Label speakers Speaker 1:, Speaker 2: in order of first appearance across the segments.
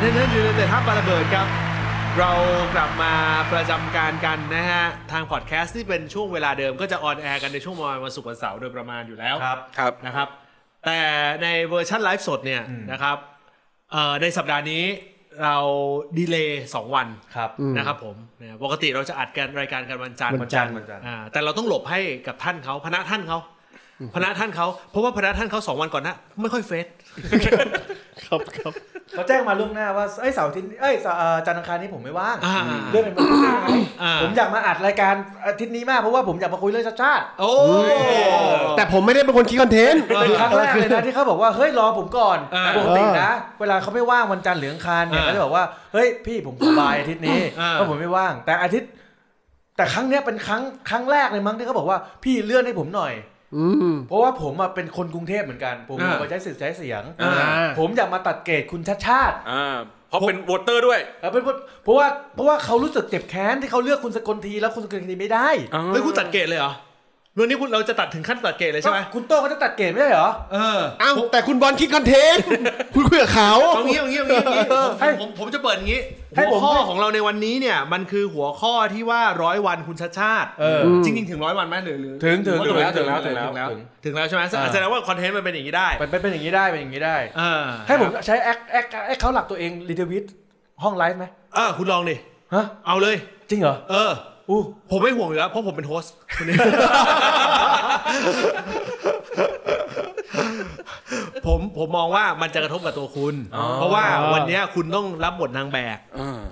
Speaker 1: เทนเทนยูไนเต็ดท่าปาระเบิดครับ เรากลับมาประจำการกันนะฮะ ทางพอดแคสต์ที่เป็นช่วงเวลาเดิมก็จะออนแอร์กันในช่วงประมาณวันศุกร์วันเสาร์โดยประมาณอยู่แล้ว
Speaker 2: ครับ
Speaker 3: ครับ
Speaker 1: นะครับแต่ในเวอร์ชันไลฟ์สดเนี่ยนะครับเอ่อในสัปดาห์นี้เราดีเลย์สองวัน
Speaker 2: ครับ
Speaker 1: นะครับผมนะปกติเราจะอัดกันรายการกันวันจันทร์
Speaker 2: วันจันทร์วันจันทร์
Speaker 1: อ่าแต่เราต้องหลบให้กับท่านเขาพนักท่านเขาพนักท่านเขาเพราะว่าพนักท่านเขาสองวันก่อนหนะไม่ค่อยเฟซ
Speaker 4: ครับครับ
Speaker 2: เขาแจ้งมาล่วงหน้าว่าเอ้ยเสาร์อาทิตย์เอ้ยเสาร์เอ่อจันทร์อังคารนี้ผมไม่ว่าง
Speaker 1: อ่า
Speaker 2: เรื่องเป็นวันจันทร์
Speaker 1: อ่า
Speaker 2: ผมอยากมาอัดรายการอาทิตย์นี้มากเพราะว่าผมอยากมาคุยเรื่องชาติชาติ
Speaker 1: โอ้
Speaker 4: แต่ผมไม่ได้เป็นคนคิดคอนเทนต์
Speaker 2: เป็นครั้งแรกเลยนะที่เขาบอกว่าเฮ้ยรอผมก่อน
Speaker 1: อ่า
Speaker 2: ปกตินะ เวลาเขาไม่ว่างวันจันทร์หรืออังคารเนี่ย
Speaker 1: อ่า
Speaker 2: เขาจะบอกว่าเฮ้ยพี่ผมสบายอาทิตย์นี้
Speaker 1: อ่า
Speaker 2: เพราะผมไม่ว่าง แต่อาทิตย์ แต่ครั้งเนี้ยเป็นครั้งครั้งแรกเลยมั้งที่เขาบอกว่าพี่เลื่อนให้ผมหน่อย
Speaker 4: อืม
Speaker 2: เพราะว่าผมอะเป็นคนกรุงเทพเหมือนกัน ผม
Speaker 1: อ่า
Speaker 2: ไปใช้สิทธิ์ใช้เสียง
Speaker 1: อ่า
Speaker 2: ผมอยากมาตัดเกรดคุณชาติชาติ
Speaker 3: อ่า เพราะเป็นวอเตอร์ด้วย
Speaker 2: เออเป็นเป็นเพราะว่าเพราะว่าเขารู้สึกเจ็บแค้นที่เขาเลือกคุณสกลทีแล้วคุณสกลทีไม่ได้
Speaker 1: เฮ้ยคุณตัดเกตเลยเหรอวันนี้คุณเราจะตัดถึงขั้นตัดเกตเลยใช่ไหม
Speaker 2: คุณโต้เขาจะตัดเกรดไม่ได้เหรอ
Speaker 1: เออ
Speaker 4: เอ้าแต่คุณบอลคิดคอนเทนต์ คุณคุยกับเขา
Speaker 1: เอางี้เอางี้เอางี้เอางี้ผม
Speaker 2: ให้
Speaker 1: ผมผมจะเปิดอย่างงี้
Speaker 2: ให้
Speaker 1: หัว
Speaker 2: ผม
Speaker 1: ข้อ
Speaker 2: ให้
Speaker 1: ของเราในวันนี้เนี่ย มันคือหัวข้อที่ว่าร้อยวันคุณชาติชาติ
Speaker 2: เออ
Speaker 1: จริงๆถึงร้อยวันไหมหรือหรือ
Speaker 2: ถึงถึง
Speaker 1: หรือว่า
Speaker 2: ถึ
Speaker 1: ถึง
Speaker 2: ง
Speaker 1: แล้วถึงแล้
Speaker 2: ถึงแล้
Speaker 1: ว
Speaker 2: ว
Speaker 1: ถึงแล้วถึงแล้
Speaker 2: ถึง
Speaker 1: วใช่ไหมแส
Speaker 2: อ่า
Speaker 1: แสดงว่าคอนเทนต์มันเป็นอย่างนี้ได้
Speaker 2: เป็นเป็นเป็นอย่างนี้ได้เป็นอย่างนี้ได้
Speaker 1: เออ
Speaker 2: ให้ผมใช้แอคแอคแอคเขาหลักตัวเองรีทวิตห้องไลฟ์ไหม
Speaker 1: เออคุณลองดิ
Speaker 2: ฮะ
Speaker 1: เอาเลย
Speaker 2: จริงเหรอ
Speaker 1: เออ
Speaker 2: อู้
Speaker 1: ผมไม่ห่วงอยู่แล้วเพราะผมเป็นโฮสต์คนนี้ ผมผมมองว่ามันจะกระทบกับตัวคุณ เพราะว่าวันเนี้ยคุณต้องรับบทนางแบก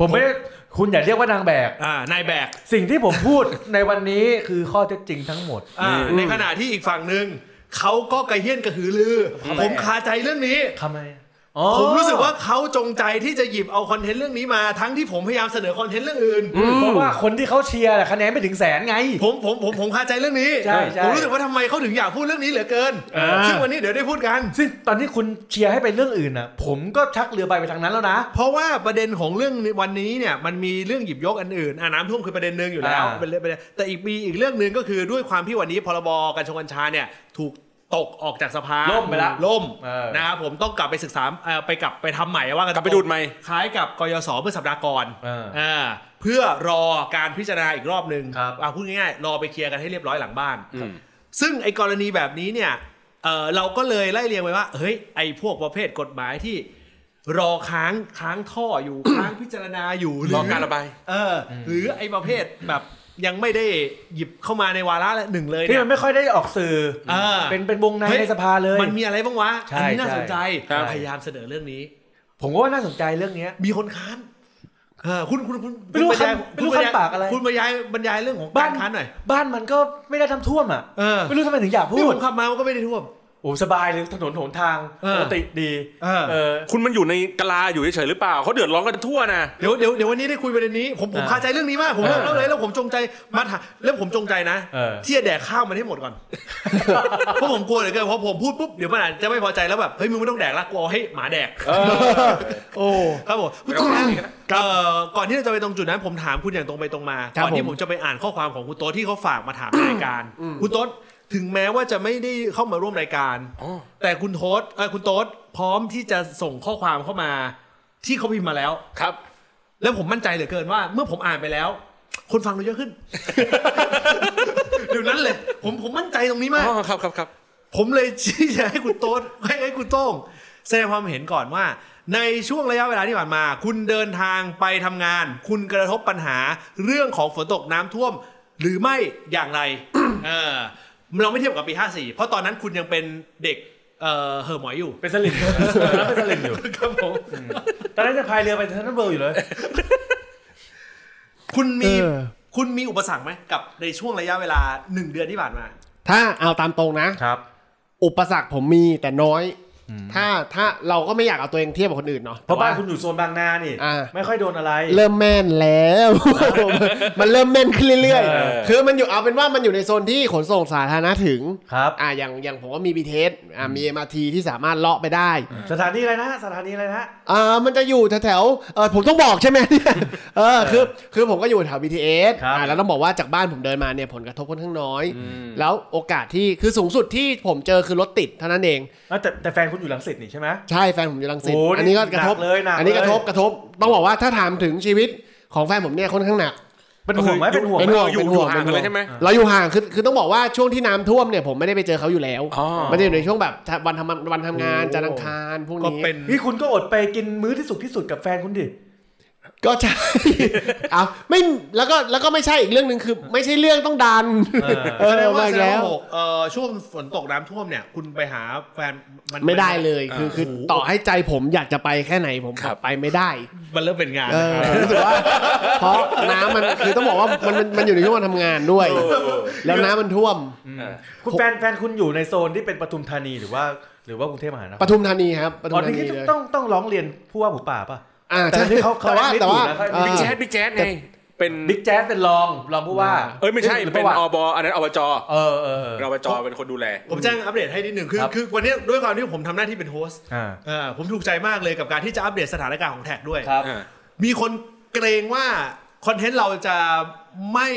Speaker 2: ผมไม่ได้คุณอย่าเรียกว่านางแบก
Speaker 1: อ่านายแบก
Speaker 2: สิ่งที่ผมพูด ในวันนี้คือข้อเท็จจริงทั้งหมด
Speaker 1: อ่าในขณะที่อีกฝั่งหนึ่งเขาก็กระเฮี้ยนกระหือรือ ผมคาใจเรื่องนี้
Speaker 2: ทำไมอ๋อ
Speaker 1: ผมรู้สึกว่าเขาจงใจที่จะหยิบเอาคอนเทนต์เรื่องนี้มาทั้งที่ผมพยายามเสนอคอนเทนต์เรื่องอื่น
Speaker 2: เพราะว่าคนที่เขาเชียร์น่ะคะแนนไม่ถึงแสนไง
Speaker 1: ผมผมผมผมคาใจเรื่องนี้
Speaker 2: ใช่ใช่
Speaker 1: ผมรู้สึกว่าทำไมเขาถึงอยากพูดเรื่องนี้เหลือเกิน
Speaker 4: อ่า
Speaker 1: ซึ่งวันนี้เดี๋ยวได้พูดกัน
Speaker 2: ซึ่งตอนที่คุณเชียร์ให้ไปเรื่องอื่นน่ะ ผมก็ชักเรือใบไปทางนั้นแล้วนะ
Speaker 1: เพราะว่าประเด็นของเรื่องวันนี้เนี่ยมันมีเรื่องหยิบยกอันอื่นอ่ะน้ำท่วมคือประเด็นหนึ่งอยู่แล้ว
Speaker 2: อ่า
Speaker 1: เป็นเรื่องประเด็นแต่อีกมีอีกเรื่องหนึ่งก็คือด้วยความที่วันนี้พรบกัญชงกัญชาเนี่ยถูกตกออกจากสภา
Speaker 2: ล่มไปละ
Speaker 1: ล่ม
Speaker 2: เออ
Speaker 1: นะครับผมต้องกลับไปศึกษาเอ่อไปกลับไปทำใหม่ว่ากัน
Speaker 3: กลับไปดูดใหม่
Speaker 1: คล้ายกับกยศเมื่อสัปดาห์ก่อน
Speaker 2: เออ
Speaker 1: อ่าเพื่อรอการพิจารณาอีกรอบหนึ่ง
Speaker 2: ครับ
Speaker 1: อ่ะพูดง่ายๆ รอไปเคลียร์กันให้เรียบร้อยหลังบ้าน
Speaker 3: อืม
Speaker 1: ซึ่งไอ้กรณีแบบนี้เนี่ยเอ่อเราก็เลยไล่เรียงไปว่า เฮ้ย ไอ้พวกประเภทกฎหมายที่ รอค้างค้างท่ออยู่ ค้างพิจารณาอยู่ห
Speaker 3: รอการระบาย
Speaker 1: เอออ หรือไอ้ประเภทแบบยังไม่ได้หยิบเข้ามาในวาระละหนึ่งเลย
Speaker 2: ที่
Speaker 1: เนี่ย
Speaker 2: มันไม่ค่อยได้ออกสื่อ
Speaker 1: เออ
Speaker 2: เป็นเป็นวงใน
Speaker 1: ฮ้ย
Speaker 2: ในสภาเลย
Speaker 1: มันมีอะไรบ้างวะ
Speaker 2: ใช่
Speaker 1: อันนี้น่าสนใจ
Speaker 2: ใช่
Speaker 1: พยายามเสนอเรื่องนี้
Speaker 2: ผมก็ว่าน่าสนใจเรื่องเนี้ย
Speaker 1: มีคนค้านเออคุณคุณคุณ
Speaker 2: ไม่รู้
Speaker 1: คุณบยาย
Speaker 2: คำไม่รู้
Speaker 1: ณบ
Speaker 2: คำ
Speaker 1: ยย
Speaker 2: ปากอะไร
Speaker 1: คุณบรรยายบรรยายเรื่องขอ
Speaker 2: บ้า
Speaker 1: งา
Speaker 2: ก
Speaker 1: น รค้านหน่อย
Speaker 2: บ้านมันก็ไม่ได้ทำท่วมอ่ะ
Speaker 1: เออ
Speaker 2: ไม่รู้ทำไมถึงอยาก
Speaker 1: นี่
Speaker 2: พู
Speaker 1: ผ
Speaker 2: ด
Speaker 1: มขับมามันก็ไม่ได้ท่วม
Speaker 2: โอ้สบายเลยถนนหนทาง
Speaker 1: เออ
Speaker 2: ปกติดี
Speaker 1: เออ
Speaker 2: เออ
Speaker 3: คุณมันอยู่ในกะลาอยู่เฉยๆหรือเปล่า เขาเดือดร้อนกันทั่วนะ
Speaker 1: เดี๋ยวเดี๋ยวเดี๋ยววันนี้ได้คุยประเด็นนี้ผมผม
Speaker 2: อ่า
Speaker 1: คาใจเรื่องนี้มากผมเล่า
Speaker 2: อ่า
Speaker 1: เล่าเลยแล้วผมจงใจมาถามแล้วผมจงใจนะ
Speaker 2: เออ
Speaker 1: ที่จะแดกข้าวมันให้หมดก่อน เพราะผมกลัวเหลือเกินเพราะผมพูดปุ๊บเดี๋ยวมันอาจจะไม่พอใจแล้วแบบเฮ้ยมึงไม่ต้องแดกละกูเอาให้หมาแดก
Speaker 2: โอ้
Speaker 1: ครับผมคุณโต้นะครับเอ่อก่อนที่เราจะไปตรงจุดนั้น ผมถามคุณอย่างตรงไปตรงมา
Speaker 4: ครับ
Speaker 1: ก่อนที่
Speaker 4: ผม
Speaker 1: ผมจะไปอ่านข้อความของคุณโต๊ดที่เขาฝากมาถามในรายการคุณโต๊ดถึงแม้ว่าจะไม่ได้เข้ามาร่วมรายการ แต่คุณโต๊ดเอ่อคุณโต๊ดพร้อมที่จะส่งข้อความเข้ามาที่เขาพิมพ์มาแล้ว
Speaker 3: ครับ
Speaker 1: แล้วผมมั่นใจเหลือเกินว่าเมื่อผมอ่านไปแล้ว คนฟังเราเยอะขึ้น เดี๋ยวนั้นเลย ผมผมมั่นใจตรงนี้มาก
Speaker 3: อ๋อ ครับครับครับ
Speaker 1: ผมเลยชี้แจงให้คุณโต๊ดให้ให้คุณโต้งแสดงความเห็นก่อนว่า ในช่วงระยะเวลาที่ผ่านมา คุณเดินทางไปทำงาน คุณกระทบปัญหาเรื่องของฝนตกน้ำท่วม หรือไม่อย่างไร เออเราไม่เทียบกับปี 54 เพราะตอนนั้นคุณยังเป็นเด็กเอ่อเหอะหมอยอยู่
Speaker 2: เป็นสลิมแล้วเป็นสลิมอยู่
Speaker 1: ครับผม
Speaker 2: ตอนนั้นจะพายเรือไปเทนเนอร์เบิร์กอยู่เลย
Speaker 1: คุณมี
Speaker 4: เออ
Speaker 1: คุณมีอุปสรรคไหมกับในช่วงระยะเวลาหนึ่งเดือนที่ผ่านมา
Speaker 4: ถ้าเอาตามตรงนะ
Speaker 2: ครับ
Speaker 4: อุปสรรคผมมีแต่น้อย ถ้าถ้าเราก็ไม่อยากเอาตัวเองเทียบกับคนอื่นเนาะ
Speaker 2: เพราะบ้าน
Speaker 4: แต่ว่
Speaker 2: คุณอยู่โซนบางนานี่
Speaker 4: อ่า
Speaker 2: ไม่ค่อยโดนอะไร
Speaker 4: เริ่มแม่นแล้ว มันเริ่มแม่นขึ้นเรื่อย
Speaker 2: เออ
Speaker 4: ๆ คือมันอยู่เอาเป็นว่ามันอยู่ในโซนที่ขนส่งสาธารณะถึง
Speaker 2: ครับ
Speaker 4: อ่าอย่างอย่างผมก็มี BTS อ่ามี MRT ที่สามารถเลาะไปได้
Speaker 2: สถานีอะไรนะ สถานีอะไรนะ
Speaker 4: อ่ามันจะอยู่แถวๆเออผมต้องบอกใช่ไหม เนี่ยเออคือคือผมก็อยู่แถว BTS
Speaker 2: ครับ
Speaker 4: อ่าแล้วต้องบอกว่าจากบ้านผมเดินมาเนี่ยผลกระทบค่อนข้างน้อย แล้วโอกาสที่คือสูงสุดที่ผมเจอคือรถติดเท่านั้นเอง
Speaker 2: อ่ะแต่แต่แฟนคุณอยู่หลังสิทธิ์นี่ใช่ไหม
Speaker 4: ใช่แฟนผมอยู่รังสิต
Speaker 2: โอ้โห
Speaker 4: อันนี้ก็
Speaker 2: นี่
Speaker 4: กระทบ
Speaker 2: หนักเลยหนัก
Speaker 4: อันนี้
Speaker 2: เลย
Speaker 4: กระทบกระทบต้องบอกว่าถ้าถามถึงชีวิตของแฟนผมเนี่ยค่อนข้างหนัก
Speaker 2: เป็นห่วงไหม
Speaker 3: ก็
Speaker 2: เป็น
Speaker 3: คือ
Speaker 2: ห่วง
Speaker 4: เป็น
Speaker 2: ไหม
Speaker 4: ห่วง
Speaker 3: อยู่
Speaker 4: เป็นห่วง
Speaker 3: อยู่ห่างกันเลยใช่ไหม
Speaker 4: เราอยู่ห่างคือคือต้องบอกว่าช่วงที่น้ำท่วมเนี่ยผมไม่ได้ไปเจอเขาอยู่แล้ว
Speaker 3: อ๋อ
Speaker 4: มันจะอยู่ในช่วงแบบวันทำวันทำงาน
Speaker 2: โอ้
Speaker 4: จันทร์อังคารพวก
Speaker 1: ก็
Speaker 4: นี้
Speaker 1: เป็น
Speaker 2: นี่คุณก็อดไปกินมื้อที่สุดที่สุดกับแฟนคุณดิ
Speaker 4: ก็ใช่ เอาไม่แล้วก็แล้วก็ไม่ใช่อีกเรื่องหนึ่งคือ ไม่ใช่เรื่องต้องดัน
Speaker 2: เออ
Speaker 4: เออ
Speaker 1: แสดงว่า
Speaker 4: มาอีก
Speaker 1: แสดง
Speaker 4: แล้ว
Speaker 1: ว่าหกเอ่อช่วงฝนตกน้ำท่วมเนี่ย คุณไปหาแฟนน
Speaker 4: ไม่ได้เลยคือคือ
Speaker 1: โอ้โห
Speaker 4: ต่อให้ใจผมอยากจะไปแค่ไหนผม
Speaker 3: ครับ
Speaker 4: ไปไม่ได้
Speaker 1: มันเริ่มเป็นงาน
Speaker 4: เออ
Speaker 1: นะครับ
Speaker 4: รู้สึกว่าเพราะน้ำมันคือต้องบอกว่ามันมันมันอยู่ในช่วงวันทำงานด้วย แล้วน้ำมันท่วม
Speaker 3: เออ
Speaker 2: คุณแฟนแฟนคุณอยู่ในโซนที่เป็นปทุมธานีหรือว่า หรือว่ากรุงเทพมหานค
Speaker 4: ป
Speaker 2: ร
Speaker 4: ทุมธานีครับปทุ
Speaker 2: อ๋อ
Speaker 4: มธา
Speaker 2: ที่
Speaker 4: นี
Speaker 2: ต้อง
Speaker 4: เลย
Speaker 2: ต้องต้องร้องเรียนผู้ว่าหมูป่าป่ะ
Speaker 4: อ่า
Speaker 2: แต่
Speaker 4: ใช่
Speaker 2: ที่เขาเขา
Speaker 4: แต่ว่า
Speaker 2: ไม่ถูกนะ
Speaker 4: แต่ว่า
Speaker 2: เขา
Speaker 4: เอ่อ
Speaker 3: บิ๊กแจ๊ดบิ๊กแจ๊ดไงเป็น
Speaker 2: บิ๊กแจ๊สเป็นรองรองผู้ว่า
Speaker 3: เอ้ยไม่ใช่
Speaker 2: หรือ
Speaker 3: เป็น
Speaker 2: ว่า
Speaker 3: อบอันนั้นอบจ
Speaker 2: เออเออเออ
Speaker 3: เป็นอบจเป็นคนดูแล
Speaker 1: ผมแจ้งอัปเดตให้นิดหนึ่งคือ
Speaker 2: ครับ
Speaker 1: คือวันนี้ด้วยความที่ผมทำหน้าที่เป็นโฮสต์
Speaker 2: อ่า
Speaker 1: เอ่อผมถูกใจมากเลยกับการที่จะอัปเดตสถานการณ์ของแท็กด้วย
Speaker 2: ครับ
Speaker 3: อ่า
Speaker 1: มีคนเกรงว่า คอนเทนต์เราจะไม่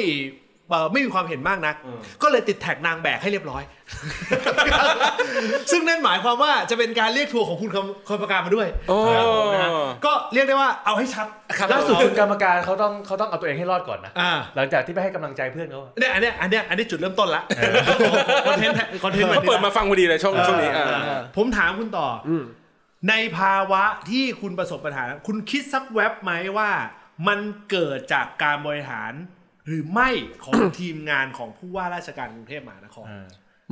Speaker 1: เอ่อไม่มีความเห็นมากนัก
Speaker 2: อืม
Speaker 1: ก็เลยติดแท็กนางแบกให้เรียบร้อย ซึ่งนั่นหมายความว่าจะเป็นการเรียกทัวร์ของคุณคำคำประการมาด้วย
Speaker 3: โอ้
Speaker 1: ครับผมนะฮะก็เรียกได้ว่าเอาให้ชัด
Speaker 3: ครับ
Speaker 2: ล่าสุดคุณกรรมการเขาต้องเขาต้องเอาตัวเองให้รอดก่อนนะ
Speaker 1: อ่า
Speaker 2: หลังจากที่ไปให้กำลังใจเพื่อนเขาอะ
Speaker 1: เนี่ยอันเนี้ยอันเนี้ยอันนี้จุดเริ่มต้นละคอนเทนต์คอนเทนต์
Speaker 3: เขาเปิดมาฟังพอดีเลยช่วงช่วงนี้อ่า
Speaker 1: ผมถามคุณต่ออ
Speaker 4: ม
Speaker 1: ในภาวะที่คุณประสบปัญหา คุณคิดสักแวบไหมว่า มันเกิดจากการบริหารหรือไม่ของ ทีมงานของผู้ว่าราชการกรุงเทพมหานคร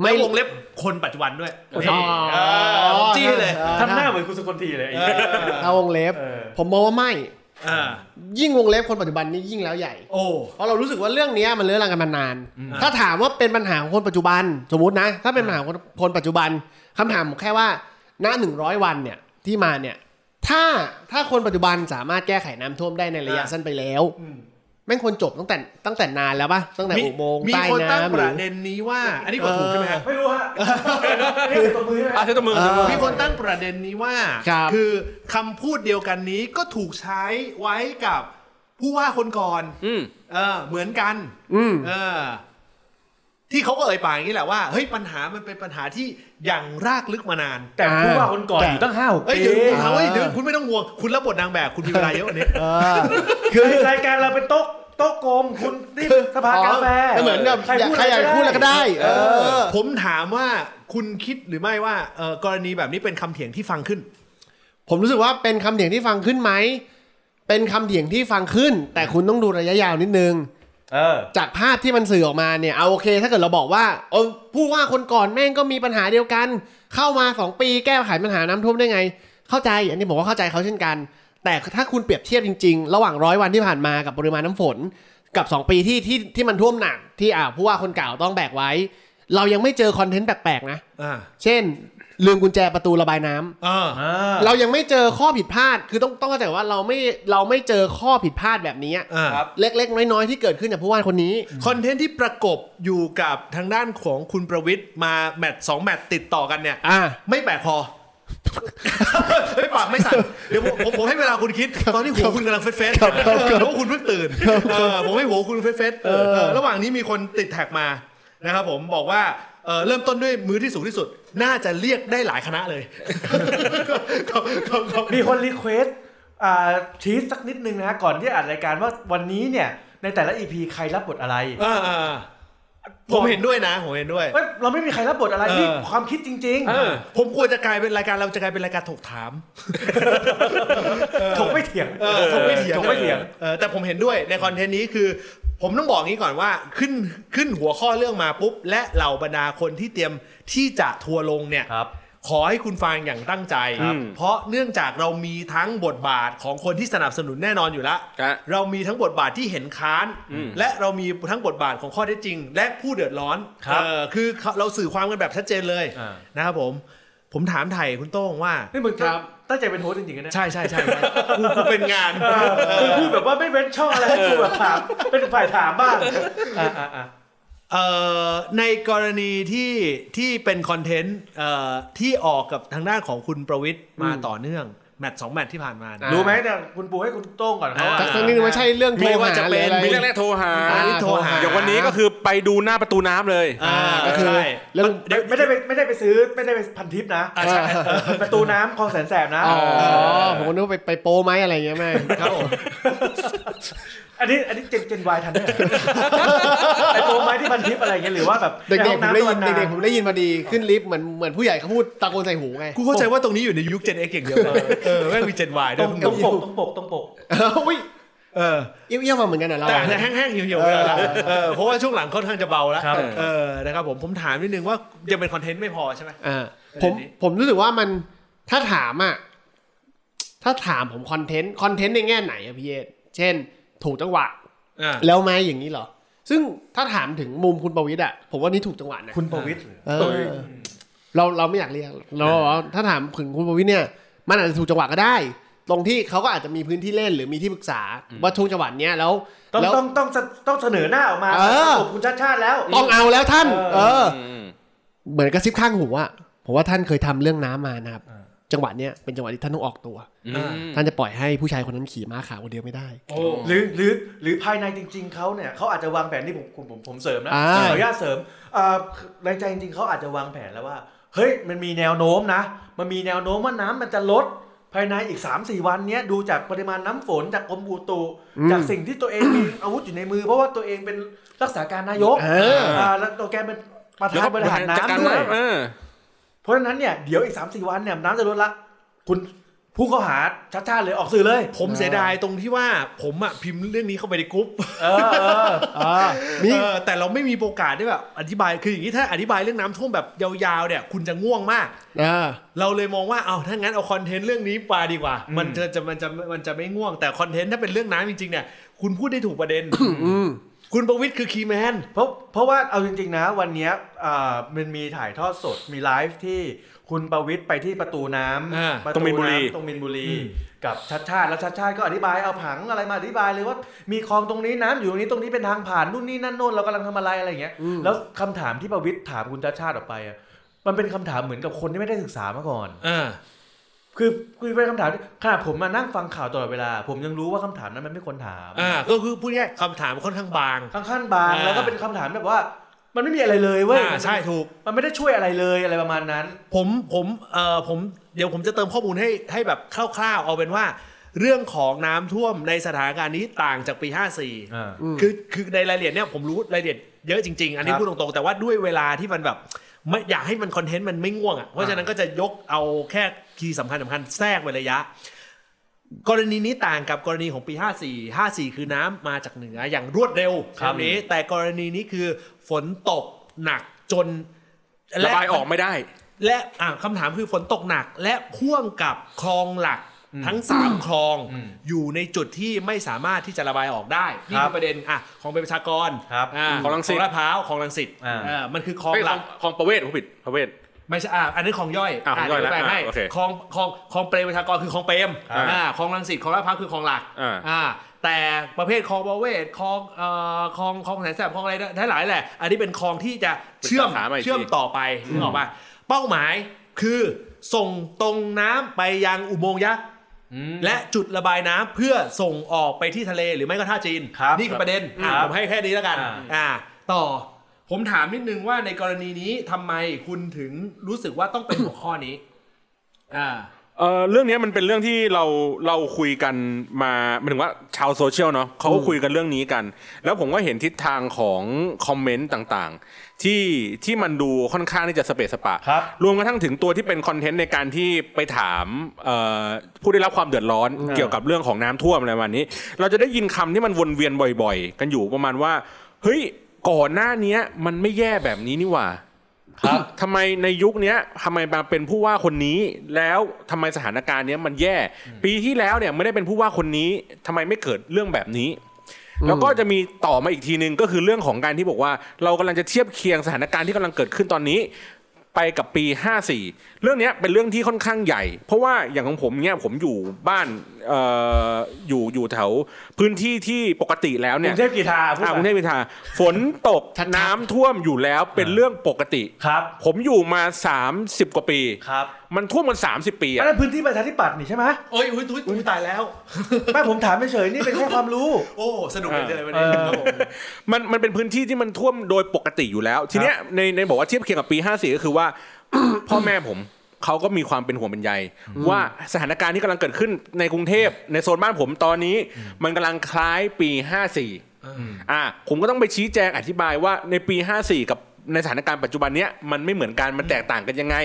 Speaker 4: ไม่
Speaker 1: ไม่วงเล็บคนปัจจุบันด้วย
Speaker 2: โอเค
Speaker 1: นี่เออผมจี้เลย
Speaker 4: เออ
Speaker 2: ทำหน้าเหมือนคุณสุคนทีเลยไอ้เหี้ย
Speaker 4: ถ้าวงเล็บ
Speaker 2: เออ
Speaker 4: ผมมองว่าไม่
Speaker 1: เออ
Speaker 4: ยิ่งวงเล็บคนปัจจุบันนี่ยิ่งแล้วใหญ่
Speaker 1: โอ้
Speaker 4: เพราะเรารู้สึกว่าเรื่องเนี้ยมันเลื้อรังกันมานาน
Speaker 1: อืม
Speaker 4: ถ้าถามว่าเป็นปัญหาของคนปัจจุบัน สมมตินะ ถ้าเป็นปัญหาของคนปัจจุบันคำถามผมแค่ว่าณหนึ่งร้อยวันเนี่ยที่มาเนี่ย ถ้าถ้าคนปัจจุบันสามารถแก้ไขน้ำท่วมได้ในระยะสั้นไปแล้วแม่งควรจบตั้งแต่ตั้งแต่นานแล้วปะตั้งแต่
Speaker 1: มี
Speaker 4: หกโมง
Speaker 1: มี
Speaker 4: ใต้
Speaker 1: คนตั้ง
Speaker 4: น้ำ
Speaker 1: ป
Speaker 4: หรื
Speaker 1: ระ
Speaker 4: อ
Speaker 1: เด็นนี้ว่า อันนี้ก็ถูกใช่ไหมฮะ
Speaker 2: ไม่รู้ฮ ะไม่รู้ตบมือใช่ไหม
Speaker 3: อ่ะใช้ตัวมือใช้ตัวมือ
Speaker 1: มีคนตั้งประเด็นนี้ว่า
Speaker 4: ครับ
Speaker 1: อคำพูดเดียวกันนี้ก็ถูกใช้ไว้กับผู้ว่าคนก่อน
Speaker 3: อืม
Speaker 1: เออเหมือนกัน
Speaker 4: อืม
Speaker 1: เออ ที่เขาก็เอ่ยปากอย่างนี้แหละว่าเฮ้ยปัญหามันเป็นปัญหาที่อย่างรากลึกมานาน
Speaker 2: แต่ผู้ว่าคนก่อนอยู่ตั้งห้าหก
Speaker 1: เอ้ย
Speaker 2: ปี
Speaker 1: เดี๋ยวคุณเฮ้ยเดี๋ยวคุณไม่ต้องห่วงคุณรับบทนางแบบคุณมีเวลาเยอะกว่านี้
Speaker 4: เออ
Speaker 2: คือรายการเราเป็นโต๊ะโต๊ะกลมคุณนี่สภากาแฟ
Speaker 4: อ๋อเหมือนกับอยากใครอยากพูดอะไรก็ได้ เออ
Speaker 1: ผมถามว่าคุณคิดหรือไม่ว่าเอ่อกรณีแบบนี้เป็นคำเถียงที่ฟังขึ้น
Speaker 4: ผมรู้สึกว่าเป็นคำเถียงที่ฟังขึ้นไหม เป็นคำเถียงที่ฟังขึ้น แต่คุณต้องดูระยะยาวนิดนึง
Speaker 2: เออ
Speaker 4: จากภาพที่มันสื่อออกมาเนี่ยเอาโอเค ถ้าเกิดเราบอกว่าเออผู้ว่าคนก่อนแม่งก็มีปัญหาเดียวกัน เข้ามา 2 ปีแก้ไขปัญหาน้ำท่วมได้ไง เข้าใจอันนี้ผมก็เข้าใจเขาเช่นกัน แต่ถ้าคุณเปรียบเทียบจริงๆ ระหว่างร้อยวันที่ผ่านมากับปริมาณน้ำฝน กับ 2 ปีที่ที่ที่มันท่วมหนักที่อ่าผู้ว่าคนเก่าต้องแบกไว้ เรายังไม่เจอคอนเทนต์แปลกๆนะ
Speaker 1: อ่า
Speaker 4: เช่นลืมกุญแจประตูระบายน้ำ
Speaker 1: เออ
Speaker 4: เรายังไม่เจอข้อผิดพลาด คือต้องต้องเข้าใจว่าเราไม่เราไม่เจอข้อผิดพลาดแบบนี้
Speaker 1: อ่า
Speaker 2: ครับ
Speaker 4: เล็ก ๆ น้อยๆที่เกิดขึ้นจากผู้ว่าคนนี้
Speaker 1: คอนเทนต์ที่ประกบอยู่กับทางด้านของคุณประวิทย์มาแมตช์สองแมตช์ติดต่อกันเนี่ย
Speaker 4: อ่า
Speaker 1: ไม่แปลก คอ ไม่ปากไม่สั่นเดี๋ยวผมผมผมให้เวลาคุณคิด ตอนนี้หัวคุณกำลังเฟสเฟสเพราะคุณเพิ่งตื่นเออผมให้หัวคุณเฟสเฟสเออระหว่างนี้มีคนติดแท็กมานะครับผมบอกว่าเอ่อเริ่มต้นด้วยมือที่สูงที่สุด น่าจะเรียกได้หลายคณะเลย ครับครับครับ
Speaker 2: มีคนรีเควสต์อ่าทีสสักนิดนึงนะฮะก่อนที่อัดรายการว่าวันนี้เนี่ย ในแต่ละ EP ใครรับบทอะไร
Speaker 1: อ่าอ่าอ่าผมเห็นด้วยนะผมเห็นด้วย
Speaker 2: เอ้ยเราไม่มีใครรับบทอะไร
Speaker 1: เออ
Speaker 2: นี่ความคิดจริง
Speaker 3: เออ
Speaker 1: ผมควรจะกลายเป็นรายการเราจะกลายเป็นรายการถกถาม
Speaker 2: ๆถกไม่เถียง
Speaker 1: เออถกไม่เถียง
Speaker 2: ถกไม่เถียง
Speaker 1: ออแต่ผมเห็นด้วยในคอนเทนต์นี้คือ ผมต้องบอกงี้ก่อนว่าขึ้นขึ้นหัวข้อเรื่องมาปุ๊บ และเหล่าบรรดาคนที่เตรียมที่จะทัวร์ลงเนี่ย
Speaker 2: ครับ
Speaker 1: ขอให้คุณฟังอย่างตั้งใจ
Speaker 3: ครับ
Speaker 1: เพราะเนื่องจากเรามีทั้งบทบาทของคนที่สนับสนุนแน่นอนอยู่แล้ว
Speaker 3: ครับ
Speaker 1: เรามีทั้งบทบาทที่เห็นค้าน และเรามีทั้งบทบาทของข้อเท็จจริง และผู้เดือดร้อน
Speaker 2: ครับ
Speaker 1: เออคือเราสื่อความกันแบบชัดเจนเลย
Speaker 2: อ่า
Speaker 1: นะครับผม ผมถามไถ่คุณโต้งว่า
Speaker 2: นี่มึง
Speaker 4: ครับ
Speaker 2: ตั้งใจเป็นโฮสต์จริงๆนะเนี่ย
Speaker 1: ใช่ใช่ใช่ ใช่กูกูเป็นงาน
Speaker 2: เออพูดแบบว่าไม่เว้นช่องอะไรให้กูแบบถาม เป็นฝ่ายถามบ้างอ่ะอ่ะอ่ะ
Speaker 1: เอ่อในกรณีที่ที่เป็นคอนเทนต์เอ่อที่ออกกับทางด้านของคุณประวิทย์มาต่อเนื่อง แมตช์สองแมตช์ที่ผ่านมาเนี่ย
Speaker 4: อ่า
Speaker 2: รู้ไหมเนี่ยคุณปูให้คุณโต้งก่อนเขาอะ
Speaker 4: จากทั้งนี้ไม่ใช่เรื่องโทร
Speaker 3: ไม่
Speaker 4: หา
Speaker 3: ว่าจะ
Speaker 4: หรื
Speaker 3: เป็
Speaker 4: อน อะไร
Speaker 3: มีเรื่องแรกโทรหา
Speaker 4: อ่า
Speaker 1: โทรหา
Speaker 3: อย่างวันนี้ก็คือไปดูหน้าประตูน้ำเลย
Speaker 1: อ่า
Speaker 4: ก็คือ
Speaker 1: ใช่
Speaker 4: เรื่อง
Speaker 1: เดี๋ยว
Speaker 2: ไม่ได้ไปไม่ได้ไปซื้อไม่ได้ไปพันทิปนะ
Speaker 1: อ่าใช่
Speaker 4: เออ
Speaker 2: เออประตูน้ำคลองแสนแสบนะ
Speaker 4: อ๋อผมก็นึกว่าไปไปโปไหมอะไรเงี้ยแม่
Speaker 1: ครับผม
Speaker 2: อันนี้อันนี้เจนเจนวายทันด้วยเหรอ ไอโปมไม้ที่พันทิปอะไรเงี้ยหรือว่าแบบ
Speaker 4: เด็
Speaker 2: ในห้องตะ
Speaker 4: กๆผมได้ยิ
Speaker 2: วันนา
Speaker 4: เด็กๆผมได้ยินพอดีขึ้นลิฟต์เหมือนเหมือนผู้ใหญ่เขาพูดตะโกนใส่หูไง
Speaker 1: กูเข้าใจว่าตรงนี้อยู่ในยุค Gen X อย่างเดียวเลยเออแม่งมี Gen Y ด้
Speaker 2: ต
Speaker 1: ว
Speaker 2: ร
Speaker 1: ย
Speaker 2: ง
Speaker 1: พวก
Speaker 2: ตรง
Speaker 1: นี้
Speaker 2: ปกตรงปกตรงปก
Speaker 4: เอออุ้ย
Speaker 1: เออ
Speaker 4: เอี้ยวๆมาเหมือนกันนะเรา
Speaker 1: แต่อา
Speaker 4: อะ
Speaker 1: จจะแห้งๆเหี่ยวๆไปแล้วล่ะเออเพราะว่าช่วงหลังค่อนข้างจะเบาแล้ว
Speaker 2: ครับ
Speaker 1: เออนะครับผมผมถามนิดนึงว่ายังเป็นคอนเทนต์ไม่พอใช่ไหม
Speaker 4: อ่าผม
Speaker 1: ประเด็นนี้
Speaker 4: ผมรู้สึกว่ามันถ้าถามอ่ะถ้าถามผมคอนเทนต์คอนเทนต์ในแง่ไหนอะพี่เอสเช่น ถูกจังหวะ
Speaker 1: อ่า
Speaker 4: แล้วไหมอย่างนี้เหรอ ซึ่งถ้าถามถึงมุมคุณประวิทย์อะผมว่านี่ถูกจังหวะนะ
Speaker 2: คุณประวิตรเหรอ
Speaker 4: เออเราเราไม่อยากเรียกเราบอกว่าถ้าถามถึงคุณประวิทย์เนี่ย มันอาจจะถูกจังหวะก็ได้ ตรงที่เขาก็อาจจะมีพื้นที่เล่นหรือมีที่ปรึกษาว่าช่วงจังหวะเนี้ยแล้ว
Speaker 2: ต้อง
Speaker 4: แล้ว
Speaker 2: ต้องต้องต้องเสนอหน้าออกมา
Speaker 4: เออ
Speaker 2: ผมคุณชาติชาติแล้ว
Speaker 4: ต้องเอาแล้วท่าน
Speaker 2: เออ
Speaker 4: เออ
Speaker 3: อืม
Speaker 4: เหมือนกระซิบข้างหูอะผมว่าท่านเคยทำเรื่องน้ำมานะครับ จังหวะเนี้ยเป็นจังหวะที่ท่านต้องออกตัว
Speaker 1: อ่า
Speaker 4: ท่านจะปล่อยให้ผู้ชายคนนั้นขี่ม้าขาวคนเดียวไม่ได้
Speaker 2: หรือหรือหรือภายในจริง ๆเขาเนี่ยเขาอาจจะวางแผนที่ผมผมผมผมเสริมนะ
Speaker 4: อ่า
Speaker 2: ขออนุญาตเสริมเอ่อในใจจริงๆเขาอาจจะวางแผนแล้วว่า เฮ้ยมันมีแนวโน้มนะ มันมีแนวโน้มว่าน้ำมันจะลด ภายในอีก 3-4 วันเนี้ยดูจากปริมาณน้ำฝนจากกรมอุตุ จากสิ่งที่ตัวเองมี อาวุธอยู่ในมือ เพราะว่าตัวเองเป็นรักษาการนายก
Speaker 4: เออ
Speaker 2: อ่าแล้วตัวแกเป็นประ
Speaker 3: แล้
Speaker 2: ธาน
Speaker 3: วก็
Speaker 2: บบ ริ
Speaker 3: ริ
Speaker 2: หา
Speaker 3: หาร ร
Speaker 2: น้ำด้วย
Speaker 3: เออ
Speaker 2: เพราะฉะนั้นเนี่ยเดี๋ยวอีก 3-4 วันเนี่ยน้ำจะลดละ คุณผู้เข้าหาชัดชาติเลยออกสื่อเลย
Speaker 1: ผมเสียดายตรงที่ว่าผมอ่ะพิมพ์เรื่องนี้เข้าไปในกรุ๊ป
Speaker 2: เออเออ
Speaker 1: เออแต่เราไม่มีโอกาสได้แบบอธิบายคืออย่างนี้ถ้าอธิบายเรื่องน้ำท่วมแบบยาวๆเนี่ยคุณจะง่วงมาก
Speaker 4: อ่า
Speaker 1: เราเลยมองว่าเอาถ้างั้นเอาคอนเทนต์เรื่องนี้มาดีกว่า มันจะจะมันจะมันจะไม่ง่วงแต่คอนเทนต์ถ้าเป็นเรื่องน้ำจริงๆเนี่ยคุณพูดได้ถูกประเด็น คุณประวิทย์คือคีย์แมน
Speaker 2: เพราะเพราะว่าเอาจริงๆนะวันเนี้ยอ่ามันมีถ่ายทอดสดมีไลฟ์ที่คุณประวิทย์ไปที่ประตูน้
Speaker 1: อ่า
Speaker 2: ำประ
Speaker 3: ตรงมีนบุรี
Speaker 2: ำตรงมินบุรี กับชัดชาติแล้วชัดชาติก็อธิบายเอาผังอะไรมาอธิบายเลยว่ามีคลองตรงนี้น้ำอยู่ตรงนี้ตรงนี้เป็นทางผ่านนู่นนี่นั่นโน่นเรากำลังทำอะไรอะไรอย่างเงี้ยแล้วคำถามที่ประวิทย์ถามคุณชัดชาติออกไปอะมันเป็นคำถามเหมือนกับคนที่ไม่ได้ศึกษามาก่อน
Speaker 1: อ่า
Speaker 2: คือคือเป็นคำถามที่ขนาดผมมานั่งฟังข่าวตลอดเวลา ผมยังรู้ว่าคำถามนั้นมันไม่ควรถาม
Speaker 1: อ่าก็คือพูดง่ายๆคำถามค่อนข้างบาง
Speaker 2: ค่อนข้างบาง
Speaker 1: อ่า
Speaker 2: แล้วก็เป็นคำถามแบบว่า มันไม่มีอะไรเลยเว้ย
Speaker 1: อ่า
Speaker 2: มัน
Speaker 1: ใช่ถูก
Speaker 2: มันไม่ได้ช่วยอะไรเลยอะไรประมาณนั้น
Speaker 1: ผมผมเอ่อผมเดี๋ยวผมจะเติมข้อมูลให้ให้แบบคร่าวๆ เอาเป็นว่า เรื่องของน้ำท่วมในสถานการณ์นี้ต่างจากปี 54 คือคือในรายละเอียดเนี่ยผมรู้รายละเอียดเยอะจริง ๆ อันนี้
Speaker 2: ครับ
Speaker 1: พูดตรงๆ แต่ว่าด้วยเวลาที่มันแบบไม่อยากให้มันคอนเทนต์มันไม่ง่วงอ่ะเพราะฉะนั้นก็จะยกเอาแค่คีย์สำคัญสำคัญแทรกไว้ระยะ กรณีนี้ต่างกับกรณีของปี 54 54 คือน้ำมาจากเหนืออย่างรวดเร็ว
Speaker 2: ครับ
Speaker 1: คำนี้ แต่กรณีนี้คือฝนตกหนักจน
Speaker 3: ระ
Speaker 1: และ
Speaker 3: บายออกไม่ได้
Speaker 1: และอ่ะคำถามคือฝนตกหนักและพ่วงกับคลองหลักทั้งสามคลอง
Speaker 2: อืม
Speaker 1: อยู่ในจุดที่ไม่สามารถที่จะระบายออกได้นี่
Speaker 2: ครั
Speaker 1: คื
Speaker 2: บ
Speaker 1: อประเด็นอ่ะของเป็นประชากร
Speaker 2: ครับ
Speaker 1: า
Speaker 3: ของรังสิ
Speaker 1: ข
Speaker 3: ต
Speaker 1: องลาดพร้าวของรังสิต
Speaker 2: อ่า
Speaker 1: เออมันคือคลอง
Speaker 3: เอ้ย
Speaker 1: ห
Speaker 3: ข
Speaker 1: ลั
Speaker 3: อง
Speaker 1: ก
Speaker 3: ของประเวศผมผิดประเวศ
Speaker 1: ไม่ใช่อ่ะอันนี้นคลองย่อย
Speaker 3: อ่ะของย่อย
Speaker 1: เดี๋ว
Speaker 3: แล้ว
Speaker 1: แปล
Speaker 3: อ่ะ
Speaker 1: ให้
Speaker 3: โอเค
Speaker 1: คลองคลองคลองเปรมประชากรคือคลองเปรม
Speaker 2: ครับ
Speaker 1: อ่าคลองรังสิตคลองลาดพร้าวคือคลองหลัก
Speaker 3: อ่า
Speaker 1: อ่าแต่ประเภทคลองประเวศคลองเอ่อคลองคลองแสนแสบคลองอะไรทั้งหลายแหละ อันนี้เป็นคลองที่จะเชื่อม
Speaker 3: เป็นสาขาใหม่อีกที
Speaker 1: เชื่อมต่อไปนึกออกป่ะเป้าหมายคือส่งตรงน้ำไปยังอุโมงค์ยักษ์และจุดระบายน้ำเพื่อส่งออกไปที่ทะเลหรือไม่ก็ท่าจีน
Speaker 2: ครับ
Speaker 1: นี่คือประเด็น
Speaker 2: ครับ
Speaker 1: อ่ะผมให้แค่นี้แล้วกัน
Speaker 2: อ่า
Speaker 1: อ่าต่อผมถามนิดนึงว่าในกรณีนี้ทำไมคุณถึงรู้สึกว่าต้องเป็นหัวข้อนี้อ่า
Speaker 3: เอ่อเรื่องเนี้ยมันเป็นเรื่องที่เราเราคุยกันมาหมายถึงว่าชาวโซเชียลเนาะเขาก็คุยกันเรื่องนี้กัน แล้วผมก็เห็นทิศทางของคอมเมนต์ต่างๆ ที่ที่มันดูค่อนข้างที่จะสเปซสปะ
Speaker 2: ครับ
Speaker 3: รวมกระทั่งถึงตัวที่เป็นคอนเทนต์ในการที่ไปถามเอ่อผู้ได้รับความเดือดร้อนเกี่ยวกับเรื่องของน้ำท่วมอะไรประมาณนี้ เราจะได้ยินคำที่มันวนเวียนบ่อยๆ กันอยู่ประมาณว่าเฮ้ยก่อนหน้าเนี้ยมันไม่แย่แบบนี้นี่หว่า
Speaker 2: ครับ
Speaker 3: ทำไมในยุคเนี้ยทำไมมาเป็นผู้ว่าคนนี้ แล้วทำไมสถานการณ์เนี้ยมันแย่ ปีที่แล้วเนี่ยไม่ได้เป็นผู้ว่าคนนี้ทำไมไม่เกิดเรื่องแบบนี้ แล้วก็จะมีต่อมาอีกทีหนึ่งก็คือเรื่องของการที่บอกว่า เรากำลังจะเทียบเคียงสถานการณ์ที่กำลังเกิดขึ้นตอนนี้ ไปกับปี 54 เรื่องเนี้ยเป็นเรื่องที่ค่อนข้างใหญ่ เพราะว่าอย่างของผมเนี่ยผมอยู่บ้านเอออยู่อยู่แถวพื้นที่ที่ปกติแล้ว
Speaker 2: ก
Speaker 3: เนี่ย
Speaker 2: รุงเทพกีฬาพูด
Speaker 3: อ่ากรุง
Speaker 2: ไป
Speaker 3: เทพพิธาฝนตก
Speaker 4: ชัดๆ
Speaker 3: น้ำท่วมอยู่แล้วเป็นเรื่องปกติ
Speaker 2: ครับ
Speaker 3: ผมอยู่มา 30 กว่าปี
Speaker 2: ครับ
Speaker 3: มันท่วมกัน 30 ปี
Speaker 2: อั
Speaker 3: อะ
Speaker 2: นนั้นพื้นที่ประชาธิปัตย์นี่ใช่ไหม
Speaker 1: โอ้ยอุ้ยอุ้ยอุ้ยตายแล้ว
Speaker 2: แม่ผมถามเฉยๆนี่เป็นแค่ความรู้
Speaker 1: โอ้สนุกเลยวัน
Speaker 2: เอ
Speaker 1: นี้
Speaker 2: อ
Speaker 1: ครับผม
Speaker 3: มันมันเป็นพื้นที่ที่มันท่วมโดยปกติอยู่แล้ว ทีเนี้ยในในบอกว่าเทียบเคียงกับปี 54 ก็คือว่า พ่อแม่ผมเขาก็มีความเป็นห่วงเป็นใยว่าสถานการณ์ที่กำลังเกิดขึ้นในกรุงเทพในโซนบ้านผมตอนนี้ มันกำลังคล้ายปี 54 อ่ะผมก็ต้องไปชี้แจงอธิบายว่าในปี 54 กับในสถานการณ์ปัจจุบันเนี้ยมันไม่เหมือนกันมันแตกต่างกันยังไง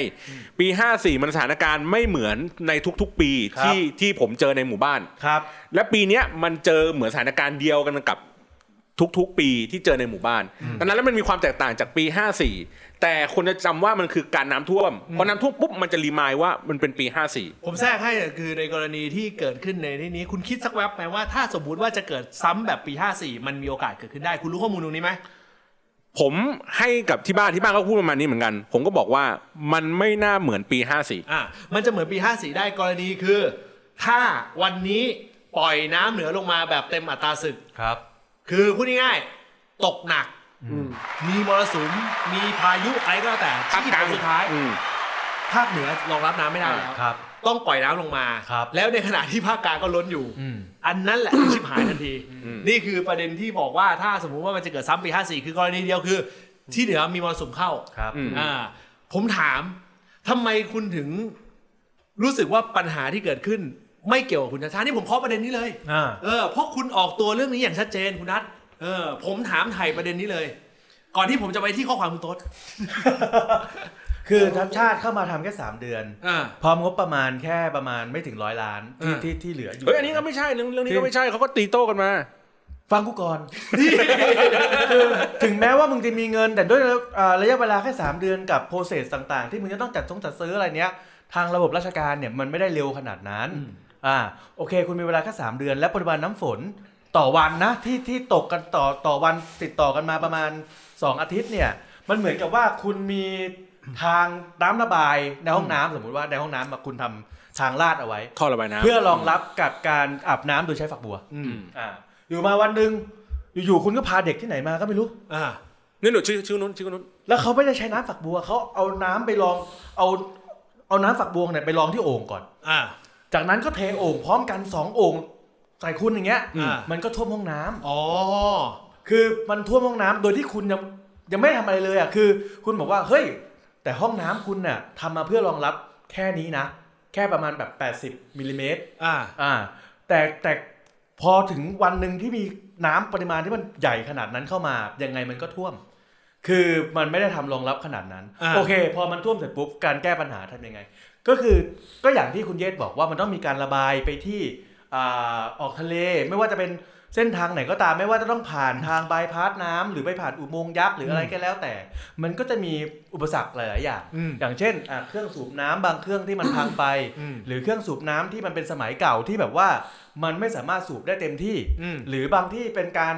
Speaker 3: ปี 54 มันสถานการณ์ไม่เหมือนในทุกๆ ปี
Speaker 2: ครับ
Speaker 3: ที่ที่ผมเจอในหมู่บ้าน
Speaker 2: ครับ
Speaker 3: และปีเนี้ยมันเจอเหมือนสถานการณ์เดียวกันกับทุกๆ ปีที่เจอในหมู่บ้านดังนั้นแล้วมันมีความแตกต่างจากปี 54 แต่คนจะจำว่ามันคือการน้ำท่วมพอน้ำท่วมปุ๊บมันจะรีมายว่ามันเป็นปี 54
Speaker 1: ผมแทรกให้คือในกรณีที่เกิดขึ้นในที่นี้ คุณคิดสักแวบไหมว่าถ้าสมมุติว่าจะเกิดซ้ำแบบปี 54 มันมีโอกาสเกิดขึ้นได้ คุณรู้ข้อมูลตรงนี้ไหม
Speaker 3: ผมให้กับที่บ้านที่บ้านก็พูดประมาณนี้เหมือนกัน ผมก็บอกว่ามันไม่น่าเหมือนปี 54
Speaker 1: อ่ะมันจะเหมือนปี 54 ได้กรณีคือ ถ้าวันนี้ปล่อยน้ำเหนือลงมาแบบเต็มอัตราศึก
Speaker 2: ครับ
Speaker 1: คือพูดง่ายๆตกหนัก มีมรสุม มีพายุอะไรก็แล้วแต่ที่ผลสุดท้าย
Speaker 3: อืม
Speaker 1: ภาคเหนือรองรับน้ำไม่ได้แล้ว
Speaker 2: ครับ
Speaker 1: ต้องปล่อยน้ำลงมา
Speaker 2: ครับ
Speaker 1: แล้วในขณะที่ภาคกลางก็ล้นอยู่
Speaker 2: อืม
Speaker 1: อันนั้นแหละ ที่ชิบหายทันที นี่คือประเด็นที่บอกว่าถ้าสมมุติว่ามันจะเกิดซ้ำปี 54 คือกรณีเดียวคือ ที่เหนือมีมรสุมเข้า
Speaker 2: ครับ
Speaker 3: อืม
Speaker 1: อ่าผมถามทำไมคุณถึงรู้สึกว่าปัญหาที่เกิดขึ้น ไม่เกี่ยวกับคุณชาชานี่ผมเคาะประเด็นนี้เลย
Speaker 2: อ่า
Speaker 1: เออเพราะคุณออกตัวเรื่องนี้อย่างชัดเจนคุณนัทเออ ผมถามไถ่ประเด็นนี้เลย ก่อนที่ผมจะไปที่ข้อความคุณโต๊ด
Speaker 2: คือทัพชาติเข้ามาทำแค่ 3 เดือน
Speaker 1: อ่า
Speaker 2: พร้อมงบประมาณแค่ประมาณไม่ถึงร้อยล้านที่
Speaker 1: อ่า
Speaker 2: ที่ที่เหลืออยู่
Speaker 3: เฮ้ยอันนี้ก็ไม่ใช่เรื่องเรื่องนี้ก็ไม่ใช่เขาก็ตีโต้กันมา
Speaker 2: ฟังกูก่อน คือถึงแม้ว่ามึงจะมีเงิน แต่ด้วยเอ่อระยะเวลาแค่ 3 เดือนกับโปรเซสต่างๆ ที่มึงจะต้องจัดทรงจัดซื้ออะไรเนี้ย ทางระบบราชการเนี่ยมันไม่ได้เร็วขนาดนั้นอ่าโอเค คุณมีเวลาแค่ 3 เดือน และปริมาณน้ำฝนต่อวันนะที่ที่ตกกันต่อต่อวันติดต่อกันมาประมาณ 2 อาทิตย์เนี่ยมันเหมือนกับว่าคุณมีทางน้ำระบายในห้องน้ำสมมุติว่าในห้องน้ำอะคุณทำทางลาดเอาไว้
Speaker 3: ท่อระบายน้ำ
Speaker 2: เพื่อรองรับกับการอาบน้ำโดยใช้ฝักบัว
Speaker 3: อืม
Speaker 2: อ่าอยู่มาวันหนึ่งอยู่ๆคุณก็พาเด็กที่ไหนมาก็ไม่รู้
Speaker 1: อ่า
Speaker 3: นี่หนูชื่อชื่อนู้นชื่อนู้น
Speaker 2: แล้วเขาไม่ได้ใช้น้ำฝักบัวเขาเอาน้ำไปลองเอาเอาน้ำฝักบัวเนี่ยไปลองที่โอ่งก่อน
Speaker 1: อ่า
Speaker 2: จากนั้นก็เทโอ่งพร้อมกันสองโอ่งใส่คุณอย่างเงี้ย
Speaker 1: อืม
Speaker 2: มันก็ท่วมห้องน้ำ
Speaker 1: อ๋อ
Speaker 2: คือมันท่วมห้องน้ำโดยที่คุณยังยังไม่ทำอะไรเลยอ่ะคือ คุณบอกว่าเฮ้ย แต่ห้องน้ำคุณน่ะทำมาเพื่อรองรับแค่นี้นะ แค่ประมาณแบบ 80มิลลิเมตร
Speaker 1: อ่า
Speaker 2: อ่าแต่แต่พอถึงวันหนึ่งที่มีน้ำปริมาณที่มันใหญ่ขนาดนั้นเข้ามายังไงมันก็ท่วม คือมันไม่ได้ทำรองรับขนาดนั้น
Speaker 1: า
Speaker 2: โอเค พอมันท่วมเสร็จปุ๊บการแก้ปัญหาทำยังไง ก็คือก็อย่างที่คุณเยศบอกว่ามันต้องมีการระบายไปที่อ่าออกทะเลไม่ว่าจะเป็นเส้นทางไหนก็ตามไม่ว่าจะต้องผ่านทางบายพาสน้ำหรือไปผ่านอุโมงค์ยักษ์หรืออะไรก็แล้วแต่ มันก็จะมีอุปสรรคหลายๆอย่าง
Speaker 1: อืม
Speaker 2: อย่างเช่นอ่ะเครื่องสูบน้ำบางเครื่องที่มันพังไป
Speaker 1: อืม
Speaker 2: หรือเครื่องสูบน้ำที่มันเป็นสมัยเก่าที่แบบว่ามันไม่สามารถสูบได้เต็มที่
Speaker 1: อืม
Speaker 2: หรือบางที่เป็นการ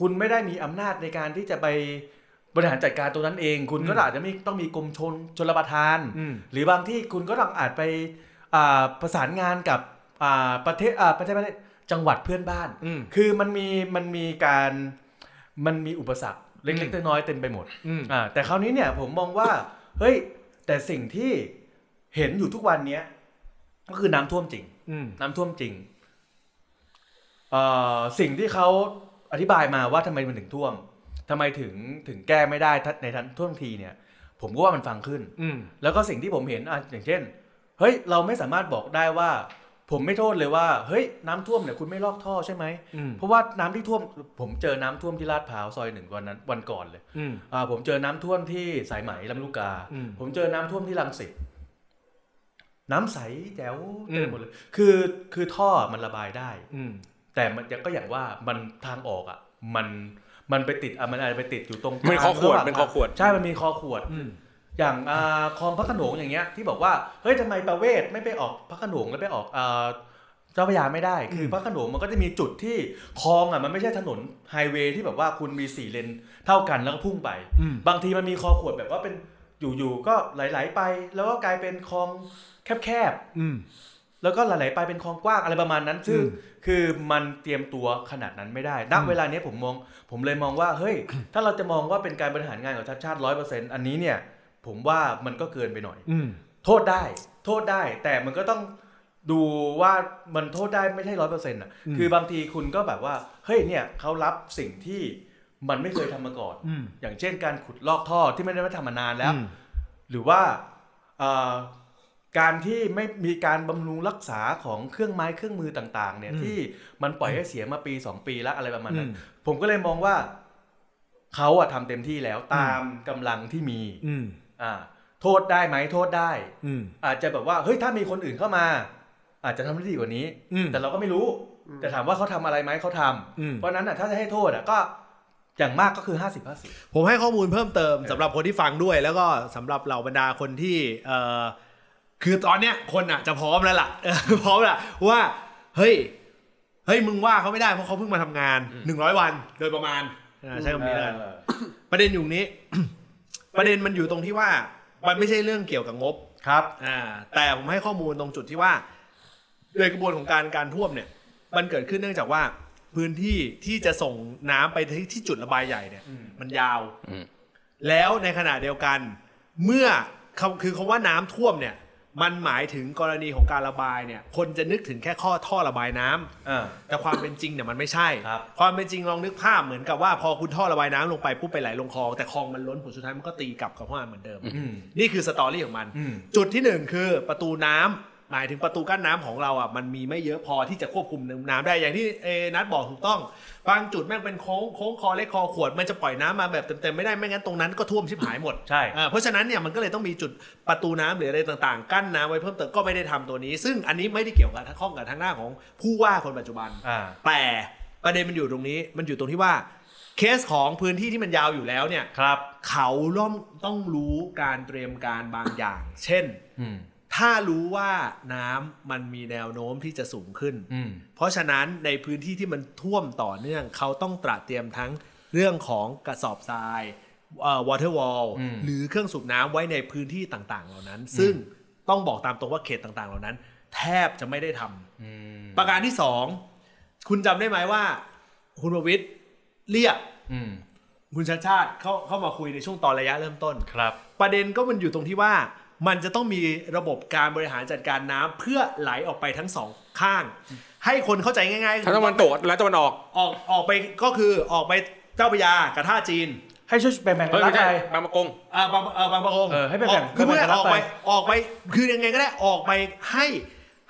Speaker 2: คุณไม่ได้มีอำนาจในการที่จะไปบริหารจัดการตรงนั้นเอง คุณก็อาจจะมีต้องมีกรมชนชลประทาน
Speaker 1: อืม
Speaker 2: หรือบางที่คุณก็ต้องอาจไปอ่าประสานงานกับอ่าประเทศอ่าประเทศประเทศจังหวัดเพื่อนบ้าน
Speaker 1: อืม
Speaker 2: คือมันมีมันมีการมันมีอุปสรรคเล็กๆน้อยๆเต็มไปหมด
Speaker 1: อืม
Speaker 2: อ่าแต่คราวนี้เนี่ยผมมองว่า เฮ้ย แต่สิ่งที่เห็นอยู่ทุกวันเนี้ยก็คือน้ำท่วมจริง
Speaker 1: อืม
Speaker 2: น้ำท่วมจริงเอ่อสิ่งที่เขาอธิบายมาว่าทำไมมันถึงท่วมทำไมถึงถึงแก้ไม่ได้ทันในทันท่วงทีเนี่ย ผมก็ว่ามันฟังขึ้น
Speaker 1: อืม
Speaker 2: แล้วก็สิ่งที่ผมเห็นอ่ะอย่างเช่น เฮ้ย เราไม่สามารถบอกได้ว่า ผมไม่โทษเลยว่า เฮ้ย น้ำท่วมเนี่ยคุณไม่ลอกท่อใช่ไหม
Speaker 1: อืม
Speaker 2: เพราะว่าน้ำที่ท่วม ผมเจอน้ำท่วมที่ลาดพร้าวซอยหนึ่งวันนั้นวันก่อนเลย
Speaker 1: อืม
Speaker 2: อ่าผมเจอน้ำท่วมที่สายไหมลำลูกกา
Speaker 1: อืม
Speaker 2: ผมเจอน้ำท่วมที่รังสิตน้ำใสแจ๋ว
Speaker 1: อืม
Speaker 2: เต็มไปหมดเลย คือคือท่อมันระบายได้
Speaker 1: อืม
Speaker 2: แต่มันยังก็อย่างว่ามันทางออกอ่ะ มันมันไปติดอ่ะมันอาจจะไปติดอยู่ตรงกลาง
Speaker 3: เป็นคอขวด
Speaker 2: ระหาง
Speaker 3: เป็นคอขวด
Speaker 2: ใช่มันมีคอขวด
Speaker 1: อืม
Speaker 2: อย่างอ่าคลองพระโขนงอย่างเงี้ยที่บอกว่าเฮ้ยทำไมประเวศไม่ไปออกพระโขนงแล้วไปออกอ่าเจ้าพระยาไม่ได้ คือ
Speaker 1: ม
Speaker 2: พระโขนงมันก็จะมีจุดที่คลองอ่ะมันไม่ใช่ถนนไฮเวย์ที่แบบว่าคุณมีสี่เลนเท่ากันแล้วก็พุ่งไป
Speaker 1: อืม
Speaker 2: บางทีมันมีคอขวดแบบว่าเป็นอยู่ๆก็ไหลๆไป แล้วก็กลายเป็นคลองแคบ
Speaker 1: อืม
Speaker 2: ๆแล้วก็ไหลๆไปเป็นคลองกว้างอะไรประมาณนั้นซึ่ง
Speaker 1: อืม
Speaker 2: คือมันเตรียมตัวขนาดนั้นไม่ได้ณ
Speaker 1: อืม
Speaker 2: เวลาเนี้ยผมมองผมเลยมองว่าเฮ้ย ถ้าเราจะมองว่าเป็นการบริหารงานของชาติชาติร้อยเปอร์เซ็นต์อันนี้เนี่ย ผมว่ามันก็เกินไปหน่อย
Speaker 1: อืม
Speaker 2: โทษได้ โทษได้ แต่มันก็ต้องดูว่ามันโทษได้ไม่ใช่ร้อยเปอร์เซ็นต์อ่ะ คือบางทีคุณก็แบบว่า เฮ้ยเนี่ยเขารับสิ่งที่มันไม่เคยทำมาก่อน
Speaker 1: อืม
Speaker 2: อย่างเช่นการขุดลอกท่อที่ไม่ได้มาทำมานานแล้ว
Speaker 1: อืม
Speaker 2: หรือว่าเอ่อการที่ไม่มีการบำรุงรักษาของเครื่องไม้เครื่องมือต่าง ๆ เนี่ยที่มันปล่อยให้เสียมาปี 2 ปีแล้วอะไรประมาณนั้น
Speaker 1: อืม
Speaker 2: ผมก็เลยมองว่าเขาอะทำเต็มที่แล้วตามกำลังที่มี
Speaker 1: อืม
Speaker 2: อ่าโทษได้ไหมโทษได้
Speaker 1: อืม
Speaker 2: อาจจะแบบว่าเฮ้ยถ้ามีคนอื่นเข้ามา อาจจะทำได้ดีกว่านี้
Speaker 1: อืม
Speaker 2: แต่เราก็ไม่รู้ แต่ถามว่าเขาทำอะไรไหมเขาทำ
Speaker 1: อืม
Speaker 2: เพราะฉะนั้นอะถ้าจะให้โทษอะก็อย่างมากก็คือห้าสิบห้าสิบ
Speaker 1: ผมให้ข้อมูลเพิ่มเติมสำหรับคนที่ฟังด้วย แล้วก็สำหรับเหล่าบรรดาคนที่เอ่อคือตอนเนี้ยคนอ่ะจะพร้อมแล้วล่ะ พร้อมละว่าเฮ้ยเฮ้ยมึงว่าเขาไม่ได้เพราะเขาเพิ่งมาทำงานหนึ่งร้อยวันโดยประมาณอ่าใช้คำนี้แล้วกัน ประเด็นอยู่ตรงนี้ ประเด็นมันอยู่ตรงที่ว่า มันไม่ใช่เรื่องเกี่ยวกับงบ
Speaker 2: ครับ
Speaker 1: อ่า แต่ผมให้ข้อมูลตรงจุดที่ว่าโดยกระบวนของการการท่วมเนี่ย มันเกิดขึ้นเนื่องจากว่า พื้นที่ที่จะส่งน้ำไปที่ที่จุดระบายใหญ่เนี่ย
Speaker 2: อืม
Speaker 1: มันยาว
Speaker 3: อืม
Speaker 1: แล้วในขณะเดียวกัน เมื่อคำคือคำว่าน้ำท่วมเนี่ย มันหมายถึงกรณีของการระบายเนี่ย คนจะนึกถึงแค่ข้อท่อระบายน้ำ
Speaker 2: อ่า
Speaker 1: แต่ความเป็นจริงเนี่ยมันไม่ใช่
Speaker 2: ครับ
Speaker 1: ความเป็นจริงลองนึกภาพเหมือนกับว่าพอคุณท่อระบายน้ำลงไปปุ๊บไปไหลลงคลอง แต่คลองมันล้นผลสุดท้ายมันก็ตีกลับเข้ามาเหมือนเดิม
Speaker 2: อืม
Speaker 1: นี่คือสตอรี่ของมัน
Speaker 2: อืม
Speaker 1: จุดที่หนึ่งคือประตูน้ำหมายถึงประตูกั้นน้ำของเราอ่ะมันมีไม่เยอะพอที่จะควบคุมน้ำได้อย่างที่เอนัทบอกถูกต้อง บางจุดแม่งเป็นโค้งโค้งคอเล็กคอขวดมันจะปล่อยน้ำมาแบบเต็มๆไม่ได้ไม่งั้นตรงนั้นก็ท่วมชิบหายหมด
Speaker 2: ใช่
Speaker 1: อ่าเพราะฉะนั้นเนี่ยมันก็เลยต้องมีจุดประตูน้ำหรืออะไรต่างๆ กั้นน้ำไว้เพิ่มเติมก็ไม่ได้ทำตัวนี้ ซึ่งอันนี้ไม่ได้เกี่ยวกับข้องกับทางหน้านของผู้ว่าคนปัจจุบัน
Speaker 2: อ่า
Speaker 1: แต่ประเด็นมันอยู่ตรงนี้มันอยู่ตรงที่ว่า เคสของพื้นที่ที่มันยาวอยู่แล้วเนี่ย
Speaker 2: ครับ
Speaker 1: เขาร่อมต้องรู้การเตรียมการบางอย่าง เช่น
Speaker 2: อืม
Speaker 1: ถ้ารู้ว่าน้ำมันมีแนวโน้มที่จะสูงขึ้น
Speaker 2: อืม
Speaker 1: เพราะฉะนั้นในพื้นที่ที่มันท่วมต่อเนื่อง เขาต้องตระเตรียมทั้งเรื่องของกระสอบทรายเอ่อ water wall
Speaker 2: อืม
Speaker 1: หรือเครื่องสูบน้ำไว้ในพื้นที่ต่างๆ เหล่านั้น ซึ่งต้องบอกตามตรงว่าเขตต่างๆ เหล่านั้น แทบจะไม่ได้ทำ
Speaker 2: อืม
Speaker 1: ประการที่สองคุณจำได้ไหมว่า คุณประวิทย์เรียก
Speaker 2: อืม
Speaker 1: คุณชาติชาติเข้าเข้ามาคุยในช่วงตอนระยะเริ่มต้น
Speaker 2: ครับ
Speaker 1: ประเด็นก็มันอยู่ตรงที่ว่ามันจะต้องมีระบบการบริหารจัดการน้ำเพื่อไหลออกไปทั้งสองข้าง ให้คนเข้าใจง่ายๆ
Speaker 3: ทั้งตะวันตกและตะวันออก
Speaker 1: ออกออกไปก็คือออกไปเจ้าพระยากับท่าจีน
Speaker 2: ให้ช่วยแบ่งแบ่งๆ
Speaker 3: เฮ้ย
Speaker 2: รั
Speaker 3: ไม่
Speaker 2: บ
Speaker 3: ใช่
Speaker 2: ไป
Speaker 3: บางประกง
Speaker 1: เอ่อบางเอ่อบางประกง
Speaker 2: เออให้ไปแบ่ง
Speaker 1: กคือเพื่อ
Speaker 2: แบ่งกันรั
Speaker 1: อบ อก
Speaker 2: ไป
Speaker 1: ไปออกไปคือยังไงก็ได้ออกไปให้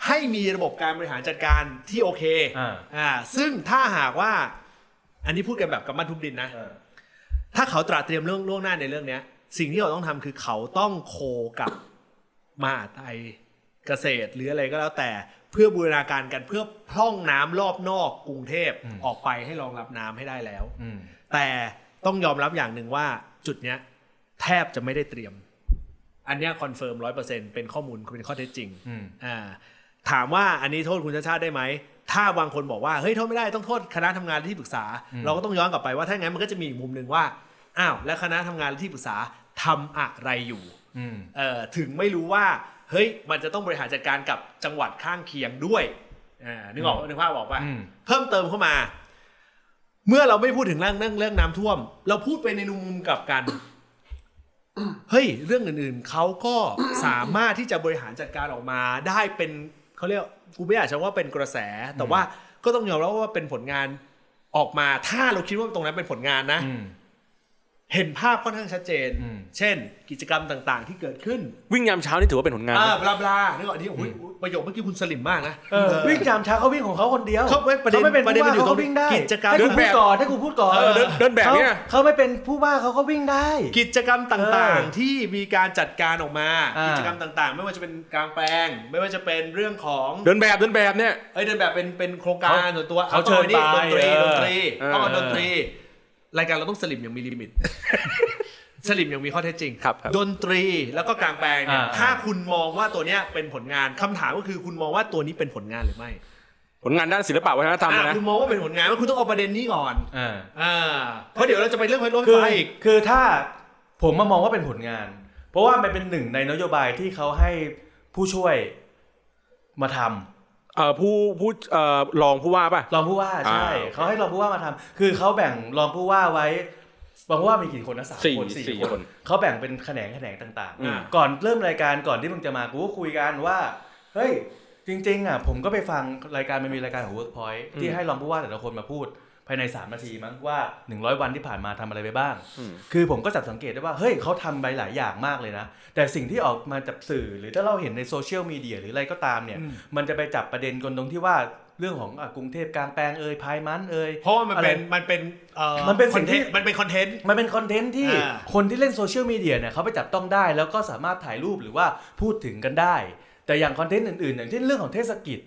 Speaker 1: ให้มีระบบการบริหารจัดการที่โอเค
Speaker 2: อ่า
Speaker 1: อ่าซึ่งถ้าหากว่า อันนี้พูดกันแบบกำมันทุบดินนะ
Speaker 2: เออ
Speaker 1: ถ้าเขาตระเตรียมเรื่องล่วงหน้าในเรื่องเนี้ย สิ่งที่เขาต้องทำคือเขาต้องโคกับมหาดไทยเกษตรหรืออะไรก็แล้วแต่เพื่อบูรณาการกันเพื่อพร่องน้ำรอบนอกกรุงเทพ
Speaker 2: อืม
Speaker 1: ออกไปให้รองรับน้ำให้ได้แล้ว
Speaker 2: อืม
Speaker 1: แต่ต้องยอมรับอย่างหนึ่งว่าจุดเนี้ยแทบจะไม่ได้เตรียม อันเนี้ยคอนเฟิร์มร้อยเปอร์เซ็นเป็นข้อมูลเป็นข้อเท็จจริง
Speaker 2: อืม
Speaker 1: อ่าถามว่าอันนี้โทษคุณชาติชาติได้ไหม ถ้าบางคนบอกว่าเฮ้ยโทษไม่ได้ต้องโทษคณะทำงานที่ปรึกษา เราก็ต้องย้อนกลับไปว่าถ้างั้นมันก็จะมีอีกมุมหนึ่งว่าอ้าวแล้วคณะทำงานที่ปรึกษาทำอะไรอยู่
Speaker 2: อืม
Speaker 1: เอ่อถึงไม่รู้ว่าเฮ้ยมันจะต้องบริหารจัดการกับจังหวัดข้างเคียงด้วยอ่านึกออกนึกภาพออกป่ะ
Speaker 2: อืม
Speaker 1: เพิ่มเติมเข้ามา เมื่อเราไม่พูดถึงเรื่องเรื่องเรื่องน้ำท่วม เราพูดไปในมุมกลับกัน เฮ้ยเรื่องอื่นๆเขาก็ สามารถที่จะบริหารจัดการออกมาได้เป็นเขาเรียกกูไม่อยากใช้ว่าเป็นกระแส แต่ว่าก็ต้องยอมรับว่าเป็นผลงานออกมา ถ้าเราคิดว่าตรงนั้นเป็นผลงานนะ
Speaker 2: อืม
Speaker 1: เห็นภาพค่อนข้างชัดเจน
Speaker 2: อืม
Speaker 1: เช่น กิจกรรมต่างๆ ที่เกิดขึ้น
Speaker 3: วิ่งยามเช้านี่ถือว่าเป็นผลงาน
Speaker 1: อ่า
Speaker 3: นะ
Speaker 1: บลาบลานี่ก่อนที่โอ้ยประโยคเมื่อกี้คุณสลิมมากนะ
Speaker 2: เออ วิ่งจามเช้าเขาวิ่งของเขาคนเดียว
Speaker 1: เขาไม่ประเด็น
Speaker 2: ไม่เป็น
Speaker 1: ประเด็น
Speaker 2: ผู้
Speaker 1: มันอยู่ตร
Speaker 2: ว่าเขา
Speaker 1: ง
Speaker 2: วิ่งได้
Speaker 1: กิจกรรม
Speaker 2: ให้กูพูดก่อนให้กูพูดก่อน
Speaker 3: เออเดินเดินแบบเนี่ย
Speaker 2: ขาเขาไม่เป็นผู้ว่าเขาก็วิ่งได้
Speaker 1: กิจกรรมต่าง
Speaker 2: เออ
Speaker 1: ๆ ที่มีการจัดการออกมา
Speaker 2: อ่ากิ
Speaker 1: กิจกรรมต่างๆ ไม่ว่าจะเป็นกลางแปลง ไม่ว่าจะเป็นเรื่องของ
Speaker 3: เดินแบบเดินแบบเนี่ย
Speaker 1: เอ้ยเดินแบบเป็นเป็นโครงการส่วนตัว
Speaker 2: เขาเชิญ
Speaker 1: อตัว
Speaker 2: ไป
Speaker 1: นี่ดนตรีดนตรี
Speaker 3: เออ
Speaker 1: ต้องเอาดนตรี รายการเราต้องสลิมอย่างมีลิมิต สลิมอย่างมีข้อเท็จจริง
Speaker 3: ครับครับ
Speaker 1: ดนตรีแล้วก็กลางแปลงเนี่ย
Speaker 2: อ่า
Speaker 1: ถ้าคุณมองว่าตัวเนี้ยเป็นผลงานคำถามก็คือคุณมองว่าตัวนี้เป็นผลงานหรือไม่
Speaker 3: ผลงานด้านศิลปะวัฒนธรรม
Speaker 1: อ่ะ
Speaker 3: นะ
Speaker 1: คุณมองว่าเป็นผลงานว่าคุณต้องเอาประเด็นนี้ก่อน
Speaker 2: อ่า
Speaker 1: อ่าเพราะเดี๋ยวเราจะไปเรื่องรถ
Speaker 2: คื
Speaker 1: ไฟ
Speaker 2: อ
Speaker 1: อีก
Speaker 2: คือถ้าผมมามองว่าเป็นผลงาน เพราะว่ามันเป็นหนึ่งในนโยบายที่เขาให้ผู้ช่วยมาทำ
Speaker 3: เอ่อผู้ผู้เอ่อรองผู้ว่าป่ะ
Speaker 2: รองผู้ว่าใช่
Speaker 3: อ่า
Speaker 2: เขาให้รองผู้ว่ามาทำคือเขาแบ่งรองผู้ว่าไว้ หวังว่ามีกี่คนนะสาม
Speaker 3: สี่
Speaker 2: คนสี่
Speaker 3: สี่
Speaker 2: ค
Speaker 3: คน น
Speaker 2: เขาแบ่งเป็นแขนงแขนงต่าง
Speaker 3: อืม
Speaker 2: ๆ ก่อนเริ่มรายการก่อนที่มึงจะมากูก็คุยกันว่า เฮ้ย จริง ๆ อ่ะ ผมก็ไปฟังรายการมันมีรายการของ Workpoint ที่ให้รองผู้ว่าแต่ละคนมาพูด ภายใน 3 นาทีมั้งว่า 100 วันที่ผ่านมาทำอะไรไปบ้าง
Speaker 3: อืม
Speaker 2: คือผมก็จับสังเกตได้ว่า เฮ้ยเขาทำไปหลายอย่างมากเลยนะ แต่สิ่งที่ออกมาจากสื่อหรือถ้าเราเห็นในโซเชียลมีเดียหรืออะไรก็ตามเนี่ย
Speaker 1: อืม
Speaker 2: มันจะไปจับประเด็นกันตรงที่ว่าเรื่องของอ่ะกรุงเทพกลางแปลงเอ่ยพายมันเอ่ย
Speaker 1: เพราะว่ามันเป็น
Speaker 2: อะไร
Speaker 1: มันเป็นอ่อ
Speaker 2: มันเป็นสิ่งที่
Speaker 1: คอทต์มันเป็นคอนเทนต์
Speaker 2: มันเป็นคอนเทนต์ที่
Speaker 1: อ่า
Speaker 2: คนที่เล่นโซเชียลมีเดียเนี่ยเขาไปจับต้องได้ แล้วก็สามารถถ่ายรูปหรือว่าพูดถึงกันได้ แต่อย่างคอนเทนต์อื่นๆ อย่างเช่นเรื่องของเทศกิจ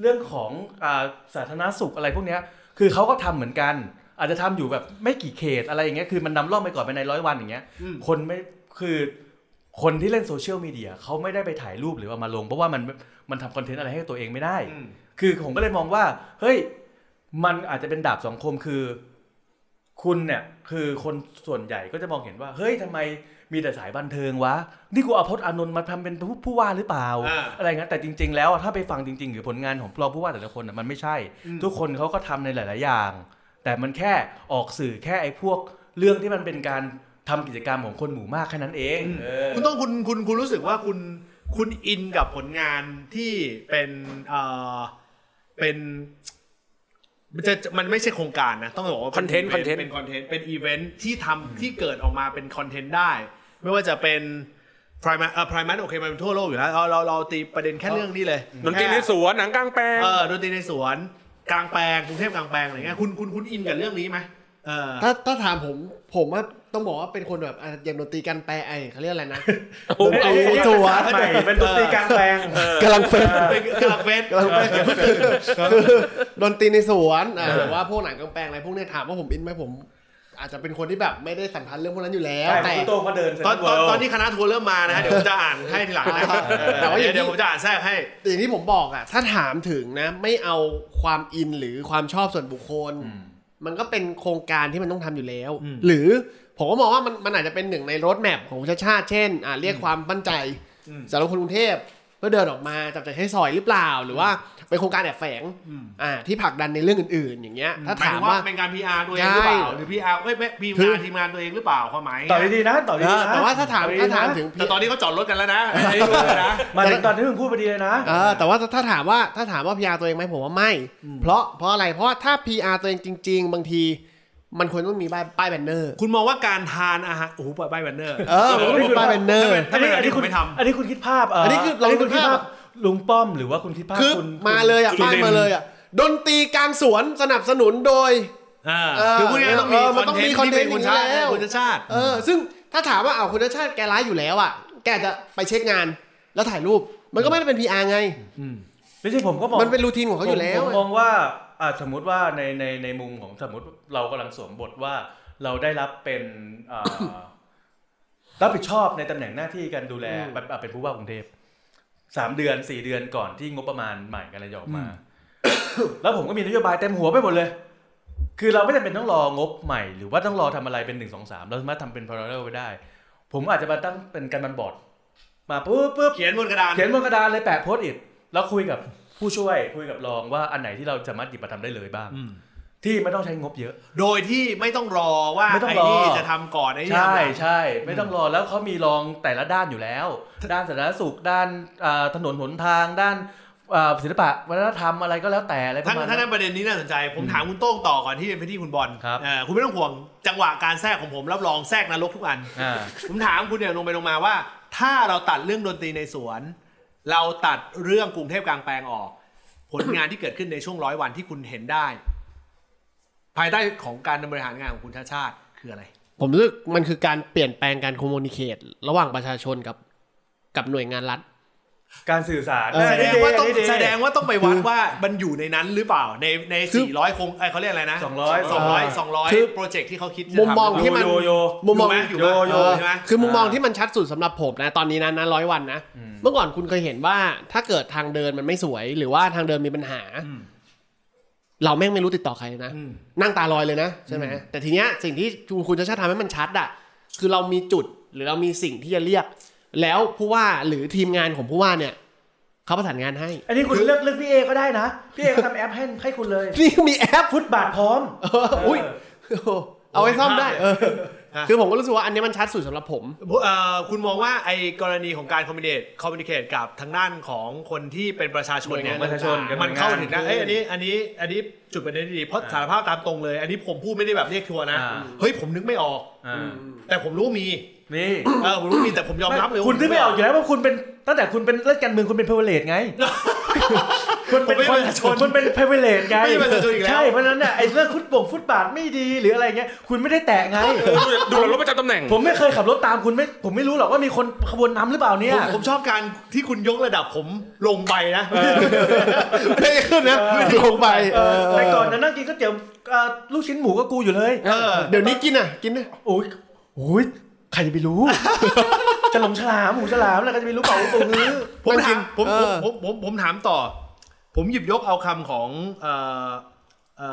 Speaker 2: เรื่องของอาสาธารณสุขอะไรพวกเนี้ยคือเขาก็ทำเหมือนกัน อาจจะทำอยู่แบบไม่กี่เขตอะไรอย่างเงี้ยคือมันนำร่องไปก่อนไปในร้อยวันอย่างเงี้ยคนไม่คือคนที่เล่นโซเชียลมีเดียเขาไม่ได้ไปถ่ายรูปหรือว่ามาลง เพราะว่ามันมันทำคอนเทนต์อะไรให้ตัวเองไม่ได้ คือผมก็เลยมองว่า เฮ้ย มันอาจจะเป็นดาบสองคมคือ คุณเนี่ย คือคนส่วนใหญ่ก็จะมองเห็นว่า เฮ้ยทำไมมีแต่สายบันเทิงวะ นี่กูเอาพจน์อานนท์มาทำเป็นผู้ผู้ว่าหรือเปล่า
Speaker 1: อ่า
Speaker 2: อะไรเงี้ยแต่จริง ๆ แล้วอะถ้าไปฟังจริง ๆ หรือผลงานของรองผู้ว่าแต่ละคนอะมันไม่ใช่
Speaker 1: อืม
Speaker 2: ทุกคนเขาก็ทำในหลาย ๆ อย่าง แต่มันแค่ออกสื่อแค่ไอ้พวกเรื่องที่มันเป็นการทำกิจกรรมของคนหมู่มากแค่นั้นเองเออ
Speaker 1: คุณต้องคุณคุณคุณรู้สึกว่าคุณคุณอินกับผลงานที่เป็นเอ่อเป็นมันจะมันไม่ใช่โครงการนะ ต้องบอกว่าป็
Speaker 3: Content
Speaker 1: event
Speaker 3: Content
Speaker 1: เป็นคอนเทนต์เป็นอีเวนท์ที่ทำที่เกิดออกมาเป็นคอนเทนต์ได้ ไม่ว่าจะเป็นพรายมันเอ่อพรายมันโอเคมันเป็นทั่วโลกอยู่แล้วเราเราเราตีประเด็นแค่เรื่องนี้เลย
Speaker 3: ดนตรี
Speaker 1: แค่
Speaker 3: ในสวนหนังกลางแปลง
Speaker 1: เออดนตรีในสวนกลางแปลงกรุงเทพกลางแปลงอะไรเงี้ยคุณคุณคุณอินกับเรื่องนี้ไหมเออ
Speaker 4: ถ้าถ้าถามผมผมว่าต้องบอกว่าเป็นคนแบบอ่ะอย่างดนตรีกันแปลไอ้เขาเรียกอะไรนะ
Speaker 3: โอ้
Speaker 4: ด
Speaker 3: โห
Speaker 4: นตรี
Speaker 2: ตั
Speaker 4: จั่ว
Speaker 2: วใหม่เป็นดนตรีกลางแปลง
Speaker 4: กำลังเฟ้น
Speaker 1: เป็นกลักเวท
Speaker 4: กำลังไปคือดนตรีในสวนอ่ะหรือว่าพวกหนังกลางแปลงอะไรพวกเนี้ยถามว่าผมอินไหมผม อาจจะเป็นคนที่แบบไม่ได้สัมพันธ์เรื่องพวกนั้นอยู่แล้ว
Speaker 2: ใช่
Speaker 4: แต่
Speaker 2: พี่โตงก็เดิน
Speaker 1: ตอน
Speaker 2: Central
Speaker 1: ตอน
Speaker 2: World
Speaker 1: ตอนที่คณะทัวร์เริ่มมานะฮะเดี๋ยวผมจะอ่านให้ทีหลังนะเออ
Speaker 4: แต่ว่าอ
Speaker 1: เดี๋ย
Speaker 4: ย่าว ง
Speaker 1: เดี๋ย
Speaker 4: ที่
Speaker 1: วผมจะอ่านแทรกให้
Speaker 4: อย่างที่ผมบอกอ่ะถ้าถามถึงนะ ไม่เอาความอินหรือความชอบส่วนบุคคล มันก็เป็นโครงการที่มันต้องทำอยู่แล้ว
Speaker 1: อืม
Speaker 4: หรือผมก็มองว่ามันมันอาจจะเป็นหนึ่งในรถแมพของชาติชาติเช่นอ่ะเรียกความมั่นใจสำหรับคนกรุงเทพเพื่อเดินออกมาจับจ่ายใช้สอยหรือเปล่า หรือว่าเป็นโครงการแอบแฝงอ่ะที่ผลักดันในเรื่องอื่น ๆ อย่างเงี้ยถ้า
Speaker 1: หมาย
Speaker 4: ถา
Speaker 1: ถึ
Speaker 4: ม
Speaker 1: ง
Speaker 4: ว่า
Speaker 1: ว่าเป็นการ PR ตัวเองหรือเปล่า
Speaker 4: ใช่
Speaker 1: หรือ PR เอ้ยไม่พีม
Speaker 4: คือ
Speaker 1: งานทีมงานตัวเองหรือเปล่าความหมาย
Speaker 2: ต่อดีๆนะต่อดี
Speaker 4: เอ
Speaker 2: ๆ
Speaker 4: อ
Speaker 2: นะ
Speaker 4: แต่ว่าถ้าถาม
Speaker 2: ต่อดีๆ
Speaker 4: ถ้าถาม
Speaker 2: นะ
Speaker 4: ถึง
Speaker 1: แต่ตอนนี้ก็จอดรถกันแล้วนะอันนี้ดูเลยนะ
Speaker 2: มาถึงตอนที่มึงพูดพอดีเลยนะ
Speaker 4: เออแต่ว่าถ้าถามว่าถ้าถามว่า PR ตัวเองไหมผมว่าไม่ เพราะเพราะอะไรเพราะว่าถ้า PR ตัวเองจริง ๆ บางที มันควรต้องมีป้ายป้ายแบนเนอร์
Speaker 1: คุณมองว่าการทานอาหารโอ้โหเปิดใบแบนเนอร์
Speaker 4: เออมันก็มีป้ายแบนเนอร์
Speaker 1: ถ้าเป็นอันนี้
Speaker 2: คุ
Speaker 1: คุณ
Speaker 2: ณ
Speaker 1: ไม่ทำ
Speaker 2: อันนี้คุณคิดภาพเ
Speaker 4: นนี้คือเรา
Speaker 2: คุณคิด
Speaker 4: คิด
Speaker 2: ภา
Speaker 4: ภา
Speaker 2: พ
Speaker 4: พ
Speaker 2: ลุงป้อมหรือว่าคุณคิดภาพ
Speaker 4: คือ
Speaker 2: คุณ
Speaker 4: มาเลยอ่ะ
Speaker 1: จุลิน
Speaker 4: ป้ายมาเลยอ่ะดนตรีกลางสวนสนับสนุนโดย
Speaker 1: อ่า
Speaker 4: เออ
Speaker 1: คือพูดง่ายๆต้องมี
Speaker 4: เออ
Speaker 1: ค
Speaker 4: มั
Speaker 1: อน
Speaker 4: นต้อง
Speaker 1: เทนต์
Speaker 4: มี
Speaker 1: ที่เป็น
Speaker 4: ค
Speaker 1: คุ
Speaker 4: อน
Speaker 1: ณ
Speaker 4: เทนต์
Speaker 1: ชาติ
Speaker 4: อย่างนี้แล้ว
Speaker 1: คุณชาติ
Speaker 4: เออซึ่งถ้าถามว่าเอาวคุณชาติแกร้ายอยู่แล้วอ่ะ แกจะไปเช็คงานแล้วถ่ายรูปมันก็ไม่ได้เป็น PR ไง
Speaker 2: ไม่ใช่ผมก็มอง
Speaker 4: มันเป็นรูทีนของเขาอยู่แล้
Speaker 2: ผ
Speaker 4: ว
Speaker 2: มมองว่าอ่ะสมมติว่าในในในมุมของสมมติเรากำลังสวมบทว่าเราได้รับเป็นอ่า รับผิดชอบในตำแหน่งหน้าที่การดูแล
Speaker 4: อืม
Speaker 2: แบบอ่ะเป็นผู้ว่ากรุงเทพสามเดือนสี่เดือนก่อนที่งบประมาณใหม่กันเลยจะออกมา แล้วผมก็มีนโยบายเต็มหัวไปหมดเลย คือเราไม่จำเป็นต้องรองบใหม่ หรือว่าต้องรอทำอะไรเป็นหนึ่งสองสามเราสามารถทำเป็นพาราเรลไปได้ ผมอาจจะมาตั้งเป็นการบันบอร์ดมาปุ๊บปุ๊บ
Speaker 1: เขียนบนกระดาน
Speaker 2: เขียนบนกระดานเลยแปะโพสต์อิทแล้วคุยกับผู้ช่วยคุยกับรองว่าอันไหนที่เราสามารถหยิบมาทำได้เลยบ้าง
Speaker 1: อืม
Speaker 2: ที่ไม่ต้องใช้งบเยอะ
Speaker 1: โดยที่ไม่ต้องรอว่า
Speaker 2: ไม่ต้อ
Speaker 1: ไอ้
Speaker 2: งรอ
Speaker 1: นี่จะทำก่อนไอ้นี่
Speaker 2: ใช่
Speaker 1: ทำหลัง
Speaker 2: ใช่ ไม่ต้องรอแล้วเขามีรองแต่ละด้านอยู่แล้ว ด้านสาธารณสุขด้านอ่าถนนหนทางด้านอ่าศิลปะวัฒนธรรมอะไรก็แล้วแต่อะไรประ
Speaker 1: ถ้า
Speaker 2: มาณ
Speaker 1: ถ้า
Speaker 2: นั้
Speaker 1: นั้น
Speaker 2: น
Speaker 1: ประเด็นนี้น่าสนใจ ผมถามคุณโต้งต่อก่อนที่จะไปที่คุณบอล
Speaker 2: ครับ
Speaker 1: เอ่อคุณไม่ต้องห่วงจังหวะการแทรกของผมรับรองแทรกนรกทุกอัน
Speaker 2: อ่า
Speaker 1: ผมถามคุณเนี่ยลงไปลงมาว่า ถ้าเราตัดเรื่องดนตรีในสวน เราตัดเรื่องกรุงเทพกลางแปลงออก ผลงานที่เกิดขึ้นในช่วงร้อยวันที่คุณเห็นได้ ภายใต้ของการบริหารงานของคุณชาติชาติคืออะไร
Speaker 4: ผมรู้สึกมันคือการเปลี่ยนแปลงการคอมมูนิเคตระหว่างประชาชนกับกับหน่วยงานรัฐ
Speaker 2: การสื่อสาร
Speaker 4: เออ
Speaker 1: แสดงว่าต้องแสดง
Speaker 2: ว่า
Speaker 1: ว่าต้องไปวัดว่ามันอยู่ในนั้นหรือเปล่าในในสี่ร้อยคงเอ้ยเขาเรียกอะไรนะ
Speaker 2: 200
Speaker 1: สองร้อยสองร้อย
Speaker 4: คือ
Speaker 1: โปรเจกต์ที่เขาคิดจะ
Speaker 4: มุมมอง
Speaker 1: ทำ
Speaker 4: ที่มัน
Speaker 2: โยโย
Speaker 4: มุมมอ
Speaker 1: อยู่
Speaker 4: ง
Speaker 1: ไหมอยู่ไหม
Speaker 4: เออ
Speaker 1: ใช่ไหม
Speaker 4: คือมุมมองที่มันชัดสุดสำหรับผมนะ ตอนนี้นะนะร้อยวันนะ เมื่อก่อนคุณเคยเห็นว่าถ้าเกิดทางเดินมันไม่สวย หรือว่าทางเดินมีปัญหา เราแม่งไม่รู้ติดต่อใครเลยนะ นั่งตาลอยเลยนะใช่ไหมแต่ทีเนี้ยสิ่งที่คุณจะชาติทำให้มันชัดอะคือเรามีจุดหรือเรามีสิ่งที่จะเรียก แล้วผู้ว่าหรือทีมงานของผู้ว่าเนี่ยเขาประสานงานให้
Speaker 2: อันนี้คุณเลือกเลือกพี่เอก็ได้นะพี่เอก็ทำแอปให้ให้คุณเลย
Speaker 4: นี่มีแอป
Speaker 2: ฟุตบาทพร้อม
Speaker 4: เอออุ้ย
Speaker 2: เออ
Speaker 4: โอ้โห เอาไว้ซ่อมได้ เออ
Speaker 1: ฮะ
Speaker 4: คือผมก็รู้สึกว่าอันนี้มันชัดสุดสำหรับผม
Speaker 1: เอ่อคุณมองว่าไอ้กรณีของการคอมมิเนตคอมมิเนเคตกับทางด้านของคนที่เป็นประชาชนเนี่ย
Speaker 2: หน่วยงานประชาชน
Speaker 1: มันเข้าถึงนะ
Speaker 2: หน่วยงาน
Speaker 1: เอ้ยอันนี้อันนี้อันนี้จุดประเด็นที่ดีเพราะสารภาพตามตรงเลย อันนี้ผมพูดไม่ได้แบบเรียกทัวร์นะ
Speaker 2: อ่า
Speaker 1: เฮ้ยผมนึกไม่ออก
Speaker 2: อ่า
Speaker 1: แต่ผมรู้มี
Speaker 2: นี่
Speaker 1: เออผมรู้มีแต่ผมยอมรับเลยว่า
Speaker 2: คุณที่ไม่ออกอยู่แล้วว่าคุณเป็นตั้งแต่คุณเป็นเล่นการเมืองคุณเป็นเพเวเลตไง คุณ
Speaker 1: ผม
Speaker 2: เป็น
Speaker 1: ไม่
Speaker 2: ค
Speaker 1: ป
Speaker 2: น
Speaker 1: ระชาชน
Speaker 2: คุณเป็นเพเวเลตไง
Speaker 1: ไม่เป็นประชาชนอีกแล้ว
Speaker 2: ใช่เพราะฉะนั้นเนี่ยไอ้เรื่องฟุตบงฟุตบาทไม่ดีหรืออะไรเงี้ยคุณไม่ได้แตะไง
Speaker 3: ดูดูแลรถประจำตำแหน่ง
Speaker 2: ผมไม่เคยขับรถตามคุณไม่ผมไม่รู้หรอกว่ามีคนขบวนนำหรือเปล่าเนี่ย
Speaker 1: ผมผมชอบการที่คุณยกระดับผมลงไปนะ
Speaker 4: ไม่ได้ขึ้นนะไม่ได้ลงไป
Speaker 2: เอ
Speaker 4: เอ
Speaker 2: อ
Speaker 4: อ
Speaker 2: แต่ก่อนนะนั่งกินก๋วยเตี๋ยวเอ่อลูกชิ้นหมูก็กูอยู่เลย
Speaker 1: เออ
Speaker 4: เดี๋ยวนี้กินอ่ะ กินนะ
Speaker 2: โอ้ยโอ้ยใครจะไปรู้ จะหลงฉลามหมูฉลามอะไรก็จะไปรู้เปล่าว่ากูคือ
Speaker 1: ผม
Speaker 4: นั่งกิ
Speaker 1: ถาน มผม
Speaker 4: เอ
Speaker 1: ผมผม
Speaker 4: อ
Speaker 1: ผมผมถามต่อ ผมหยิบยกเอาคำของเอ่อเอ่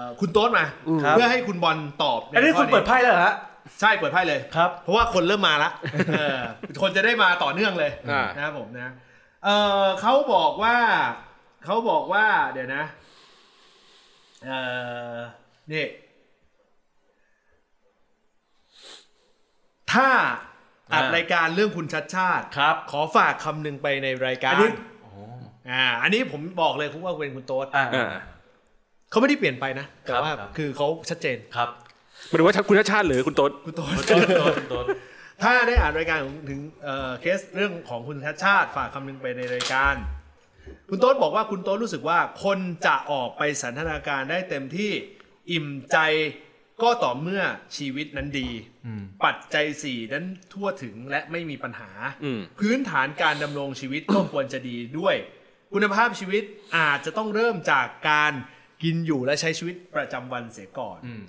Speaker 1: อคุณโต๊ดมา เพื่อให้คุณบอลตอบ
Speaker 2: อันนี้
Speaker 1: ใข้
Speaker 2: คุณเปิดไพ่แล้วเหรอฮะ
Speaker 1: ใช่เปิดไพ่เลย
Speaker 2: ครับ
Speaker 1: เพราะว่าคนเริ่มมาละเออคนจะได้มาต่อเนื่องเลย
Speaker 3: อ่าน
Speaker 1: นะครับผมนะเออเขาบอกว่าเขาบอกว่า เดี๋ยวนะเออนี่ ถ้าอัด
Speaker 2: อ่าร
Speaker 1: รายการเรื่องคุณชัดชาติ
Speaker 2: ครับ
Speaker 1: ขอฝากคำหนึ่งไปในรายการ
Speaker 2: อันนี้
Speaker 1: อ่า อันนี้ผมบอกเลยคุณว่าเป็นคุณโต๊ด
Speaker 2: อ่า
Speaker 3: อ่า
Speaker 1: เขาไม่ได้เปลี่ยนไปนะ แต่ว่า
Speaker 2: ครับ
Speaker 1: คือเขาชัดเจน
Speaker 2: ครับ
Speaker 3: หมายถึงว่าคุณชาติชาติหรือคุณโต๊ด
Speaker 1: คุณโต๊ด
Speaker 2: โดน
Speaker 1: ถ้าได้อ่านรายการของถึงเอ่อเคสเรื่องของคุณชัดชาติฝากคำนึงไปในรายการ คุณโต๊ดบอกว่าคุณโต๊ดรู้สึกว่าคนจะออกไปสันทนาการได้เต็มที่อิ่มใจก็ต่อเมื่อชีวิตนั้นดี
Speaker 2: อืม
Speaker 1: ปัจจัยสี่นั้นทั่วถึงและไม่มีปัญหา
Speaker 3: อืม
Speaker 1: พื้นฐานการดำรงชีวิต ก็ควรจะดีด้วย คุณภาพชีวิตอาจจะต้องเริ่มจากการกินอยู่และใช้ชีวิตประจำวันเสียก่อน
Speaker 2: อืม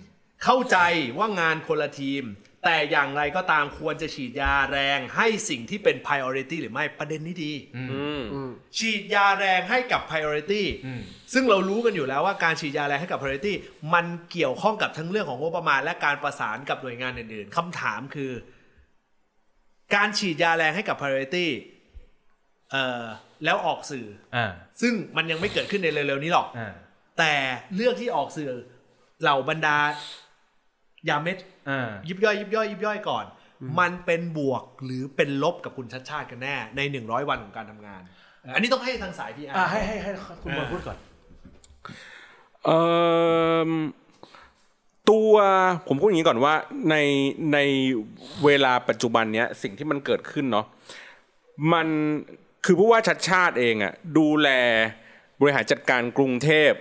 Speaker 1: เข้าใจว่างานคนละทีม แต่อย่างไรก็ตามควรจะฉีดยาแรงให้สิ่งที่เป็น priority หรือไม่ประเด็นนี้ดี
Speaker 3: อืม
Speaker 1: ฉีดยาแรงให้กับ priority
Speaker 2: อืม
Speaker 1: ซึ่งเรารู้กันอยู่แล้วว่าการฉีดยาแรงให้กับ priority มันเกี่ยวข้องกับทั้งเรื่องของงบประมาณ และการประสานกับหน่วยงานอื่นๆคำถามคือ การฉีดยาแรงให้กับ priority เอ่อแล้วออกสื่อ
Speaker 2: อ่า
Speaker 1: ซึ่งมันยังไม่เกิดขึ้นในเร็วๆนี้หรอก
Speaker 2: อ่า
Speaker 1: แต่เลือกที่ออกสื่อเหล่าบรรดายาเม็ด
Speaker 2: อ่า
Speaker 1: ยิบย่อยยิบย่อยยิบย่อยก่อน มันเป็นบวกหรือเป็นลบกับคุณชัดชาติกันแน่ ใน 100 วันของการทำงาน อันนี้ต้องให้ทางสายพีอาร์
Speaker 2: อ่าให้ให้ให้คุณบอล
Speaker 1: อ่า
Speaker 2: พูดก่อน
Speaker 3: เอิ่มตัวผมพูดอย่างนี้ก่อนว่าในในเวลาปัจจุบันเนี้ยสิ่งที่มันเกิดขึ้นเนาะมันคือผู้ว่าชัดชาติเองอะดูแลบริหารจัดการกรุงเทพ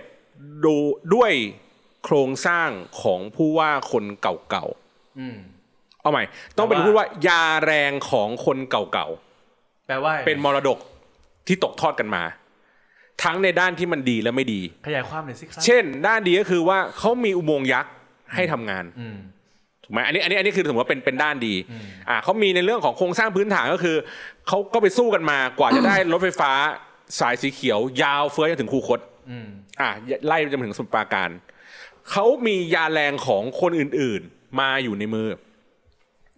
Speaker 3: ดูด้วยโครงสร้างของผู้ว่าคนเก่า
Speaker 2: อืม
Speaker 3: ๆเอาใหม่ ต้องเป็น
Speaker 2: แต่ว่า
Speaker 3: พูดว่ายาแรงของคนเก่าๆ
Speaker 2: แปลว่า
Speaker 3: เป็นมรดกที่ตกทอดกันมา ทั้งในด้านที่มันดีและไม่ดี
Speaker 2: ขยายความหน่อยสิครับ
Speaker 3: เช่น ด้านดีก็คือว่าเขามีอุโมงค์ยักษ์ให้ทำงาน
Speaker 2: อืม
Speaker 3: ถูกไหมอันนี้อันนี้อันนี้คือถือว่าเป็นเป็นด้านดี
Speaker 2: อืม
Speaker 3: อ่าเขามีในเรื่องของโครงสร้างพื้นฐานก็คือเขาก็ไปสู้กันมากว่าจะได้ รถไฟฟ้าสายสีเขียว ยาวเฟื้อจนถึงคูคต
Speaker 2: อืม
Speaker 3: อ่ะไล่ไปจนถึงสมุทรปราการเขามียาแรงของคนอื่นๆ มาอยู่ในมือ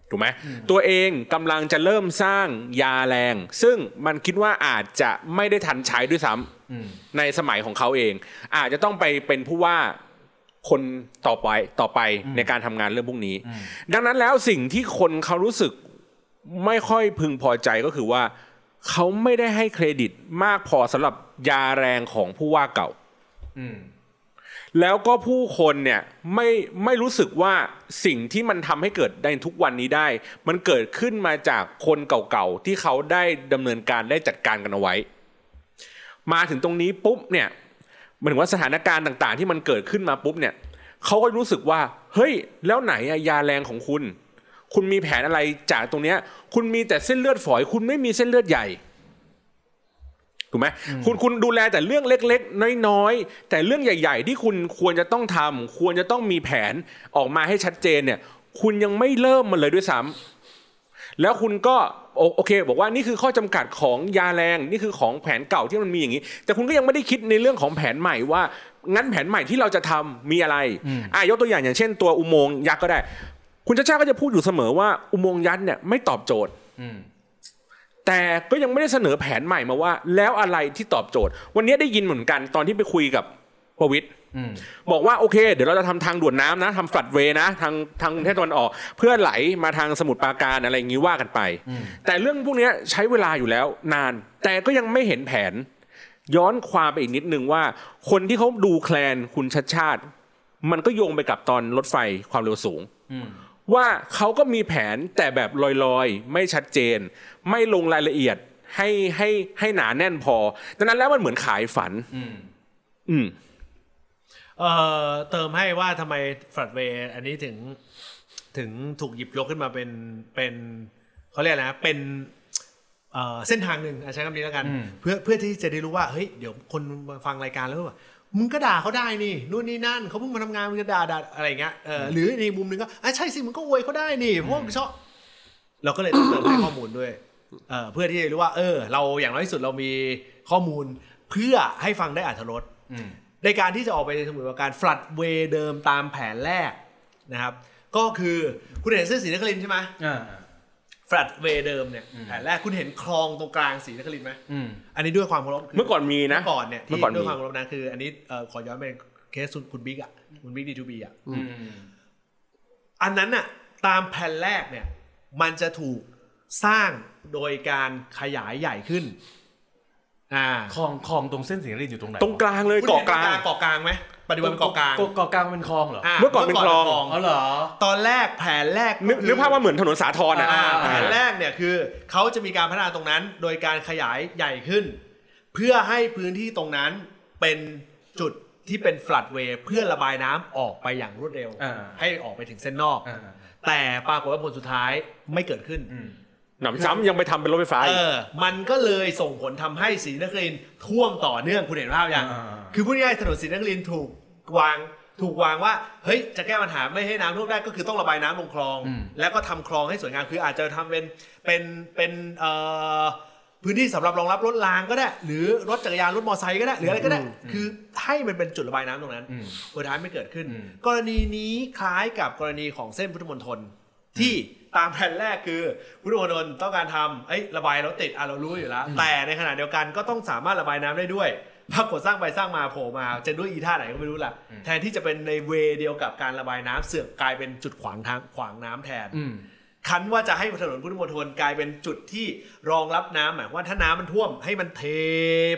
Speaker 3: ถูกไหมตัวเองกำลังจะเริ่มสร้างยาแรง ซึ่งมันคิดว่าอาจจะไม่ได้ทันใช้ด้วยซ้ำ
Speaker 2: อืม
Speaker 3: ในสมัยของเขาเอง อาจจะต้องไปเป็นผู้ว่าคนต่อไปต่อไปในการทำงานเรื่องพวกนี้
Speaker 2: อืม
Speaker 3: ดังนั้นแล้วสิ่งที่คนเขารู้สึกไม่ค่อยพึงพอใจก็คือว่าเขาไม่ได้ให้เครดิตมากพอสำหรับยาแรงของผู้ว่าเก่า
Speaker 2: อืม
Speaker 3: แล้วก็ผู้คนเนี่ยไม่ไม่รู้สึกว่าสิ่งที่มันทำให้เกิดในทุกวันนี้ได้ มันเกิดขึ้นมาจากคนเก่าๆที่เขาได้ดำเนินการได้จัดการกันเอาไว้ มาถึงตรงนี้ปุ๊บเนี่ยหมายถึงว่าสถานการณ์ต่างๆ ที่มันเกิดขึ้นมาปุ๊บเนี่ยเขาก็รู้สึกว่า เฮ้ย แล้วไหนอะยาแรงของคุณ คุณมีแผนอะไรจากตรงเนี้ย คุณมีแต่เส้นเลือดฝอย คุณไม่มีเส้นเลือดใหญ่ ถูกไหมคุณคุณดูแลแต่เรื่องเล็กๆ น้อยๆ แต่เรื่องใหญ่ ๆ ที่คุณควรจะต้องทำควรจะต้องมีแผนออกมาให้ชัดเจนเนี่ย คุณยังไม่เริ่มมันเลยด้วยซ้ำแล้วคุณก็โอโอเค บอกว่านี่คือข้อจำกัดของยาแรงนี่คือของแผนเก่าที่มันมีอย่างนี้ แต่คุณก็ยังไม่ได้คิดในเรื่องของแผนใหม่ว่า งั้นแผนใหม่ที่เราจะทำมีอะไร
Speaker 2: อืม
Speaker 3: อ่ะยกตัวอย่างอย่างเช่น ตัวอุโมงค์ยักษ์ก็ได้ คุณชาชาติก็จะพูดอยู่เสมอว่าอุโมงค์ยักษ์เนี่ยไม่ตอบโจทย์
Speaker 2: อืม
Speaker 3: แต่ก็ยังไม่ได้เสนอแผนใหม่มาว่า แล้วอะไรที่ตอบโจทย์ วันนี้ได้ยินเหมือนกันตอนที่ไปคุยกับพ ประวิตย
Speaker 2: อืม
Speaker 3: บอกว่าโอเค เดี๋ยวเราจะทำทางด่วนน้ำนะทำฝัดเวย์นะทางทางกรุงเทพตะวันออก เพื่อไหลมาทางสมุทรปราการอะไรอย่างนี้ว่ากันไป
Speaker 2: อืม
Speaker 3: แต่เรื่องพวกเนี้ยใช้เวลาอยู่แล้วนาน แต่ก็ยังไม่เห็นแผน ย้อนความไปอีกนิดนึงว่า คนที่เขาดูแคลนคุณชัดชาติ มันก็โยงไปกับตอนรถไฟความเร็วสูง
Speaker 2: อืม
Speaker 3: ว่าเขาก็มีแผนแต่แบบลอยๆ ไม่ชัดเจน ไม่ลงรายละเอียดให้ให้ให้หนาแน่นพอดังนั้นแล้วมันเหมือนขายฝัน
Speaker 2: อืม
Speaker 3: อืม
Speaker 1: เอ่อเติมให้ว่าทำไมฟรัดเวย์อันนี้ถึงถึงถูกหยิบยกขึ้นมาเป็นเป็นเขาเรียกอะไรนะเป็นเอ่อเส้นทางหนึ่งอ่ะใช้คำนี้แล้วกัน
Speaker 2: อืม
Speaker 1: เพื่อเพื่อที่จะได้รู้ว่าเฮ้ยเดี๋ยวคนมาฟังรายการแล้วแบบมึงก็ด่าเขาได้นี่นู่นนี่นั่นเขาเพิ่งมาทำงานมึงจะด่าด่าอะไรอย่างเงี้ยเอออหรือในมุมหนึงก็อ่ะใช่สิมึงก็อวยเขาได้นี่เพราะว่ามึงชอบเราก็เลยต้องเติมให้ข้อมูลด้วยเออเพื่อที่จะรู้ว่า เออ เราอย่างน้อยที่สุดเรามีข้อมูลเพื่อให้ฟังได้อรรถรส
Speaker 2: อืม
Speaker 1: ในการที่จะออกไปในสมุดประการฟลัดเวเดิมตามแผนแรกนะครับ ก็คือคุณเห็นเส้นสีนครินทร์ใช่ไหม
Speaker 2: อ่า
Speaker 1: ฟลัดเวเดิมเนี่ยแผนแรกคุณเห็นคลองตรงกลางสีนครินทร์ไหม
Speaker 2: อืม
Speaker 1: อันนี้ด้วยความเคารพคื
Speaker 3: เมื่อก่อนมีนะ
Speaker 1: เมื่อก่อนเนี่ย
Speaker 3: เมื่
Speaker 1: ที่
Speaker 3: อก่อนมี
Speaker 1: ด้วยความเคารพนะคืออันนี้เอ่อขอย้อนไปเคสคุณบิ๊กอ่ะคุณบิ๊กดีทูบีอ่ะ
Speaker 2: อืม
Speaker 1: อันนั้นอ่ะตามแผนแรกเนี่ยมันจะถูกสร้างโดยการขยายใหญ่ขึ้นอ่า
Speaker 2: คลองคลองตรงเส้นสีนครินทร์อยู่ตรงไหน
Speaker 3: ตรงกลางเลย
Speaker 1: คุณ
Speaker 3: เกาะ
Speaker 1: เห็น
Speaker 3: กลาง
Speaker 1: เกาะกลางไหมปัจจุบันเป็นเกาะกลาง
Speaker 2: เกาะกลางมันเป็นคลองเหรออา
Speaker 3: เมื่อก่อนเป็นคลอง
Speaker 2: อ๋อเหรอ
Speaker 1: ตอนแรกแผนแรก
Speaker 3: นึก
Speaker 1: คือ
Speaker 3: นึกภาพว่าเหมือนถนนสาทรอ่ะ
Speaker 1: อ่า
Speaker 3: อ่า
Speaker 1: แผนแรกเนี่ยคือเขาจะมีการพัฒนาตรงนั้นโดยการขยายใหญ่ขึ้น เพื่อให้พื้นที่ตรงนั้นเป็นจุดที่เป็นฟลัดเวย์เพื่อระบายน้ำออกไปอย่างรวดเร็ว
Speaker 2: อ่า
Speaker 1: ให้ออกไปถึงเส้นนอก
Speaker 2: อ่า
Speaker 1: แต่ปรากฏว่าผลสุดท้ายไม่เกิดขึ้น
Speaker 2: อืม
Speaker 3: หนำซ้ำยังไปทำเป็นรถไฟฟ้า
Speaker 1: เอ
Speaker 3: อีก
Speaker 1: อมันก็เลยส่งผลทำให้ศรีนครินทร์ท่วมต่อเนื่องคุณเห็นภาพยัง
Speaker 2: อ่า
Speaker 1: คือพูดง่ายๆถนนศรีนครินทร์ถูกวางถูกวางว่าเฮ้ยจะแก้ปัญหาไม่ให้น้ำท่วมได้ก็คือต้องระบายน้ำลงคลอง
Speaker 2: อืม
Speaker 1: แล้วก็ทำคลองให้สวยงามคืออาจจะทำเป็นเป็นเป็นเอ่อพื้นที่สำหรับรองรับรถรางก็ได้ หรือรถจักรยานรถมอเตอร์ไซค์ก็ได้หรืออะไรก็ได้ คือให้มันเป็นจุดระบายน้ำตรงนั้น
Speaker 2: อืม
Speaker 1: สุดท้ายไม่เกิดขึ้น
Speaker 2: อืม
Speaker 1: กรณีนี้คล้ายกับกรณีของเส้นพุทธมณฑลที่ตามแผนแรกคือพุทธมณฑลต้องการทำเอ้ยระบายรถติดอ่ะเรารู้อยู่แล้ว แต่ในขณะเดียวกันก็ต้องสามารถระบายน้ำได้ด้วยปรากฏสร้างไปสร้างมาโผล่มาจะด้วยอีท่าไหนก็ไม่รู้ล่ะแทนที่จะเป็นในเวเดียวกับการระบายน้ำเสือกกลายเป็นจุดขวางทางขวางน้ำแทน
Speaker 2: อืม
Speaker 1: คันว่าจะให้ถนนพุทธมณฑลกลายเป็นจุดที่รองรับน้ำหมายความว่าถ้าน้ำมันท่วมให้มันเท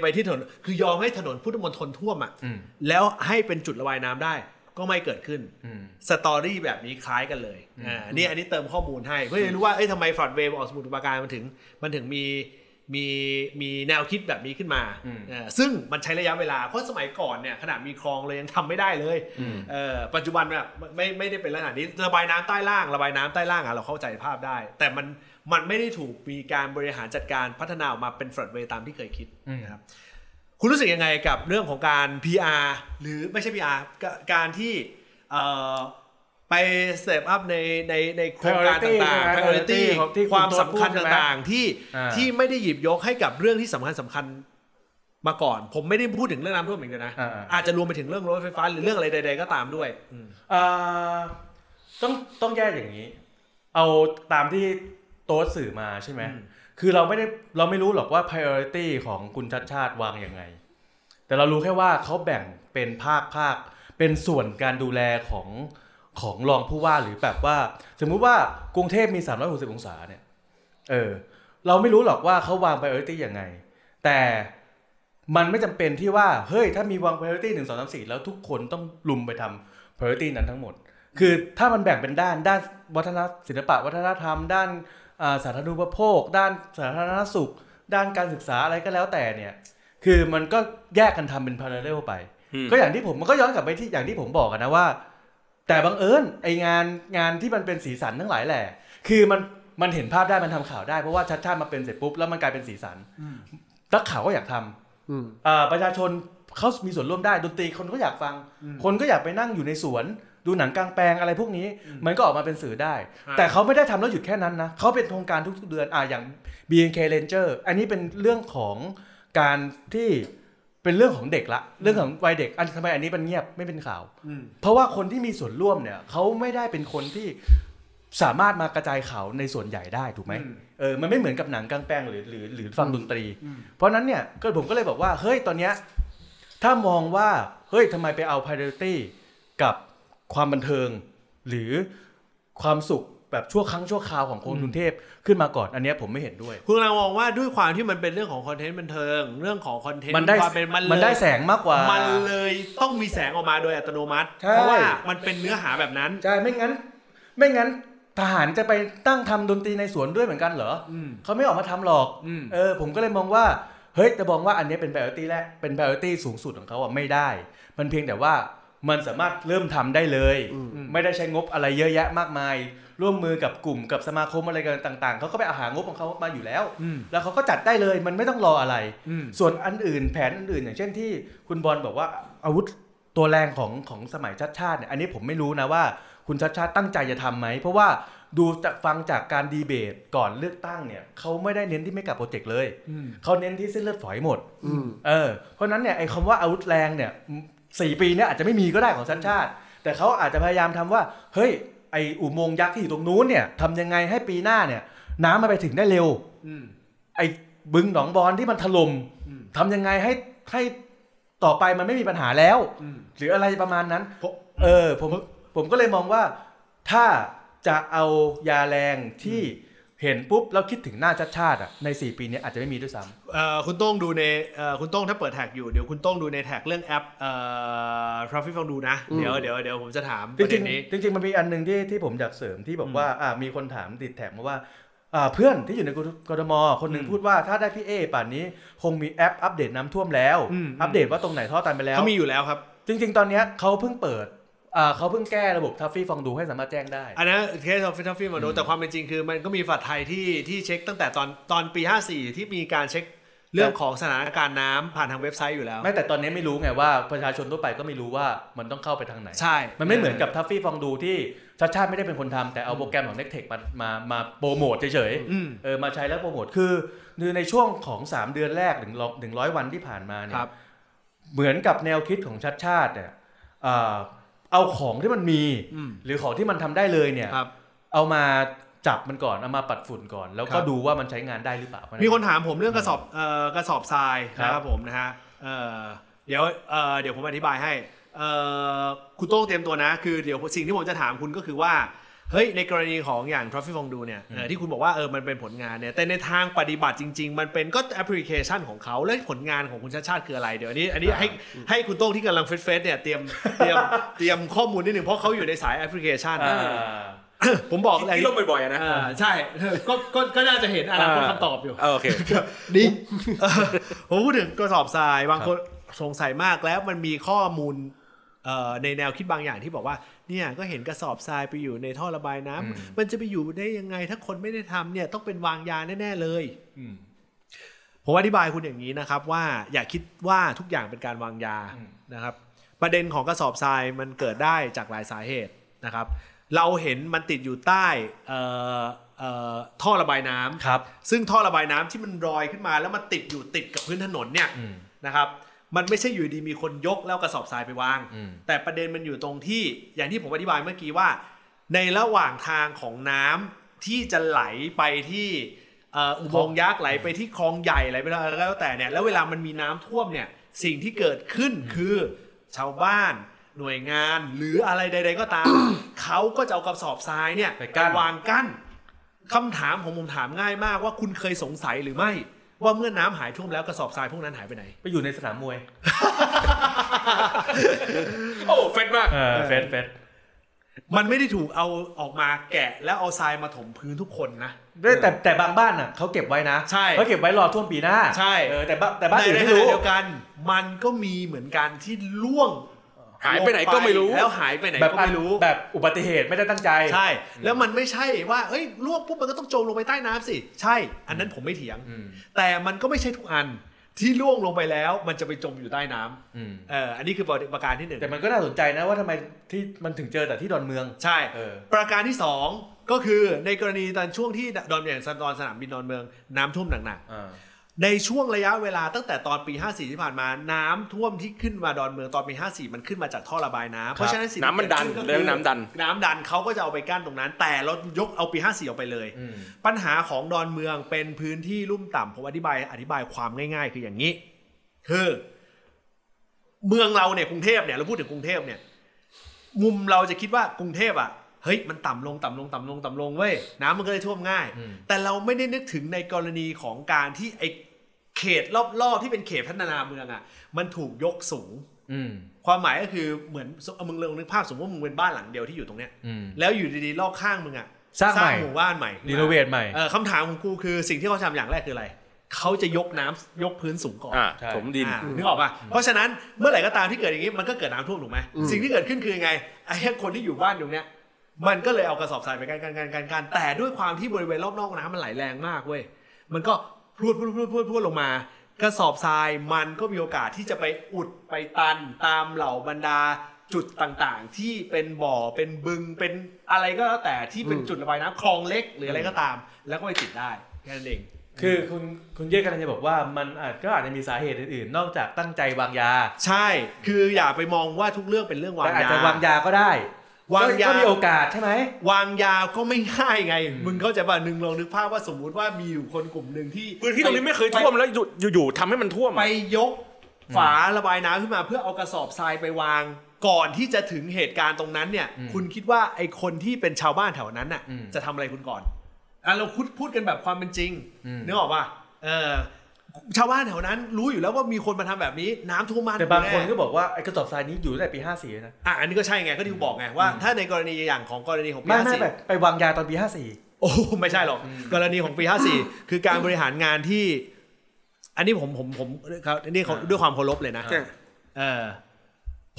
Speaker 1: ไปที่ถนน คือยอมให้ถนนพุทธมณฑลท่วมอ่ะ
Speaker 2: อืม
Speaker 1: แล้วให้เป็นจุดระบายน้ำได้ก็ไม่เกิดขึ้น
Speaker 2: อืม
Speaker 1: สตอรี่แบบนี้คล้ายกันเลยอ่านี่อันนี้เติมข้อมูลให้เพื่อจะรู้ว่าเอ้ยทำไมฟลอดเวฟออกสมุทรปราการมันถึง มันถึงมีมีมีแนวคิดแบบนี้ขึ้นมา
Speaker 2: อืม
Speaker 1: เอ่อซึ่งมันใช้ระยะเวลา เพราะสมัยก่อนเนี่ยขนาดมีคลองเลยยังทำไม่ได้เลยเอ่อปัจจุบันแบบไม่ไม่ได้เป็นลักษณะนี้ระบายน้ำใต้ล่าง ระบายน้ำใต้ล่างอ่ะเราเข้าใจภาพได้ แต่มันมันไม่ได้ถูกมีการบริหารจัดการพัฒนาออกมาเป็นฟลอดเวฟตามที่เคยคิดนะครับ คุณรู้สึกยังไงกับเรื่องของการ PR หรือไม่ใช่ PR กการที่เอ่อไปสเตปอัพในในในโครงการ
Speaker 2: Priority
Speaker 1: ต่างๆ
Speaker 2: ใช่ไหม
Speaker 1: priority
Speaker 2: Priority ของที่คุณ
Speaker 1: ความ
Speaker 2: โดน
Speaker 1: สำคัญ
Speaker 2: พูดใช่ไหม
Speaker 1: ต่างๆ ที่
Speaker 2: อ่า
Speaker 1: ที่ไม่ได้หยิบยกให้กับเรื่องที่สำคัญสำคัญมาก่อน ผมไม่ได้พูดถึงเรื่องน้ำท่วมอย่างเดียวนะ อาจจะรวมไปถึงเรื่องรถไฟฟ้าหรือเรื่องอะไรใดๆก็ตามด้วยอืม
Speaker 2: อ่าต้องต้องแยกอย่างนี้ เอาตามที่โต๊ดสื่อมาใช่ไหม คือเราไม่ได้เราไม่รู้หรอกว่า priority ของคุณชัดชาติวางยังไง แต่เรารู้แค่ว่าเขาแบ่งเป็นภาคภาค เป็นส่วนการดูแลของของรองผู้ว่าหรือแบบว่า สมมุติว่ากรุงเทพมี 360 องศาเนี่ย เออ เราไม่รู้หรอกว่าเขาวาง priority ยังไง แต่มันไม่จำเป็นที่ว่า เฮ้ย ถ้ามีวาง priority หนึ่งสองสามสี่แล้วทุกคนต้องลุมไปทำ priority นั้นทั้งหมด คือถ้ามันแบ่งเป็นด้านด้านวัฒนศิลปะวัฒนธรรม ด้านอ่าสาธารณูปโภค ด้านสาธารณสุข ด้านการศึกษาอะไรก็แล้วแต่เนี่ย คือมันก็แยกกันทำเป็นพาราเรลไป
Speaker 3: อืม
Speaker 2: ก็อย่างที่ผมมันก็ย้อนกลับไปที่อย่างที่ผมบอกอะนะว่า แต่บังเอิญไองานงานที่มันเป็นสีสันทั้งหลายแหละ คือมันมันเห็นภาพได้มันทำข่าวได้เพราะว่าชัดชาติมาเป็นเสร็จปุ๊บแล้วมันกลายเป็นสีสันนักข่าวก็อยากทำ
Speaker 4: อืม
Speaker 2: อ่าประชาชนเขามีส่วนร่วมได้ดนตรีคนก็อยากฟัง คนก็อยากไปนั่งอยู่ในสวน ดูหนังกลางแปลงอะไรพวกนี้ มันก็ออกมาเป็นสื่อได้ แต่เขาไม่ได้ทำแล้วหยุดแค่นั้นนะเขาเป็นโครงการทุกๆเดือนอ่าอย่าง B&K Ranger อันนี้เป็นเรื่องของการที่เป็นเรื่องของเด็กละ เรื่องของวัยเด็กอันทำไมอันนี้มันเงียบไม่เป็นข่าว
Speaker 1: อืม
Speaker 2: เพราะว่าคนที่มีส่วนร่วมเนี่ยเขาไม่ได้เป็นคนที่สามารถมากระจายข่าวในส่วนใหญ่ได้ถูกไหม
Speaker 1: อืม
Speaker 2: เออมันไม่เหมือนกับหนังกลางแปลงหรือหรือหรือฟังดนตรี เพราะฉะนั้นเนี่ยก็ผมก็เลยบอกว่าเฮ้ยตอนเนี้ย ถ้ามองว่า เฮ้ยทำไมไปเอา priority กับความบันเทิง หรือความสุขแบบชั่วครั้งชั่วคราวของคนกรุงเทพขึ้นมาก่อนอันเนี้ยผมไม่เห็นด้วย
Speaker 1: คุณกำลังมองว่าด้วยความที่มันเป็นเรื่องของคอนเทนต์บันเทิง เรื่องของคอนเทนต์
Speaker 2: มันได้
Speaker 1: ความเป็นมันเลย
Speaker 2: มันได้แสงมากกว่า
Speaker 1: มันเลยต้องมีแสงออกมาโดยอัตโนมัติ
Speaker 2: ใช่
Speaker 1: เพราะว่ามันเป็นเนื้อหาแบบนั้น
Speaker 2: ใช่ไม่งั้น ไม่งั้นทหารจะไปตั้งทำดนตรีในสวนด้วยเหมือนกันเหรออ
Speaker 1: ม
Speaker 2: เขาไม่ออกมาทำหรอก
Speaker 1: อืม
Speaker 2: เออผมก็เลยมองว่าเฮ้ยแต่มองว่าอันเนี้ยเป็น p r i o r i t y แหละเป็น p r i o r i t y สูงสุดของเขาอะไม่ได้ มันเพียงแต่ว่ามันสามารถเริ่มทำได้เลย ไม่ได้ใช้งบอะไรเยอะแยะมากมาย ร่วมมือกับกลุ่มกับสมาคมอะไรกันต่างๆเขาก็ไปเอาหางบของเขามาอยู่แล้ว
Speaker 1: อืม
Speaker 2: แล้วเขาก็จัดได้เลยมันไม่ต้องรออะไร
Speaker 1: อืม
Speaker 2: ส่วนอันอื่นแผนอันอื่น อย่างเช่นที่คุณบอลบอกว่าอาวุธตัวแรงของของสมัยชัดชาติเนี่ยอันนี้ผมไม่รู้นะว่าคุณชัดชาติตั้งใจจะทำไหม เพราะว่าดูจากฟังจากการดีเบตก่อนเลือกตั้งเนี่ยเขาไม่ได้เน้นที่ไม่กับโปรเจกต์เลย เขาเน้นที่เส้นเลือดฝอยหมด
Speaker 4: อืม
Speaker 2: เออ เพราะฉะนั้นเนี่ยไอ้คำว่าอาวุธแรงเนี่ยสี่ปีเนี่ยอาจจะไม่มีก็ได้ของชัดชาติ แต่เขาอาจจะพยายามทำว่า เฮ้ย ไอ้อุโมงค์ยักษ์ที่อยู่ตรงนู้นเนี่ยทำยังไงให้ปีหน้าเนี่ย น้ำมันไปถึงได้เร็ว
Speaker 1: อืม
Speaker 2: ไอ้บึงหนองบอนที่มันถลม่มทำยังไงให้ให้ต่อไปมันไม่มีปัญหาแล้ว
Speaker 1: อืม
Speaker 2: หรืออะไรประมาณนั้น
Speaker 1: เพราะ
Speaker 2: เออผมผมก็เลยมองว่าถ้าจะเอายาแรงที่เห็นปุ๊บแล้วคิดถึงหน้าชัดชาติอ่ะใน 4 ปีเนี้อาจจะไม่มีด้วยซ้ำ
Speaker 1: เอ่อคุณโต้งดูในเอ่อคุณโต้งถ้าเปิดแท็กอยู่เดี๋ยวคุณโต้งดูในแท็กเรื่องแอปเอ่อ traffic ฟังดูนะ เดี๋ยวเดี๋ยวเดี๋ยวผมจะถาม
Speaker 2: จ
Speaker 1: ประเด็
Speaker 2: ริ
Speaker 1: น
Speaker 2: ง
Speaker 1: นี้
Speaker 2: ๆจริงๆมันมีอันหนึ่งที่ที่ผมอยากเสริมที่บอกว่าอ่ามีคนถามติดแท็กมาว่าอ่าเพื่อนที่อยู่ในกทมคนหนึ่งพูดว่าถ้าได้พี่เอป่านนี้คงมีแอปอัปเดตน้ำท่วมแล้ว
Speaker 1: อืม
Speaker 2: อัปเดตว่าตรงไหนท่อตันไปแล้ว
Speaker 1: เขามีอยู่แล้วครับ
Speaker 2: จริง ๆ ตอนเนี้ยเขาเพิ่งเปิดอ่าเขาเพิ่งแก้ระบบทัฟฟี่ฟองดูให้สามารถแจ้งได้
Speaker 1: อันนั้นเคส of traffic มาดูแต่ความเป็นจริงคือ มันก็มีฝัดไทยที่ที่เช็คตั้งแต่ตอนตอนปี 54 ที่มีการเช็คเรื่องของสถานการณ์น้ำผ่านทางเว็บไซต์อยู่แล้ว
Speaker 2: ไม่แต่ตอนนี้ไม่รู้ไงว่าประชาชนทั่วไปก็ไม่รู้ว่ามันต้องเข้าไปทางไหน
Speaker 1: ใช่
Speaker 2: มันไม่เหมือนกับทัฟฟี่ฟองดูที่ชาติชาติไม่ได้เป็นคนทำแต่เอาโปรแกรมของเน็กเทคมามามาโปรโมทเฉย
Speaker 1: อืม
Speaker 2: ๆเออมาใช้แล้วโปรโมทคือคือในช่วงของ 3 เดือนแรกถึงร้อยถึงร้อยวันที่ผ่านมาเนี่
Speaker 1: ค
Speaker 2: ย
Speaker 1: รับ
Speaker 2: เหมือนกับแนวคิดของชาติชาติเนี่ยเอ่อเอาของที่มันมี
Speaker 1: อืม
Speaker 2: หรือของที่มันทำได้เลยเนี่ย
Speaker 1: ครับ
Speaker 2: เอามาจับมันก่อนเอามาปัดฝุ่นก่อน แล้ว
Speaker 1: ค
Speaker 2: ก็
Speaker 1: รับ
Speaker 2: ดูว่ามันใช้งานได้หรือเปล่า
Speaker 1: มีคนถามผมเรื่องกระสอบเอ่อกระสอบทรายนะค
Speaker 2: ครั
Speaker 1: รับบ ผมนะฮะเอ่อเดี๋ยวเอ่อเดี๋ยวผมอธิบายให้เอ่อคุณโต้งเตรียมตัวนะ คือเดี๋ยวสิ่งที่ผมจะถามคุณก็คือว่า เฮ้ยในกรณีของอย่าง Trophy ฟองดูเนี่ยเอ่อที่คุณบอกว่าเออมันเป็นผลงานเนี่ยแต่ในทางปฏิบัติจริง ๆ มันเป็นก็แอปพลิเคชันของเขาและผลงานของคุณชาติชาติคืออะไรเดี๋ยวอันนี้อันนี้ให้ให้คุณโต้งที่กำลังเฟซเฟซเนี่ย เตรียมเตรียมเตรียมข้อมูลนิดหนึ่งเพราะเขาอยู่ในสายแอปพลิเคชัน
Speaker 2: อ่า
Speaker 1: ผมบอก
Speaker 3: ที่
Speaker 1: แหล่ง
Speaker 3: ที่ล่มบ่อยๆอะนะ
Speaker 1: อ่าใช่ ก็ก็ก็น่าจะเห็นอนาคตคำตอบอยู่
Speaker 3: เออโอเค
Speaker 1: ดิ ผมพูดถึงกระสอบทรายบางคนสงสัยมากแล้วมันมีข้อมูลเอ่อในแนวคิดบางอย่างที่บอกว่าเนี่ยก็เห็นกระสอบทรายไปอยู่ในท่อระบายน้ำ
Speaker 2: อืม
Speaker 1: มันจะไปอยู่ได้ยังไงถ้าคนไม่ได้ทำเนี่ยต้องเป็นวางยาแน่ๆเลย
Speaker 2: อืม
Speaker 1: ผมอธิบายคุณอย่างนี้นะครับว่าอย่าคิดว่าทุกอย่างเป็นการวางยา
Speaker 2: อืม
Speaker 1: นะครับ ประเด็นของกระสอบทรายมันเกิดได้จากหลายสาเหตุนะครับ เราเห็นมันติดอยู่ใต้เอ่อเอ่อท่อระบายน้ำ
Speaker 2: ครับ
Speaker 1: ซึ่งท่อระบายน้ำที่มันลอยขึ้นมาแล้วมันติดอยู่ติดกับพื้นถนนเนี่ย
Speaker 2: อืม
Speaker 1: นะครับมันไม่ใช่อยู่ดีมีคนยกแล้วกระสอบทรายไปวาง
Speaker 2: อืม
Speaker 1: แต่ประเด็นมันอยู่ตรงที่อย่างที่ผมอธิบายเมื่อกี้ว่า ในระหว่างทางของน้ำที่จะไหลไปที่เอ่ออุโมงค์ยักษ์ไหลไปที่คลองใหญ่ไหลไปอะไรก็แล้วแต่เนี่ยแล้วเวลามันมีน้ำท่วมเนี่ยสิ่งที่เกิดขึ้นคือ ชาวบ้านหน่วยงานหรืออะไรใด ๆ ก็ตาม เขาก็จะเอากระสอบทรายเนี่ย
Speaker 2: ไปกั้น
Speaker 1: วางกั้น คำถามของผมถามง่ายมากว่าคุณเคยสงสัยหรือไม่ ว่าเมื่อน้ำหายท่วมแล้วกระสอบทรายพวกนั้นหายไปไหน
Speaker 2: ไปอยู่ในสนามมวย
Speaker 3: โอ้เฟดมาก
Speaker 2: เออเฟสเฟส
Speaker 1: มันไม่ได้ถูกเอาออกมาแกะแล้วเอาทรายมาถมพื้นทุกคนนะ
Speaker 2: แต่แต่แต่บางบ้านน่ะเขาเก็บไว้นะ
Speaker 1: ใช่
Speaker 2: เขาเก็บไว้รอท่วมปีหน้า
Speaker 1: ใช่
Speaker 2: เออแต่บ้านแต่บ้านอื่น
Speaker 1: ใน
Speaker 2: ไม่
Speaker 1: ขณะ
Speaker 2: รู้
Speaker 1: เดียวกัน มันก็มีเหมือนกันที่ล่วง
Speaker 3: หายไปไหนก็ไม่รู้
Speaker 1: แล้วหายไปไหน
Speaker 2: แบบ
Speaker 1: ก็ไม่รู้
Speaker 2: แบบอุบัติเหตุไม่ได้ตั้งใจ
Speaker 1: ใช่ แล้วมันไม่ใช่ว่าเอ้ยล่วงปุ๊บมันก็ต้องจมลงไปใต้น้ำสิใช่ อันนั้นผมไม่เถียง
Speaker 2: อืม
Speaker 1: แต่มันก็ไม่ใช่ทุกอันที่ล่วงลงไปแล้ว มันจะไปจมอยู่ใต้น้ำ
Speaker 2: อืม
Speaker 1: เอออันนี้คือประการที่หนึ่ง
Speaker 2: แต่มันก็น่าสนใจนะว่าทำไมที่มันถึงเจอแต่ที่ดอนเมือง
Speaker 1: ใช่
Speaker 2: เออ
Speaker 1: ประการที่ 2 ก็คือในกรณีตอนช่วงที่ดอนเมืองตอนสนามบินดอนเมืองน้ำท่วมหนัก
Speaker 2: อ่า
Speaker 1: ๆในช่วงระยะเวลาตั้งแต่ตอนปี 54 ที่ผ่านมาน้ำท่วมที่ขึ้นมาดอนเมืองตอนปี 54 มันขึ้นมาจากท่อระบายน้ำเพราะฉะนั้นสิ่งที่
Speaker 3: น้ำมันดัน
Speaker 1: กิขึ้ก็คือ
Speaker 3: เรื่องน้ำดัน
Speaker 1: น้ำดันเขาก็จะเอาไปกั้นตรงนั้น แต่เรายกเอาปี 54 ออกไปเลย
Speaker 2: อืม
Speaker 1: ปัญหาของดอนเมืองเป็นพื้นที่ลุ่มต่ำผมอธิบายอธิบายความง่าย ๆ คืออย่างนี้ คือ เมืองเราเนี่ยกรุงเทพเนี่ยเราพูดถึงกรุงเทพเนี่ย มุมเราจะคิดว่ากรุงเทพอ่ะเฮ้ยมันต่ำลงต่ำลงต่ำลงต่ำลงเว้ยน้ำมันก็เลยท่วมง่าย
Speaker 2: อืม
Speaker 1: แต่เราไม่ได้นึกถึงในกรณีของการที่ไอเขตรอบๆที่เป็นเขตพัฒนาเมืองอ่ะ มันถูกยกสูง
Speaker 2: อืม
Speaker 1: ความหมายก็คือเหมือนสเอามึงลองนึกภาพสมมติว่ามึงเป็นบ้านหลังเดียวที่อยู่ตรงเนี้ย
Speaker 2: อืม
Speaker 1: แล้วอยู่ดีๆรอบข้างมึงอ่ะ
Speaker 2: สร้างใหม่
Speaker 1: หมู่บ้านใหม่ขึ้นมา
Speaker 2: รีโนเวทใหม่
Speaker 1: เออคำถามของกูคือสิ่งที่เขาทำอย่างแรกคืออะไรเขาจะยกน้ำยกพื้นสูงก่อน
Speaker 3: อ่า
Speaker 2: ใช่
Speaker 3: ถมดิน
Speaker 1: อ่านึกออกป่ะเพราะฉะนั้นเมื่อไหร่ก็ตามที่เกิดอย่างนี้มันก็เกิดน้ำท่วมถูกไหม
Speaker 4: อืม
Speaker 1: สิ่งที่เกิดขึ้นคือยังไงไอ้คนที่อยู่บ้านตรงเนี้ยมันก็เลยเอากระสอบทรายไปกันกันกันกันกันแต่ด้วยความที่บริเวณรอบนอกน้ำมันไหลแรงมากเว้ยมันก็พรวดพรวดพรวดพรวดพรวดลงมา กระสอบทรายมันก็มีโอกาสที่จะไปอุดไปตันตามเหล่าบรรดาจุดต่างๆ ที่เป็นบ่อเป็นบึงเป็นอะไรก็แล้วแต่ที่เป็นจุดระบายน้ำคลองเล็กหรืออะไรก็ตาม แล้วก็ไปติดได้แค่นั้นเอง
Speaker 2: คือคุณคุณเย่กำลังจะบอกว่ามันอาจก็อาจจะมีสาเหตุอื่นๆ นอกจากตั้งใจวางยา
Speaker 1: ใช่คืออย่าไปมองว่าทุกเรื่องเป็นเรื่องวาง
Speaker 2: แต่อาจ
Speaker 1: ยา
Speaker 2: จะวางยาก็ได้
Speaker 1: วางยา
Speaker 2: ก็มีโอกาสใช่ไหม
Speaker 1: วางยาก็ไม่ง่ายไง มึงเข้าใจป่ะหนึ่งลองนึกภาพว่าสมมุติว่ามีอยู่คนกลุ่มหนึ่งที่
Speaker 3: พื้นที่ตรงนี้ไม่เคยท่วมแล้วอยู่อยู่ๆทำให้มันท่วม
Speaker 1: ไปยกฝาระบายน้ำขึ้นมาเพื่อเอากระสอบทรายไปวาง ก่อนที่จะถึงเหตุการณ์ตรงนั้นเนี่ย
Speaker 2: อืม
Speaker 1: คุณคิดว่าไอคนที่เป็นชาวบ้านแถวนั้นน่ะ
Speaker 2: อืม
Speaker 1: จะทำอะไรคุณก่อนอ่ะเราพูดพูดกันแบบความเป็นจริง
Speaker 2: อืม
Speaker 1: นึกออกป่ะเออชาวบ้านแถวนั้นรู้อยู่แล้วว่ามีคนมาทำแบบนี้น้ำท่วมบ้าน
Speaker 2: แต่บาง
Speaker 1: กู
Speaker 2: คน
Speaker 1: แ
Speaker 2: ก็บอกว่าไอ้กระสอบทรายนี้อยู่ตั้งแต่ปี54นะ
Speaker 1: อ่ะอันนี้ก็ใช่ไงก็ที่กูบอกไงว่า ถ้าในกรณีอย่างของกรณีของปี
Speaker 2: ไม่
Speaker 1: ห้า
Speaker 2: ไม่
Speaker 1: สิบ
Speaker 2: ไปไปวางยาตอนปี54
Speaker 1: โอ้ ไม่ใช่หรอก กรณีของปี 54 คือการบริหารงานที่ อันนี้ผมผมผมครับอันนี้ขอ
Speaker 2: อ่า
Speaker 1: ด้วยความเคารพเลยนะ
Speaker 3: ใช่
Speaker 1: เออ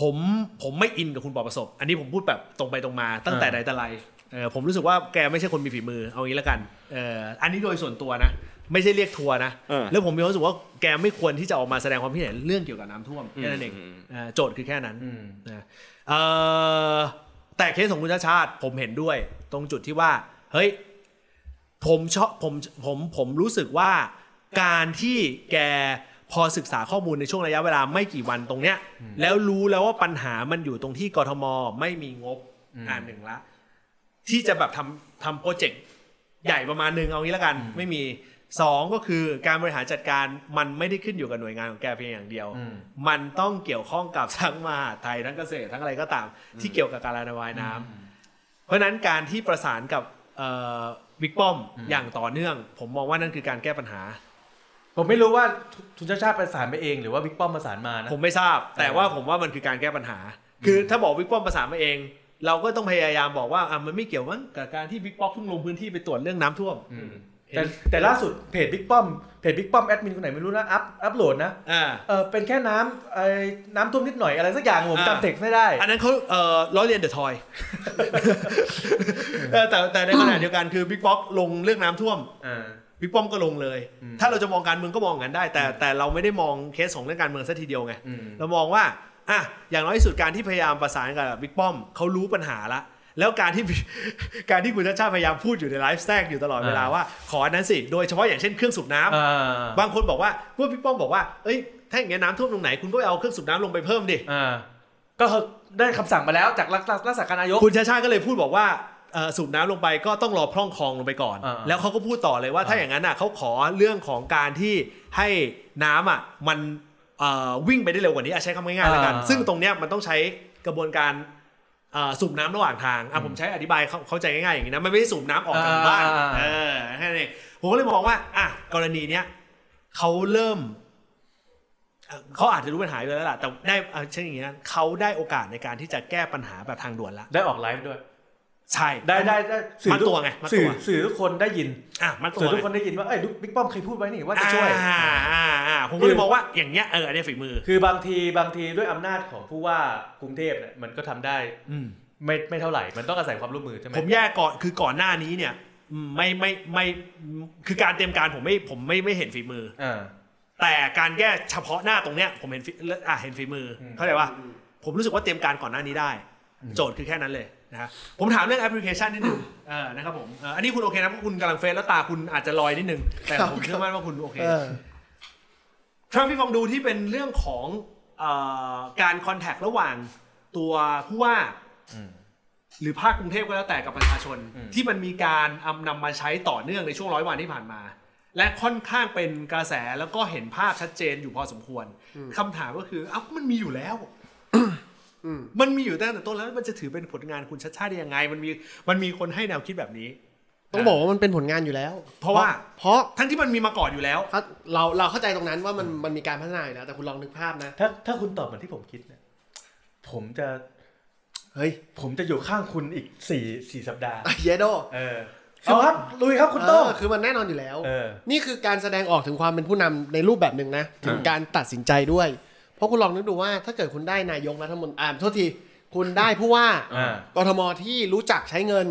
Speaker 1: ผมผมไม่อินกับคุณปอประสบ อันนี้ผมพูดแบบตรงไปตรงมา ตั้งแต่ไหนแต่ไรเออผมรู้สึกว่าแกไม่ใช่คนมีฝีมือเอางี้ละกันเอออันนี้โดยส่วนตัวนะ ไม่ใช่เรียกทัวร์นะ
Speaker 3: เออ
Speaker 1: แล้วผมมีความรู้สึกว่าแกไม่ควรที่จะออกมาแสดงความคิดเห็นเรื่องเกี่ยวกับน้ำท่วมแค่นั้นเอง
Speaker 3: อืม
Speaker 1: เออโจทย์คือแค่นั้น
Speaker 2: อืม
Speaker 1: นะเอ่อแต่เคสของคุณชาติชาติผมเห็นด้วย ตรงจุดที่ว่า เฮ้ย ผมชอบผมผมผมรู้สึกว่าการที่แกพอศึกษาข้อมูลในช่วงระยะเวลาไม่กี่วันตรงเนี้ย แล้วรู้แล้วว่าปัญหามันอยู่ตรงที่กทมไม่มีงบ
Speaker 2: อืม
Speaker 1: อ่านหนึ่งละ ที่จะแบบทำทำโปรเจกต์ใหญ่ประมาณหนึ่งเอางี้ละกัน ไม่มีสองก็คือการบริหารจัดการมันไม่ได้ขึ้นอยู่กับหน่วยงานของแกเพียงอย่างเดียว
Speaker 2: อืม
Speaker 1: มันต้องเกี่ยวข้องกับ ทั้งมหาดไทยทั้งเกษตรทั้งอะไรก็ตาม ที่เกี่ยวกับการระบายน้ำเพราะฉะนั้นการที่ประสานกับเอ่อบิ๊กป้อมอย่างต่อเนื่อง ผมมองว่านั่นคือการแก้ปัญหา
Speaker 2: ผมไม่รู้ว่าทุนชาติชาติประสานไปเองหรือว่าบิ๊กป้อมประสานมานะ
Speaker 1: ผมไม่ทราบ แต่ว่าผมว่ามันคือการแก้ปัญหา คือถ้าบอกบิ๊กป้อมประสานมาเอง เราก็ต้องพยายามบอกว่าอ่ะมันไม่เกี่ยวมั้งกับการที่บิ๊กป้อมเพิ่งลงพื้นที่ไปตรวจเรื่องน้ำท่วม
Speaker 2: อืม
Speaker 1: เห็น
Speaker 2: แต่แต่ล่าสุดเพจบิ๊กป้อมเพจบิ๊กป้อมแอดมินคนไหนไม่รู้นะอัพอัพโหลดนะ
Speaker 1: อ่า
Speaker 2: เออเป็นแค่น้ำไอ้น้ำท่วมนิดหน่อยอะไรสักอย่างผม
Speaker 1: อ่า
Speaker 2: จำเท็กไม่ได้
Speaker 1: อันนั้นเขาเอ่อล้อเลียนเดอะทอยแต่แต่ในข ณะเดียวกันคือบิ๊กป้อมลงเรื่องน้ำท่วม
Speaker 2: อ่า
Speaker 1: บิ๊กป้อมก็ลงเลย
Speaker 2: อืม
Speaker 1: ถ้าเราจะมองการเมืองก็มองอย่างนั้นได้ แต่แต่เราไม่ได้มองเคสของเรื่องการเมืองซะทีเดียวไง
Speaker 2: อืม
Speaker 1: เรามองว่าอ่ะอย่างน้อยที่สุดการที่พยายามประสานกับบิ๊กป้อมเขารู้ปัญหาละ แล้วการที่ การที่คุณชาติชาติพยายามพูดอยู่ในไลฟ์แทรกอยู่ตลอดเวลา
Speaker 2: อ่า
Speaker 1: ว่าขออันนั้นสิ โดยเฉพาะอย่างเช่นเครื่องสูบน้ำ
Speaker 2: อ่า
Speaker 1: บางคนบอกว่าเมื่อบิ๊กป้อมบอกว่า เอ้ย ถ้าอย่างเงี้ยน้ำท่วมตรงไหนคุณก็ไปเอาเครื่องสูบน้ำลงไปเพิ่มดิ
Speaker 2: อ่าก็คือได้คำสั่งมาแล้วจากรักรักษาการนายก
Speaker 1: คุณชาติชาติก็เลยพูดบอกว่าเอ่อสูบน้ำลงไปก็ต้องรอพร่องคลองลงไปก่อน
Speaker 2: อ่าๆ
Speaker 1: แล้วเขาก็พูดต่อเลยว่าถ้าอย่างนั้นน่ะเขาขอเรื่องของการที่ให้น้ำอ่ะมันเอ่อวิ่งไปได้เร็วกว่านี้อ่ะใช้คำง่ายๆแล้วกัน
Speaker 2: อ่า
Speaker 1: ซึ่งตรงเนี้ยมันต้องใช้กระบวนการเอ่อสูบน้ำระหว่างทางอ่ะผมใช้อธิบายเข้าเข้าใจง่ายๆอย่างนี้นะมันไม่ได้สูบน้ำออกจากหมู่บ้านเออแค่นั้นเองผมก็เลยมองว่าอ่ะกรณีเนี้ยเขาเริ่ม เอ่อเขาอาจจะรู้ปัญหาอยู่แล้วล่ะแต่ได้เอาเช่นอย่างนี้นะเขาได้โอกาสในการที่จะแก้ปัญหาแบบทางด่วนละ
Speaker 2: ได้ออกไลฟ์ด้วย
Speaker 1: ใช่
Speaker 2: ได้ได้ได้สื่
Speaker 1: มัด
Speaker 2: ทุก
Speaker 1: ตัวไงมัดตัว
Speaker 2: สื่อสื่อทุกคนได้ยิน
Speaker 1: อ่ะมันตั
Speaker 2: สื่อ
Speaker 1: ว
Speaker 2: ทุกคนได้ยินว่าเอ้ยบิ๊กป้อมเคยพูดไว้นี่ว่า
Speaker 1: อ่า
Speaker 2: จะช่วย
Speaker 1: อ่าอ่าผมก็เลยมองว่าอย่างเงี้ยเอออันเนี้ยฝีมือ
Speaker 2: คือบางทีบางทีด้วยอำนาจของผู้ว่ากรุงเทพเนี่ยมันก็ทำได้ไม่ไม่เท่าไหร่ มันต้องอาศัยความร่วมมือใช่ไหม
Speaker 1: ผมแยกก่อนคือก่อนหน้านี้เนี่ยอืมไม่ไม่ไม่คือการเตรียมการผมไม่ผมไม่ไม่เห็นฝีมือ
Speaker 2: อ่า
Speaker 1: แต่การแก้เฉพาะหน้าตรงเนี้ยผมเห็นฝีอ่ะเห็นฝีมืออ
Speaker 2: ม
Speaker 1: เข้าใจว่าผมรู้สึกว่าเตรียมการก่อนหน้านี้ได้ โจทย์คือแค่นั้นเลยนะฮะผมถามเรื่องแอปพลิเคชันนิดนึงเออนะครับผมเอ่ออันนี้คุณโอเคนะเพราะคุณกำลังเฟซแล้วตาคุณอาจจะลอยนิดนึงแต่ผมเชื่อมั่นว่าคุณโอเค
Speaker 4: เออ
Speaker 1: ทราฟิกฟองดูที่เป็นเรื่องของเออการคอนแทคระหว่างตัวผู้ว่า
Speaker 2: อืม
Speaker 1: หรือภาคกรุงเทพก็แล้วแต่กับประชาชน
Speaker 2: อืม
Speaker 1: ที่มันมีการเอานำมาใช้ต่อเนื่องในช่วงร้อยวันที่ผ่านมา และค่อนข้างเป็นกระแสแล้วก็เห็นภาพชัดเจนอยู่พอสมควรคำถามก็คือเอ้ามันมีอยู่แล้ว มันมีอยู่ตั้งแต่ต้นแล้วมันจะถือเป็นผลงานคุณชัดชาติได้ยังไง มันมีมันมีคนให้แนวคิดแบบนี้
Speaker 4: ต้องบอกว่ามันเป็นผลงานอยู่แล้ว
Speaker 1: เพราะว่า
Speaker 4: เพราะ
Speaker 1: ทั้งที่มันมีมาก่อนอยู่แล้ว
Speaker 4: เพราะเราเราเข้าใจตรงนั้นว่ามันมันมีการพัฒนาอยู่แล้วแต่คุณลองนึกภาพนะ
Speaker 2: ถ้าถ้าคุณตอบเหมือนที่ผมคิดเนี่ยผมจะ
Speaker 4: เฮ้ย
Speaker 2: ผมจะอยู่ข้างคุณอีกสี่สี่สัปดาห์
Speaker 4: เยโด
Speaker 2: เออเอาครับลุยครับคุณโต้ง
Speaker 4: เออคือมันแน่นอนอยู่แล้ว
Speaker 2: เออ
Speaker 4: นี่คือการแสดงออกถึงความเป็นผู้นำในรูปแบบหนึ่งนะ ถึงการตัดสินใจด้วย เพราะคุณลองนึกดูว่าถ้าเกิดคุณได้นายกรัฐมนตรีอ่าโทษที คุณได้ผู้ว่า
Speaker 2: อ่า
Speaker 4: กทมที่รู้จักใช้เงิน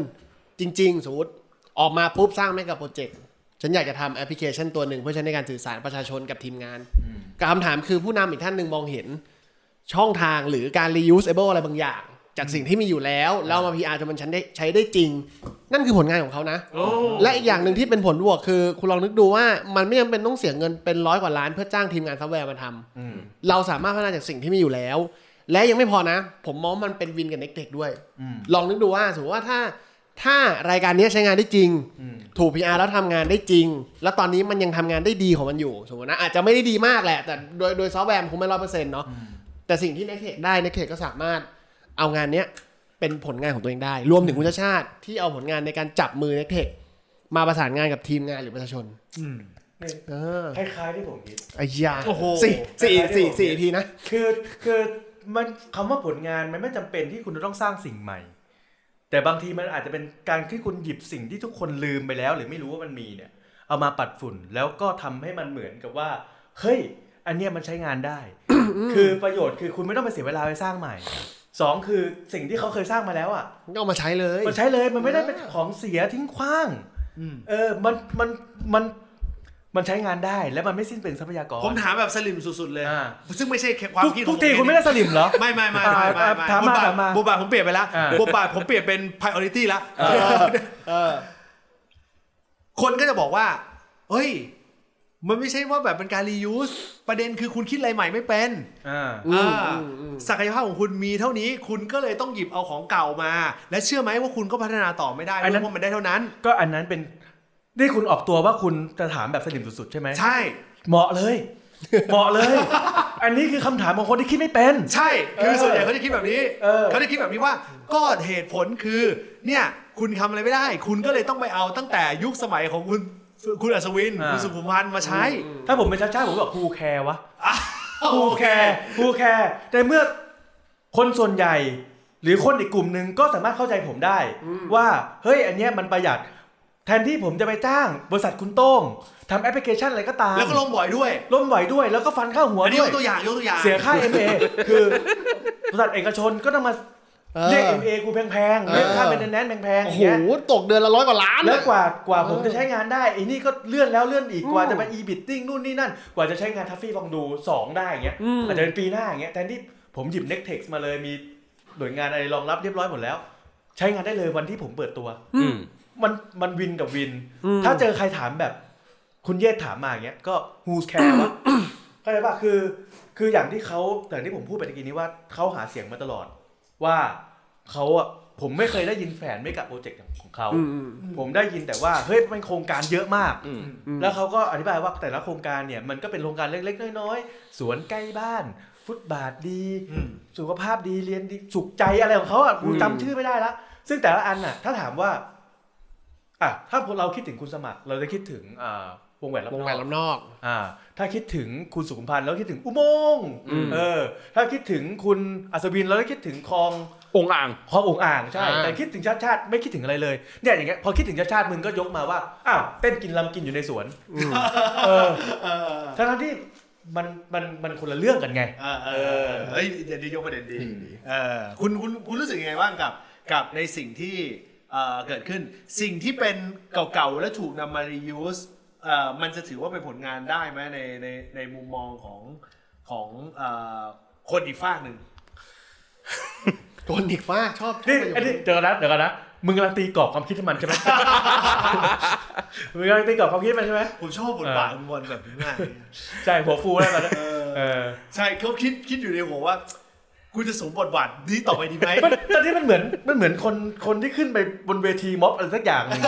Speaker 4: จริง ๆ สมมติออกมาปุ๊บสร้างแมกะโปรเจกต์ฉันอยากจะทำแอปพลิเคชันตัวหนึ่งเพื่อใช้ในการสื่อสารประชาชนกับทีมงานกับคำถามคือผู้นำอีกท่านหนึ่งมองเห็น ช่องทางหรือการ reusable อะไรบางอย่าง จากสิ่งที่มีอยู่แล้วแล้วเอามา PR จนมันใช้ได้ใช้ได้จริง นั่นคือผลงานของเขานะ และอีกอย่างหนึ่งที่เป็นผลบวกคือ คุณลองนึกดูว่ามันไม่จำเป็นต้องเสียเงินเป็นร้อยกว่าล้านเพื่อจ้างทีมงานซอฟต์แวร์มาทำเราสามารถพัฒนาจากสิ่งที่มีอยู่แล้ว และยังไม่พอนะ ผมมองว่ามันเป็นวินกับเน็กเทคด้วย ลองนึกดูว่าสมมติว่าถ้าถ้ารายการนี้ใช้งานได้จริง ถูก PR แล้วทำงานได้จริง แล้วตอนนี้มันยังทำงานได้ดีของมันอยู่สมมตินะอาจจะไม่ได้ดีมากแหละ แต่โดยโดยซอฟต์แวร์มันคงไม่ร้อยเปอร์เซ็นต์เนาะแต่สิ่งที่เน็กเทคได้เน็กเทคก็สามารถเอางานเนี้ยเป็นผลงานของตัวเองได้ รวมถึงคุณชาติชาติที่เอาผลงานในการจับมือเน็กเทค มาประสานงานกับทีมงานหรือประชาชนเออ
Speaker 2: คล้ายๆที่ผมคิด
Speaker 4: ไอ้ยา
Speaker 1: โอ้โห
Speaker 4: สี่สี่สี่สี่ทีนะ
Speaker 2: คือคือมันคำว่าผลงานมันไม่จำเป็นที่คุณจะต้องสร้างสิ่งใหม่ แต่บางทีมันอาจจะเป็นการที่คุณหยิบสิ่งที่ทุกคนลืมไปแล้ว หรือไม่รู้ว่ามันมีเนี่ย เอามาปัดฝุ่นแล้วก็ทำให้มันเหมือนกับว่า เฮ้ย อันเนี้ยมันใช้งานได้ คือประโยชน์คือคุณไม่ต้องไปเสียเวลาไปสร้างใหม่สองคือสิ่งที่เขาเคยสร้างมาแล้วอ่ะ
Speaker 4: ก็เอามาใช้เลย
Speaker 2: มันใช้เลยมันไม่ได้เป็น
Speaker 4: เออ
Speaker 2: ของเสียทิ้งขว้าง
Speaker 1: อืม
Speaker 2: เออมันมันมันมันใช้งานได้และมันไม่สิ้นเปลืองทรัพยากร
Speaker 1: ผมถามแบบสลิมสุดๆเลย
Speaker 2: อ่า
Speaker 1: ซึ่งไม่ใช่ความ
Speaker 2: ทุก
Speaker 1: คิดของ
Speaker 2: ทุกที
Speaker 1: ผเอง
Speaker 2: คุณไม่ได้สลิมเหรอ
Speaker 1: ไม่ไม่ไม่ไม่ไม่
Speaker 2: อ่า
Speaker 1: ไม่
Speaker 2: ถา
Speaker 1: บทบท
Speaker 2: มมาถามมา
Speaker 1: บทบาทผมเปลี่ยนไปแล้ว
Speaker 2: อ่า
Speaker 1: บทบาทผมเปลี่ยนเป็น priority แล้ว
Speaker 4: เออ
Speaker 1: คนก็จะบอกว่า เฮ้ย มันไม่ใช่ว่าแบบเป็นการ reuse ประเด็นคือคุณคิดอะไรใหม่ไม่เป็น
Speaker 2: อ่า
Speaker 1: อ่า
Speaker 4: อืมอืม
Speaker 1: ศักยภาพของคุณมีเท่านี้ คุณก็เลยต้องหยิบเอาของเก่ามา และเชื่อไหมว่าคุณก็พัฒนาต่อไม่ได้
Speaker 2: อันนั้น
Speaker 1: เพราะมันได้เท่านั้น
Speaker 2: ก็อันนั้นเป็นนี่คุณออกตัวว่าคุณจะถามแบบสนิมสุดๆ ใช่ไหม
Speaker 1: ใช่
Speaker 2: เหมาะเลย เหมาะเลย อันนี้คือคำถามของคนที่คิดไม่เป็น
Speaker 1: ใช่คือ
Speaker 2: เออ
Speaker 1: ส่วนใหญ่เขาจะคิดแบบนี้
Speaker 2: เออ
Speaker 1: เขาจะคิดแบบนี้ว่า ก็เหตุผลคือ เนี่ย คุณทำอะไรไม่ได้ คุณก็เลยต้องไปเอาตั้งแต่ยุคสมัยของคุณคุณอัศวินคุณสุขุมพันธ์มาใช้
Speaker 2: ถ้าผมเป็นชาชาติผมแบบคูแคร์วะคูแคร์คูแคร์แต่เมื่อคนส่วนใหญ่ หรือคนอีกกลุ่มหนึ่งก็สามารถเข้าใจผมได้ ว่าเฮ้ยอันเนี้ยมันประหยัด แทนที่ผมจะไปจ้างบริษัทคุณโต้งทำแอปพลิเคชันอะไรก็ตาม
Speaker 1: แล้วก็ลงบ่อยด้วย
Speaker 2: ล้มไหวด้วยแล้วก็ฟันข้าหัว
Speaker 1: อันนี้ย
Speaker 2: ด้วย
Speaker 1: กตัวอย่างยกตัวอย่าง
Speaker 2: เสียค่า MA คือบริษัทเอกชนก็ต้องมา
Speaker 4: เออ
Speaker 2: เรียก MA กูแพงๆ
Speaker 4: เออ
Speaker 2: เรียกค่าเป็นแนนแพงๆอ
Speaker 4: โอ้
Speaker 2: ย่าง
Speaker 4: โห
Speaker 2: เงี้ย
Speaker 4: ตกเดือนละร้อยกว่าล้าน
Speaker 2: แล้ว
Speaker 4: อะ
Speaker 2: กว่ากว่า
Speaker 4: เออ
Speaker 2: ผมจะใช้งานได้ไอ้นี่ก็เลื่อนแล้วเลื่อนอีก
Speaker 4: อืม
Speaker 2: กว่าจะมา e-bidding นู่นนี่นั่น กว่าจะใช้งานทัฟฟี่ลองดู 2 ได้อย่างเงี้ย
Speaker 4: อืม
Speaker 2: อาจจะเป็นปีหน้าอย่างเงี้ยแทนที่ผมหยิบ Nectex มาเลยมีหน่วยงานอะไรรองรับเรียบร้อยหมดแล้ว ใช้งานได้เลยวันที่ผมเปิดตัว
Speaker 3: อืม
Speaker 2: มันมันวินกับวิน
Speaker 4: อืม
Speaker 2: ถ้าเจอใครถามแบบ คุณเยศถามมาอย่างเงี้ยก็ who's care วะ เข้าใจปะคือ คืออย่างที่เขาแต่ที่ผมพูดไปตะกี้นี้ว่าเขาหาเสียงมาตลอด ว่าเขาอะผมไม่เคยได้ยินแฟนไม่กับโปรเจกต์ของเขา
Speaker 4: อืมอืม
Speaker 2: ผมได้ยินแต่ว่า เฮ้ยมันโครงการเยอะมาก
Speaker 3: อืม
Speaker 4: อืม
Speaker 2: แล้วเขาก็อธิบายว่าแต่ละโครงการเนี่ย มันก็เป็นโครงการเล็กๆ น้อยๆ สวนใกล้บ้าน ฟุตบาทดี
Speaker 1: อืม
Speaker 2: สุขภาพดีเรียนดี สุขใจอะไรของเขาอ่ะกูจำชื่อไม่ได้ละซึ่งแต่ละอันน่ะ ถ้าถามว่า อ่ะถ้าพวกเราคิดถึงคุณสมัคร เราจะคิดถึงอ่าวงแหวนรอบ
Speaker 4: วง
Speaker 2: น
Speaker 4: แหวน
Speaker 2: อก
Speaker 4: ล้อมนอก
Speaker 2: อ่า ถ้าคิดถึงคุณสุขุมพันธ์เราคิดถึงอุโมงค์
Speaker 3: อืม
Speaker 2: เออ ถ้าคิดถึงคุณอัศวินเราจะคิดถึงคลอง
Speaker 3: องค์อ่าง
Speaker 2: พอองค์อ่างใช่
Speaker 4: อ่า
Speaker 2: แต่คิดถึงชาติชาติไม่คิดถึงอะไรเลยเนี่ยอย่างเงี้ยพอคิดถึงชาติชาติมึงก็ยกมาว่าอ้าวเต้นกินลำกินอยู่ในสวนเออทั้งๆที่มันมันมันคนละเรื่องกันไง
Speaker 1: เออเออเออเฮ้ยเดี๋ยวนี้ยกประเด็นดีเออคุณคุณคุณรู้สึกยังไงบ้างกับ กับในสิ่งที่เอ่อเกิดขึ้น สิ่งที่เป็นเก่าๆ และถูกนำมา reuse เอ่อมันจะถือว่าเป็นผลงานได้ไหมในในในมุมมองของของเอ่อคนอีกฝากหนึ่ง
Speaker 4: โดนอีกว่าชอบชอบ
Speaker 2: นี่
Speaker 4: ประโยค
Speaker 2: อันนี้เดี๋ยวก่อนนะเดี๋ยวก่อนนะมึงกำลังตีกรอบความคิดให้มันใช่ไหม มึงกำลังตีกรอบความคิดให้มันใช่ไหม
Speaker 1: ผมชอบบทบาทคุณบอลแบบนี้มากเลย
Speaker 2: ใช่หัวฟูแล้วตอนนั้น
Speaker 1: เออ
Speaker 2: เออ
Speaker 1: ใช่เขาคิดคิดอยู่ในหัวว่า กูจะสวมบทบาทนี้ต่อไปดีไหม
Speaker 2: มันตอนนี้มันเหมือนมันเหมือนคนคนที่ขึ้นไปบนเวทีม็อบอะไรสักอย่างหนึ่ง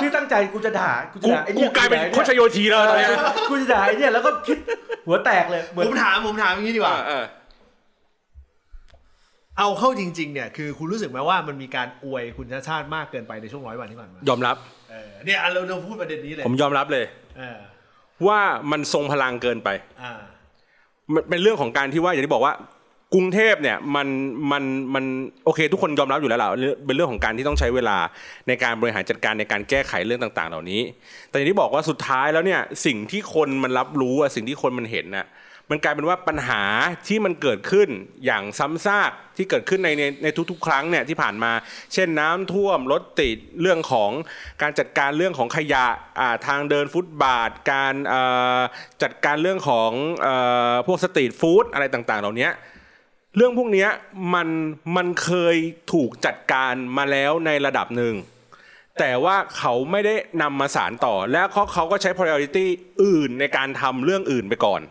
Speaker 2: ที่ตั้งใจกูจะด่ากูจะ
Speaker 3: กู
Speaker 2: ด่าไอ้
Speaker 3: กู
Speaker 2: เนี่ย
Speaker 3: กลายเป็นโคชโยทีแล้วตอนเนี้ย
Speaker 2: กูจะด่าไอ้เนี่ยแล้วก็คิดหัวแตกเลยเหมือน
Speaker 1: ผมถามผมถามอย่างนี้ดีก
Speaker 3: เอ
Speaker 1: ว่า
Speaker 3: อเออ
Speaker 1: เอาเข้าจริงๆเนี่ยคือคุณรู้สึกไหมว่ามันมีการอวยคุณชาติชาติมากเกินไปในช่วงร้อยวันที่ผ่านมาย
Speaker 3: อมรับ
Speaker 1: เออเนี่ยเราเราพูดประเด็นนี้เลย
Speaker 3: ผมยอมรับเลย
Speaker 1: เออ
Speaker 3: ว่ามันทรงพลังเกินไป
Speaker 1: อ่า
Speaker 3: มันเป็นเรื่องของการที่ว่าอย่างที่บอกว่า กรุงเทพเนี่ยมันมันมันโอเค ทุกคนยอมรับอยู่แล้วล่ะเรื่องเป็นเรื่องของการที่ต้องใช้เวลาในการบริหารจัดการในการแก้ไขเรื่องต่าง ๆ เหล่านี้ แต่อย่างที่บอกว่าสุดท้ายแล้วเนี่ยสิ่งที่คนมันรับรู้อะสิ่งที่คนมันเห็นน่ะมันกลายเป็นว่าปัญหาที่มันเกิดขึ้นอย่างซ้ำซากที่เกิดขึ้นในในในทุกๆ ครั้งเนี่ยที่ผ่านมา เช่นน้ำท่วมรถติดเรื่องของการจัดการเรื่องของขยะอ่าทางเดินฟุตบาท การเอ่อจัดการเรื่องของเออพวกสตรีทฟู้ดอะไรต่างๆ เหล่านี้ เรื่องพวกเนี้ยมันมันเคยถูกจัดการมาแล้วในระดับหนึ่ง แต่ว่าเขาไม่ได้นำมาสารต่อ และเขาเขาก็ใช้ priority อื่นในการทำเรื่องอื่นไปก่อน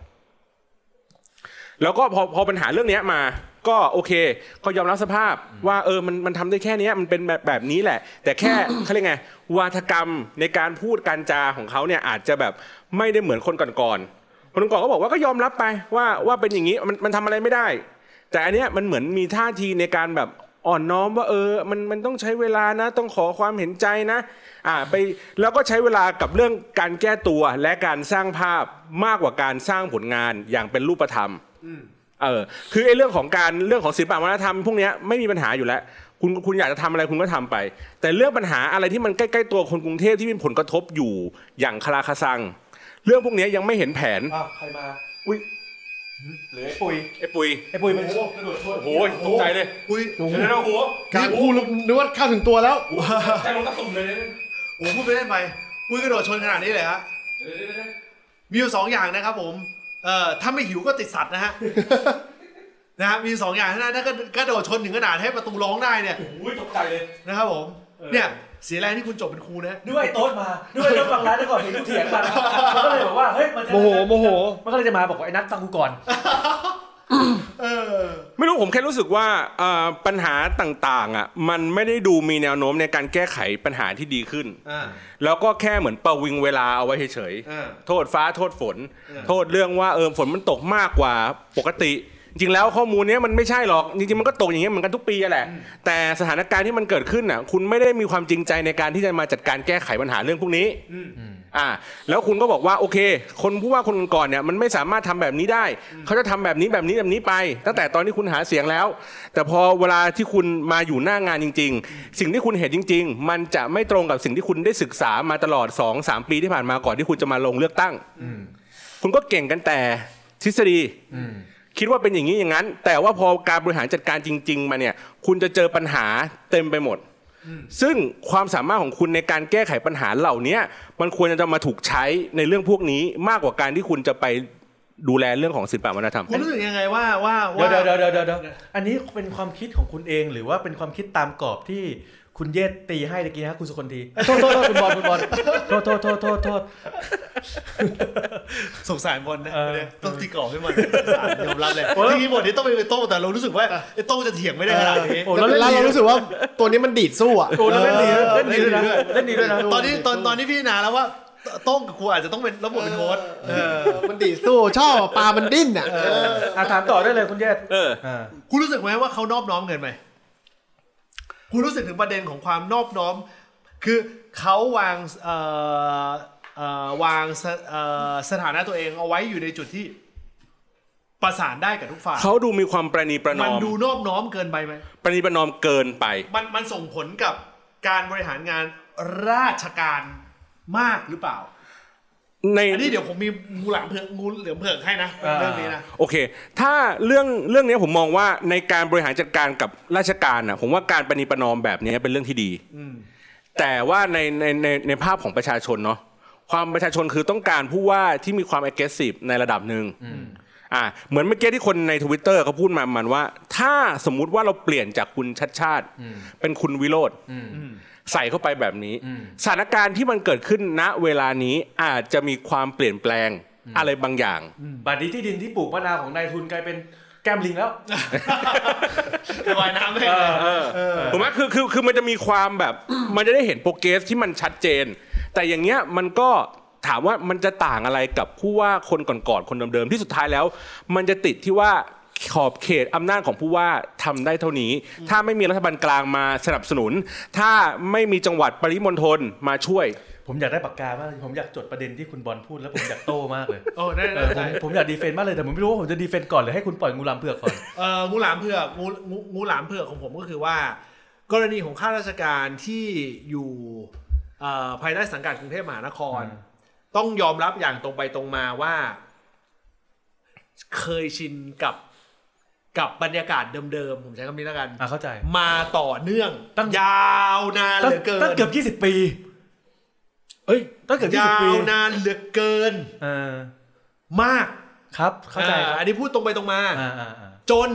Speaker 3: แล้วก็พอพอปัญหาเรื่องเนี้ยมา ก็โอเค ก็ยอมรับสภาพว่าเออมันมันทำได้แค่เนี้ยมันเป็นแบบแบบนี้แหละ แต่แค่ เขาเรียกไงวาทกรรมในการพูดการจาของเขาเนี่ยอาจจะแบบไม่ได้เหมือนคนก่อนๆคนก่อนๆก็บอกว่าก็ยอมรับไปว่าว่าเป็นอย่างนี้มันมันทำอะไรไม่ได้ แต่อันเนี้ยมันเหมือนมีท่าทีในการแบบอ่อนน้อมว่าเออมันมันต้องใช้เวลานะ ต้องขอความเห็นใจนะ อ่าไปแล้วก็ใช้เวลากับเรื่องการแก้ตัวและการสร้างภาพมากกว่าการสร้างผลงานอย่างเป็นรูปธรรม เออคือไอ้เรื่องของการเรื่องของศิลปะวัฒนธรรมพวกเนี้ยไม่มีปัญหาอยู่แล้ว คุณคุณอยากจะทำอะไรคุณก็ทำไป แต่เรื่องปัญหาอะไรที่มันใกล้ๆตัวคนกรุงเทพที่มีผลกระทบอยู่อย่างคลาคาซัง เรื่องพวกเนี้ยยังไม่เห็นแผน
Speaker 2: อ้าวใครมา
Speaker 3: อุ๊ย
Speaker 2: หรือไอ้ปุย
Speaker 3: ไอ้ปุย
Speaker 2: ไอ้ปุยมัน
Speaker 1: โอ้โห
Speaker 2: กระโดดโทษ
Speaker 3: โอ้โหตกใจเลย
Speaker 1: อุ้ย
Speaker 3: เดี๋ยวนะโอ้โห
Speaker 4: การพูดแล้วนึกว่าเข้าถึงตัวแล้ว
Speaker 3: ใจลงกระตุ่มเลยนะ
Speaker 1: โอ้โหพูดไปเล่นไปอุ้ยกระโดดชนขนาดนี้เลยฮะ
Speaker 3: เดี๋ยวๆๆ
Speaker 1: มีอยู่สองอย่างนะครับผมเอ่อถ้าไม่หิวก็ติดสัตว์นะฮ ะ นะฮะมีอยู่สองอย่างเท่านั้นถ้าก็กระโดดชนถึงขนาดให้ประตูร้องได้เนี่ย
Speaker 3: ๆอุ้ยตกใจเลย
Speaker 1: นะครับผมเนี่ยเสียแรงที่คุณจบเป็นครูนะ
Speaker 2: ด้วยโต๊ดมาด้วยโต๊ดบางร้านแล้วก่อนเห็นกูเถียงมานะมันก็เลยบอกว่าเฮ้ยมันจะ
Speaker 4: โมโหโมโห
Speaker 2: มันก็เลยจะมาบอกว่าไอ้นัทฟังกูก่อน
Speaker 1: เออ
Speaker 3: ไม่รู้ผมแค่รู้สึกว่าเอ่อปัญหาต่างๆอ่ะมันไม่ได้ดูมีแนวโน้มในการแก้ไขปัญหาที่ดีขึ้น
Speaker 1: อ่า
Speaker 3: แล้วก็แค่เหมือนประวิงเวลาเอาไว้เฉยๆ
Speaker 1: อ่า
Speaker 3: โทษฟ้าโทษฝน
Speaker 1: เออ
Speaker 3: โทษเรื่องว่าเออฝนมันตกมากกว่าปกติ จริงๆแล้วข้อมูลเนี้ยมันไม่ใช่หรอกจริงๆมันก็ตกอย่างเงี้ยเหมือนกันทุกปีอะแหละ แต่สถานการณ์ที่มันเกิดขึ้นน่ะ คุณไม่ได้มีความจริงใจในการที่จะมาจัดการแก้ไขปัญหาเรื่องพวกนี้อ่า แล้วคุณก็บอกว่าโอเค คนผู้ว่าคนก่อนๆเนี่ยมันไม่สามารถทำแบบนี้ได้ เขาจะทำแบบนี้แบบนี้แบบนี้ไป ตั้งแต่ตอนที่คุณหาเสียงแล้ว แต่พอเวลาที่คุณมาอยู่หน้างานจริง ๆ สิ่งที่คุณเห็นจริง ๆ มันจะไม่ตรงกับสิ่งที่คุณได้ศึกษามาตลอดสองสามปีที่ผ่านมาก่อนที่คุณจะมาลงเลือกตั้ง คุณก็เก่งกันแต่ทฤษฎีคิดว่าเป็นอย่างนี้อย่างนั้น แต่ว่าพอการบริหารจัดการจริง ๆ มาเนี่ย คุณจะเจอปัญหาเต็มไปหมด ซึ่งความสามารถของคุณในการแก้ไขปัญหาเหล่านี้มันควรจะมาถูกใช้ในเรื่องพวกนี้มากกว่าการที่คุณจะไปดูแลเรื่องของศิลปวัฒนธรรม
Speaker 1: คุณรู้สึกยังไงว่าว่า
Speaker 2: เดี๋ย
Speaker 1: ว่า
Speaker 2: วเดี๋ยวเดี๋ยวเดี๋ยวเดี๋ยวอันนี้เป็นความคิดของคุณเองหรือว่าเป็นความคิดตามกรอบที่คุณเยศตีให้ตะกี้นะคุณสุคนทีเอ้ยโทษโทษโทษคุณบอลคุณบอลโทษโทษโทษโทษโทษ
Speaker 1: สงสารบอลนะ
Speaker 2: เออ
Speaker 1: เนี่ยต้องตีกรอบให้มัน สงสารยอมรับเลยจริงๆบทนี้ต้องเป็นไปโต้งแต่เรารู้สึกว่าไอ้โต้งจะเถียงไม่ได้ขนาดนี้
Speaker 2: โอ้
Speaker 4: แล้
Speaker 2: แล้ววเล่น
Speaker 4: เรา
Speaker 2: ดี
Speaker 4: รู้สึกว่าตัวนี้มันดีดสู้อ่ะ
Speaker 2: โอ้แล้วเล่นดีด้วยเล่นดีด้วยนะเล่นดีด้วยนะ
Speaker 1: ตอนนี้ตอนตอนนี้พี่นาแล้วว่าโต้งกับครูอาจจะต้องเป็นรับบทเป็นโค้ชเออ
Speaker 4: มันดีดสู้ชอบอะปลามันดิ้นอ่ะ
Speaker 2: อ่ะถามต่อได้เลยคุณเยศ
Speaker 3: เออ
Speaker 2: อ่า
Speaker 1: คุณรู้สึกไหมว่าเขานอบน้อมเกินไปคุณรู้สึกถึงประเด็นของความนอบน้อม คือเขาวางเอ่อเอ่อวางสเอ่อสถานะตัวเองเอาไว้อยู่ในจุดที่ประสานได้กับทุกฝ่าย
Speaker 3: เขาดูมีความประนีประน
Speaker 1: มัน
Speaker 3: อม
Speaker 1: ดูนอบน้อมเกินไปไหม
Speaker 3: ประนีประนอมเกินไป
Speaker 1: มันมันส่งผลกับการบริหารงานราชการมากหรือเปล่า
Speaker 3: ใน
Speaker 1: อันนี้เดี๋ยวผมมีงูหลังเผือกงูเหลือมเผือกให้นะ
Speaker 2: อ่า
Speaker 1: เรื่องนี้ นะ
Speaker 3: โอเค ถ้าเรื่องเรื่องเนี้ยผมมองว่าในการบริหารจัดการกับราชการอ่ะ ผมว่าการประนีประนอมแบบเนี้ยเป็นเรื่องที่ดี แต่ว่าในในในในภาพของประชาชนเนาะ ความประชาชนคือต้องการผู้ว่าที่มีความ aggressive ในระดับหนึ่งอ่า เหมือนเมื่อกี้ที่คนใน Twitter เขาพูดมาประมันว่า ถ้าสมมุติว่าเราเปลี่ยนจากคุณชัดชาติ เป็นคุณวิโรธ ใส่เข้าไปแบบนี้ สถานการณ์ที่มันเกิดขึ้นณเวลานี้อาจจะมีความเปลี่ยนแปลงอะไรบางอย่าง
Speaker 2: บัตรนี้ที่ดินที่ปลูกมะนาวของนายทุนกลายเป็น แก้มลิงแล้ว
Speaker 1: ระบายน้ำได้
Speaker 2: เอ
Speaker 1: เลย
Speaker 2: อ
Speaker 3: เออ
Speaker 1: เออ
Speaker 3: ถูกไหมคือคือคือมันจะมีความแบบ มันจะได้เห็นโปรเกรสที่มันชัดเจน แต่อย่างเงี้ยมันก็ถามว่ามันจะต่างอะไรกับผู้ว่าคนก่อนๆคนเดิมๆที่สุดท้ายแล้ว มันจะติดที่ว่าขอบเขตอำนาจของผู้ว่าทำได้เท่านี้ ถ้าไม่มีรัฐบาลกลางมาสนับสนุน ถ้าไม่มีจังหวัดปริมณฑลมาช่วย
Speaker 2: ผมอยากได้ปากกามากเลยผมอยากจดประเด็นที่คุณบอลพูดแล้วผมอยากโต้มากเลย
Speaker 1: โอ้ได้
Speaker 2: เอ
Speaker 1: ได้
Speaker 2: อผ
Speaker 1: ได้
Speaker 2: มผมอยากดีเฟนต์มากเลยแต่ผมไม่รู้ว่าผมจะดีเฟนต์ก่อนหรือให้คุณปล่อยงูลามเผือกก่อน
Speaker 1: เอองูหลามเผือกงูงูงูหลามเผือกของผมก็คือว่า กรณีของข้าราชการที่อยู่เอ่อภายใต้สังกัดกรุงเทพมหานคร
Speaker 2: อืม
Speaker 1: ต้องยอมรับอย่างตรงไปตรงมาว่า เคยชินกับกับบรรยากาศเดิมๆผมใช้คำนี้แล้วกัน
Speaker 2: อ่ะเข้าใจ
Speaker 1: มาต่อเนื่อง
Speaker 2: ตั้ง
Speaker 1: ยาวนานเหลือเกิ
Speaker 2: ตั้ง
Speaker 1: น
Speaker 2: เกือบ 20 ปีเอ้ยตั้งเกือบ
Speaker 1: ยา
Speaker 2: 20 ปี
Speaker 1: วนานเหลือเกิน
Speaker 2: เออ
Speaker 1: มาก
Speaker 2: ครับเข้าใจ
Speaker 1: อ่อันนี้พูดตรงไปตรงมา
Speaker 2: อ่าอ่าอ่า
Speaker 1: จน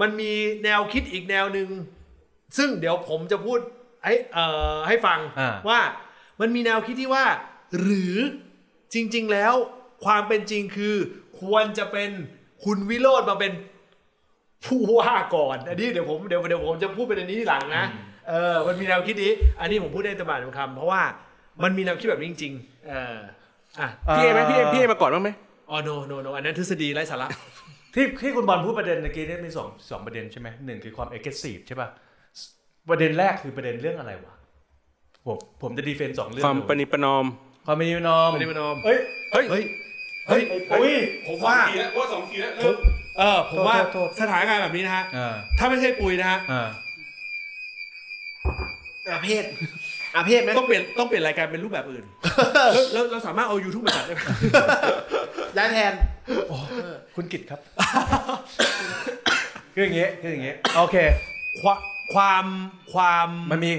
Speaker 1: มันมีแนวคิดอีกแนวหนึ่งซึ่งเดี๋ยวผมจะพูดให้เอ่อให้ฟัง
Speaker 2: อ่า
Speaker 1: ว่ามันมีแนวคิดที่ว่า หรือจริง ๆ แล้วความเป็นจริงคือ ควรจะเป็นคุณวิโรธมาเป็นผู้ว่าก่อนอันนี้เดี๋ยวผมเดี๋ยวเดี๋ยวผมจะพูดเป็นอันนี้ทีหลังนะเออมันมีแนวคิดนี้ อันนี้ผมพูดได้ตามปากตามคำเพราะว่ามันมีแนวคิดแบบนี้จริง ๆ เอออ่ะ
Speaker 3: พี่เอไหมพี่เอพี่เอมาก่อนบ้างไหม
Speaker 1: อ๋อ no no no อันนั้นทฤษฎีไร้สาระ
Speaker 2: ที่ที่คุณบอลพูดประเด็นเมื่อกี้เนี่ยมีสองสองประเด็นใช่ไหมหนึ่งคือความเอ็กซ์ซีฟใช่ป่ะประเด็นแรกคือประเด็นเรื่องอะไรวะผมผมจะดีเฟนต์สองเรื่อง
Speaker 3: ความ
Speaker 2: เลย
Speaker 3: ปณิประนอม
Speaker 2: ความปณิประนอม
Speaker 1: ปณิประนอม
Speaker 2: เอ้ย
Speaker 1: เฮ้ยเฮ้ย
Speaker 2: เฮ้
Speaker 1: เฮ้
Speaker 2: ย
Speaker 1: ย
Speaker 2: ไอ้ปุ้ย
Speaker 1: ผมว่า
Speaker 3: สองทีแล้ว
Speaker 1: ผมเออผมว่า
Speaker 2: โทษโทษ
Speaker 1: สถานการณ์แบบนี้นะฮะ
Speaker 2: อ่า
Speaker 1: ถ้าไม่ใช่ปุ๋ยนะฮะ
Speaker 2: อ่า
Speaker 4: อาเพศอาเพศไหม
Speaker 1: ต้องเปลี่ยนต้องเปลี่ยนรายการเป็นรูปแบบ อื่น แล้วแล้วเราสามารถเอา YouTube มาตัดได้ไหม
Speaker 4: ย้ายแทน
Speaker 2: คุณกิตครับ คืออย่างเงี้ยคืออย่างเงี้ยโอเค
Speaker 1: ควาความความ
Speaker 2: มันมี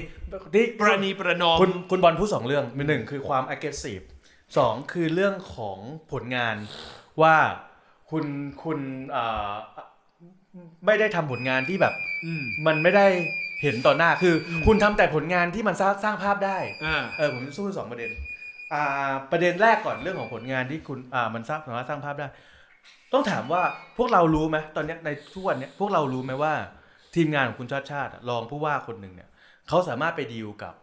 Speaker 2: ที่
Speaker 1: ประนีประนอม
Speaker 2: คุณคุณบอลพูดสองเรื่องมีหนึ่งคือความ aggressive สองคือเรื่องของผลงานว่าคุณคุณเอ่อไม่ได้ทำผลงานที่แบบ
Speaker 1: อืม
Speaker 2: มันไม่ได้เห็นต่อหน้าคืออคุณทำแต่ผลงานที่มันสร้างสร้างภาพได้
Speaker 1: อ่า
Speaker 2: เออผมจะสู้สองประเด็น อ่า ประเด็นแรกก่อนเรื่องของผลงานที่คุณอ่ามันสร้างสามารถสร้างภาพได้ ต้องถามว่าพวกเรารู้ไหมตอนเนี้ยในทุกวันเนี้ยพวกเรารู้ไหมว่า ทีมงานของคุณชาติชาติอะรองผู้ว่าคนหนึ่งเนี่ยเขาสามารถไปดีลกับ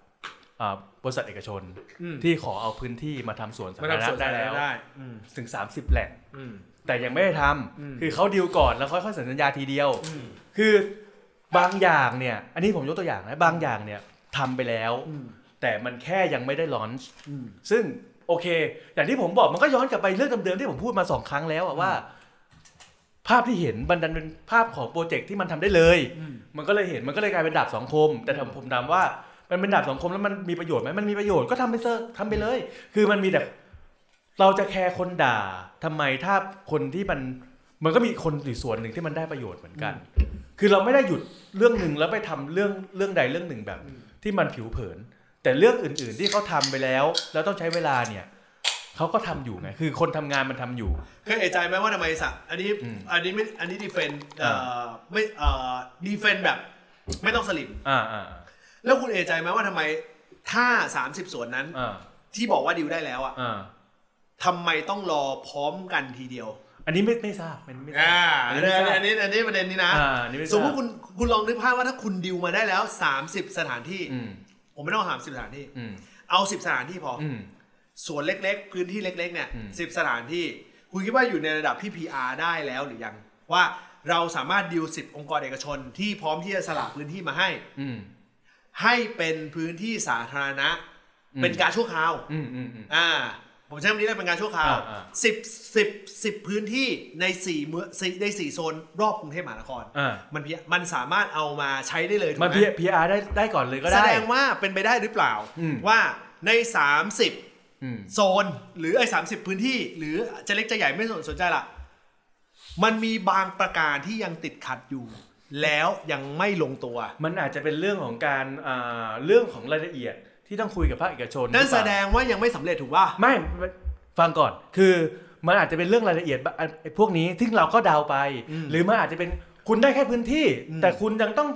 Speaker 2: อ่าบริษัทเอกชน
Speaker 1: อืม
Speaker 2: ที่ขอเอาพื้นที่มาทำสวนสา
Speaker 1: มา
Speaker 2: ธาร
Speaker 1: ทำ
Speaker 2: ณะ
Speaker 1: สวน
Speaker 2: ได้
Speaker 1: สาธาร
Speaker 2: แล้ว
Speaker 1: ณะได้อืม
Speaker 2: ถึง 30 แหล่ง
Speaker 1: อืม
Speaker 2: แต่ยังไม่ได้ท
Speaker 1: อืม
Speaker 2: ำคือเขาดีลก่อนแล้วค่อยๆเซ็นสัญญาทีเดียว
Speaker 1: อืม
Speaker 2: คือบางอย่างเนี่ย อันนี้ผมยกตัวอย่างนะบางอย่างเนี่ยทำไปแล้ว
Speaker 1: อืม
Speaker 2: แต่มันแค่ยังไม่ได้ลอนช
Speaker 1: อืม
Speaker 2: ซึ่งโอเค อย่างที่ผมบอกมันก็ย้อนกลับไปเรื่องเดิมๆที่ผมพูดมาสองครั้งแล้วอะว่า ภาพที่เห็นบันดันเป็นภาพของโปรเจกต์ที่มันทำได้เลย
Speaker 1: อืม
Speaker 2: มันก็เลยเห็นมันก็เลยกลายเป็นดาบสองคม แต่ถามผมถามว่า มันเป็นดาบสองคมแล้วมันมีประโยชน์ไหมมันมีประโยชน์ก็ทำไปเซอร์ทำไปเลย คือมันมีแต่เราจะแคร์คนด่าทำไมถ้าคนที่มันมันก็มีคนอยู่ส่วนหนึ่งที่มันได้ประโยชน์เหมือนกัน คือเราไม่ได้หยุดเรื่องหนึ่งแล้วไปทำเรื่องเรื่องใดเรื่องหนึ่งแบบ ที่มันผิวเผิน แต่เรื่องอื่น ๆ ที่เขาทำไปแล้ว แล้วต้องใช้เวลาเนี่ยเขาก็ทำอยู่ไงคือคนทำงานมันทำอยู่
Speaker 1: เคยเอะใจไหมว่าทำไมสักอันนี้
Speaker 2: อืม
Speaker 1: อันนี้ไม่อันนี้ดีเฟนเอ่
Speaker 2: อ่า
Speaker 1: อไม่เอ่อดีเฟนแบบ ไม่ต้องสลิม
Speaker 2: อ่าอ่า
Speaker 1: แล้วคุณเอะใจไหมว่าทำไมถ้า 30 ส่วนนั้น
Speaker 2: อ่า
Speaker 1: ที่บอกว่าดิวได้แล้วอ่ะ
Speaker 2: อ่า
Speaker 1: ทำไมต้องรอพร้อมกันทีเดียว
Speaker 2: อันนี้ไม่ไม่ทราบมันไม่ทรา
Speaker 1: อ่า
Speaker 2: บ
Speaker 1: อัน
Speaker 2: น
Speaker 1: นี้
Speaker 2: นี้ไม่ทรา
Speaker 1: อัน
Speaker 2: บ
Speaker 1: นี้อันนี้ประเด็นนี้นะ
Speaker 2: อ่าอันนี้ไม่ทราบ
Speaker 1: สมมติคุณคุณลองนึกภาพว่าถ้าคุณดิวมาได้แล้ว 30 สถานที่
Speaker 2: อืม
Speaker 1: ผมไม่ต้องถามสิบสถานที่
Speaker 2: อืม
Speaker 1: เอา 10 สถานที่พออ
Speaker 2: อืม
Speaker 1: สวนเล็กๆ พื้นที่เล็ก ๆ เนี่ย
Speaker 2: อืม
Speaker 1: สิบสถานที่ คุณคิดว่าอยู่ในระดับที่ PR ได้แล้วหรือยัง ว่าเราสามารถดิว 10 องค์กรเอกชน ที่พร้อมที่จะสละพื้นที่มาให้
Speaker 2: อืม
Speaker 1: ให้เป็นพื้นที่สาธารณะ
Speaker 2: อืม
Speaker 1: เป็นการชั่วคราว
Speaker 2: อืมอืมอืม
Speaker 1: อ่า ผมใช้คำนี้ได้เป็นการชั่วคราว
Speaker 2: อ่าอ่า
Speaker 1: สิบสิบสิบพื้นที่ในสี่เมืองสี่ในสี่โซนรอบกรุงเทพมหานคร
Speaker 2: อ่า
Speaker 1: มันเพียมันสามารถเอามาใช้ได้เลยถูก
Speaker 2: มัน
Speaker 1: ไหม
Speaker 2: พีพีอาร์ได้ได้ก่อนเลยก็
Speaker 1: แส
Speaker 2: ได้
Speaker 1: ดงว่าเป็นไปได้หรือเปล่า
Speaker 2: อืม
Speaker 1: ว่าใน 30
Speaker 2: อืม
Speaker 1: โซน หรือไอ้สาพื้นที่ หรือจะเล็กจะใหญ่ไม่สนใจละมันมีบางประการที่ยังติดขัดอยู่ แล้วยังไม่ลงตัว
Speaker 2: มันอาจจะเป็นเรื่องของการอ่าเรื่องของรายละเอียดที่ต้องคุยกับภาคเอกชน
Speaker 1: นั่น
Speaker 2: หรือเป
Speaker 1: แส
Speaker 2: ล่า
Speaker 1: ดงว่ายังไม่สำเร็จถูกป่ะ
Speaker 2: ไม่ไม่ฟังก่อนคือมันอาจจะเป็นเรื่องรายละเอียดบะอันไอ้พวกนี้ที่เราก็เดาไป
Speaker 1: อืม
Speaker 2: หรือมันอาจจะเป็นคุณได้แค่พื้นที่
Speaker 1: อืม
Speaker 2: แต่คุณยังต้อง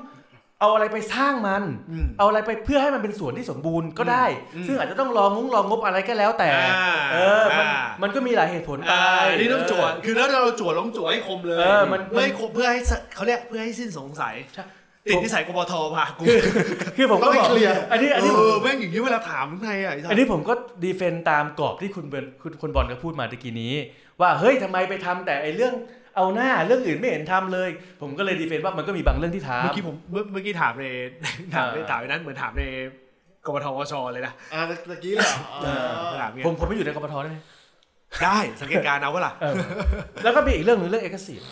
Speaker 2: เอาอะไรไปสร้างมัน
Speaker 1: อืม
Speaker 2: เอาอะไรไปเพื่อให้มันเป็นสวนที่สมบูรณ์ก็ได้
Speaker 1: อืม
Speaker 2: ซึ่งอาจจะต้องรองงงรองงบอะไรก็แล้วแต่
Speaker 1: อ่า
Speaker 2: เออมัน
Speaker 1: อ่ามั
Speaker 2: มันก็มีหลายเหตุผลไป
Speaker 1: อ่าอันนี่ต้องจวดคือแล้วเราจวดลงจวดให้คมเลย
Speaker 2: เออมัน
Speaker 1: เพื่อให้คมเพื่อให้สเขาเรียกเพื่อให้สิ้นสงสัย
Speaker 2: ใช่
Speaker 1: ติดนิสัยกบทผ่ะกู
Speaker 2: คือผมก็
Speaker 1: ให้
Speaker 2: บอกอันนี้อันนี้ผ
Speaker 1: เอ
Speaker 2: ม
Speaker 1: อแม่งอย่างนี้เวลาถามข้างในอ่ะไสัตว์
Speaker 2: อันนี้ผมก็ดีเฟนต์ตามกรอบที่คุณเบิร์นคุณคุณบอลก็พูดมาตะกี้นี้ ว่าเฮ้ยทำไมไปทำแต่ไอ้เรื่องเอาหน้าเรื่องอื่นไม่เห็นทำเลย ผมก็เลยดีเฟนต์ว่ามันก็มีบางเรื่องที่ทำ
Speaker 1: เมื่อกี้ผมเมื่อเมื่อกี้ถามใน ถามใน
Speaker 2: อ่า
Speaker 1: ถามในนั้นเหมือนถามในกบทวชเลยนะ
Speaker 4: อ่าตะกี้เหรออ๋อ
Speaker 1: ถามเนี่ย
Speaker 2: ผมผมไม่อยู่ในกปทได้ไหม
Speaker 1: ได้สังเกตการณ์เอาก็ล่ะ
Speaker 2: เออ แล้วก็มีอีกเรื่องหนึ่งเรื่องเอกสิทธิ์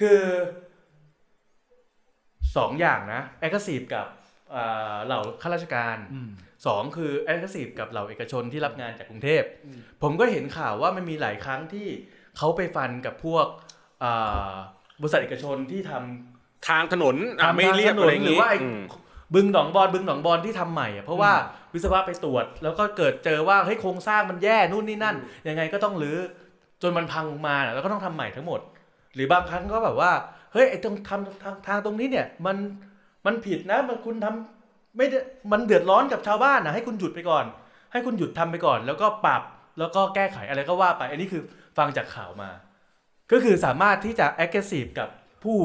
Speaker 2: คือสองอย่างนะเอกสิทธิ์กับเอ่อเหล่าข้าราชการสองคือเอกสิทธิ์กับเหล่าเอกชนที่รับงานจากกรุงเทพ ผมก็เห็นข่าวว่ามันมีหลายครั้งที่เขาไปฟันกับพวกเอ่อบริษัทเอกชนที่ทำ
Speaker 3: ทางถนนอ่ะ
Speaker 2: ทาง
Speaker 3: ไม่เรียบ
Speaker 2: ถนน
Speaker 3: อะไรอย่าง
Speaker 2: หรือ
Speaker 3: งี้
Speaker 2: ว่าไอ้
Speaker 3: อืม
Speaker 2: บึงหนองบอลบึงหนองบอลที่ทำใหม่อะเพราะว่าวิศวะไปตรวจ แล้วก็เกิดเจอว่าเฮ้ยโครงสร้างมันแย่นู่นนี่นั่น ยังไงก็ต้องรื้อจนมันพังลงมาน่ะแล้วก็ต้องทำใหม่ทั้งหมด หรือบางครั้งก็แบบว่าเฮ้ยไอ้ตรงทำทางทางตรงนี้เนี่ยมันมันผิดนะมันคุณทำไม่ได้มันเดือดร้อนกับชาวบ้านนะให้คุณหยุดไปก่อน ให้คุณหยุดทำไปก่อน แล้วก็ปรับแล้วก็แก้ไขอะไรก็ว่าไป อันนี้คือฟังจากข่าวมา ก็คือสามารถที่จะ aggressive กับผู้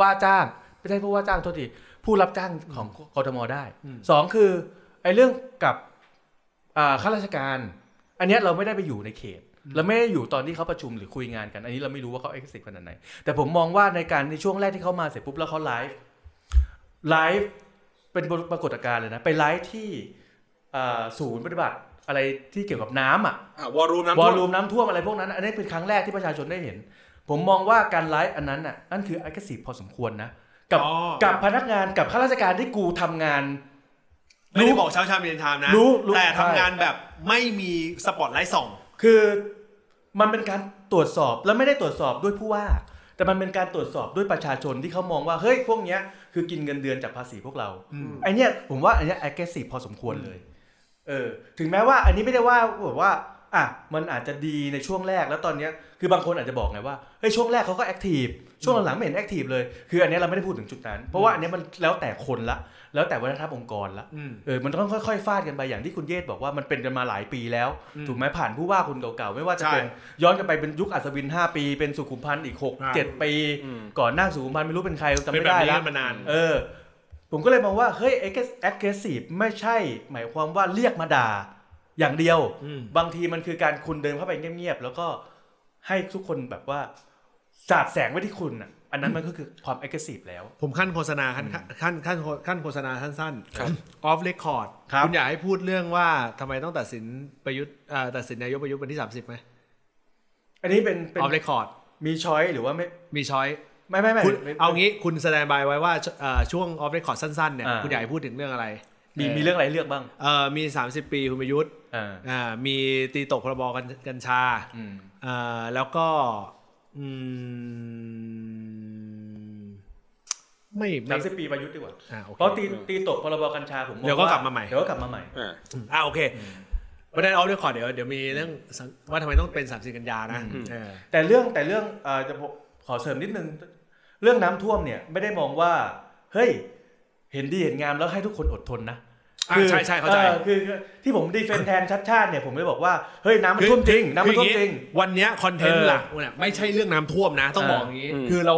Speaker 2: ว่าจ้างไม่ใช่ผู้ว่าจ้างโทษทีผู้รับจ้างของกทมได้สองคือไอ้เรื่องกับอ่าข้าราชการ อันเนี้ยเราไม่ได้ไปอยู่ในเขตเราไม่ได้อยู่ตอนที่เขาประชุมหรือคุยงานกัน อันนี้เราไม่รู้ว่าเขา aggressive ขนาดไหน แต่ผมมองว่าในการในช่วงแรกที่เขามาเสร็จปุ๊บแล้วเขาไลฟ์ไลฟ์เป็นปรากฏการณ์เลยนะไปไลฟ์ที่อ่าศูนย์ปฏิบัติอะไรที่เกี่ยวกับน้ำอ่ะ
Speaker 3: อ่ะวอลลุ่มน้ำ
Speaker 2: ว
Speaker 3: ท่
Speaker 2: อ
Speaker 3: ว
Speaker 2: ล
Speaker 3: ม
Speaker 2: ลุ่มน้ำท่วมอะไรพวกนั้น อันนี้เป็นครั้งแรกที่ประชาชนได้เห็น ผมมองว่าการไลฟ์อันนั้นน่ะนั่นคือ agressive พอสมควรนะ กับ
Speaker 1: อ๋อ
Speaker 2: กับพนักงานกับข้าราชการที่กูทำงาน
Speaker 1: ไม่ได้บอกเช้าชามเย็นชามนะ
Speaker 2: รู้รู้
Speaker 1: แต่ทำงานแบบไม่มีสปอตไลท์ส่อง
Speaker 2: คือมันเป็นการตรวจสอบแล้วไม่ได้ตรวจสอบด้วยผู้ว่า แต่มันเป็นการตรวจสอบด้วยประชาชนที่เขามองว่าเฮ้ยพวกเนี้ยคือกินเงินเดือนจากภาษีพวกเรา
Speaker 1: อืม
Speaker 2: ไอเนี้ยผมว่าอันเนี้ย agressive พอสมควรเลย เออถึงแม้ว่าอันนี้ไม่ได้ว่าแบบว่าอ่ะมันอาจจะดีในช่วงแรกแล้วตอนเนี้ยคือบางคนอาจจะบอกไงว่าเฮ้ยช่วงแรกเขาก็แอคทีฟช่วงหลังๆไม่เห็นแอคทีฟเลยคืออันเนี้ยเราไม่ได้พูดถึงจุดนั้น เพราะว่าอันเนี้ยมันแล้วแต่คนละ แล้วแต่วัฒนธรรมองค์กรละ
Speaker 1: อืม
Speaker 2: เออ มันต้องค่อยๆ ฟาดกันไปอย่างที่คุณเยศบอกว่ามันเป็นกันมาหลายปีแล้ว
Speaker 1: อืม
Speaker 2: ถูกไหมผ่านผู้ว่าคนเก่าๆ ไม่ว่าจะเป็น
Speaker 1: ใช่
Speaker 2: ย้อนกันไปเป็นยุคอัศวิน 5 ปี เป็นสุขุมพันธ์อีก 6 7 ปี
Speaker 3: อืม
Speaker 2: ก่อนหน้าสุขุมพันธ์ไม่รู้เป็นใครจำ
Speaker 1: เป็น
Speaker 2: ไม่
Speaker 1: แบบ
Speaker 2: ได้
Speaker 1: นี้
Speaker 2: แล้ว
Speaker 1: กันมานาน
Speaker 2: เออ ผมก็เลยมองว่า เฮ้ย aggressive ไม่ใช่ หมายความว่าเรียกมาด่าอย่างเดียว
Speaker 1: อืม
Speaker 2: บางทีมันคือการคุณเดินเข้าไปเงียบๆ แล้วก็ให้ทุกคนแบบว่าสาดแสงไว้ที่คุณอ่ะอันนั้นมันก็คือความ aggressive แล้ว
Speaker 1: ผมขั้นโฆษณาขั้นขั้นขั้นขั้นโฆษณาสั้น
Speaker 3: ครับ
Speaker 1: ๆออฟเรคคอร์ด
Speaker 2: ครับ
Speaker 1: คุณอยากให้พูดเรื่องว่าทำไมต้องตัดสินประยุทธ์เอ่อตัดสินนายกประยุทธ์วันที่ 30ไหม
Speaker 2: อันนี้เป็น
Speaker 1: อ
Speaker 2: เป็น
Speaker 1: อฟเรคคอร์ด
Speaker 2: มีช้อยหรือว่าไม่
Speaker 1: มีช้อย
Speaker 2: ไม่ไม่ไม่
Speaker 1: คุณ
Speaker 2: ไม่
Speaker 1: เอางี้คุณแสดงบายไว้ว่าเอ่อช่วงออฟเรคคอร์ดสั้นๆเนี่ย
Speaker 2: อ่า
Speaker 1: คุณอยากให้พูดถึงเรื่องอะไร
Speaker 2: มีมีเรื่องอะไรให้เลือกบ้าง
Speaker 1: เอ่อมี 30 ปีคุณประยุทธ์
Speaker 2: อ่า
Speaker 1: อ่ามีตีตกพรบกัญกัญชา
Speaker 2: อืม
Speaker 1: อ่าแล้วก็อืมไม่
Speaker 2: สา
Speaker 1: ไม่
Speaker 2: มสิบปีประยุทธ์ดีกว่า
Speaker 1: อ่าโอเค
Speaker 2: เพราะตีตีตกพรบกัญชาผมอง
Speaker 1: เดี๋ยวก็กลับมาใหม่
Speaker 2: เดี๋ยวก็กลับมาใหม่
Speaker 3: อ่ะ
Speaker 1: อ่าโอเคประเด็นออฟเรคคอร์ดเดี๋ยวเดี๋ยวมีเรื่องสังว่าทำไมต้องเป็น 30 กันยานะเออ
Speaker 2: แต่เรื่องแต่เรื่องเอ่อจะผมขอเสริมนิดนึง เรื่องน้ำท่วมเนี่ยไม่ได้มองว่า เฮ้ย เห็นดีเห็นงามแล้วให้ทุกคนอดทนนะ
Speaker 1: อ่า
Speaker 2: คือ
Speaker 1: ใช่ใช่เข้าใจ
Speaker 2: ออคือคือที่ผมดีเฟนแทนชัดชาติเนี่ยผมไม่บอกว่า เฮ้ย น้ำมัน
Speaker 1: คือ
Speaker 2: ท่วมจริง น้ำ
Speaker 1: คือ
Speaker 2: มั
Speaker 1: อน ย่า
Speaker 2: ท่วมจริง
Speaker 1: วันเนี้ยคอนเทน
Speaker 2: เอ
Speaker 1: ต์
Speaker 2: อ
Speaker 1: หลักเนี่ยไม่ใช่เรื่องน้ำท่วมนะ ต้อง
Speaker 2: เออ
Speaker 1: บอกอย่างนี้
Speaker 3: อืม
Speaker 1: คือเรา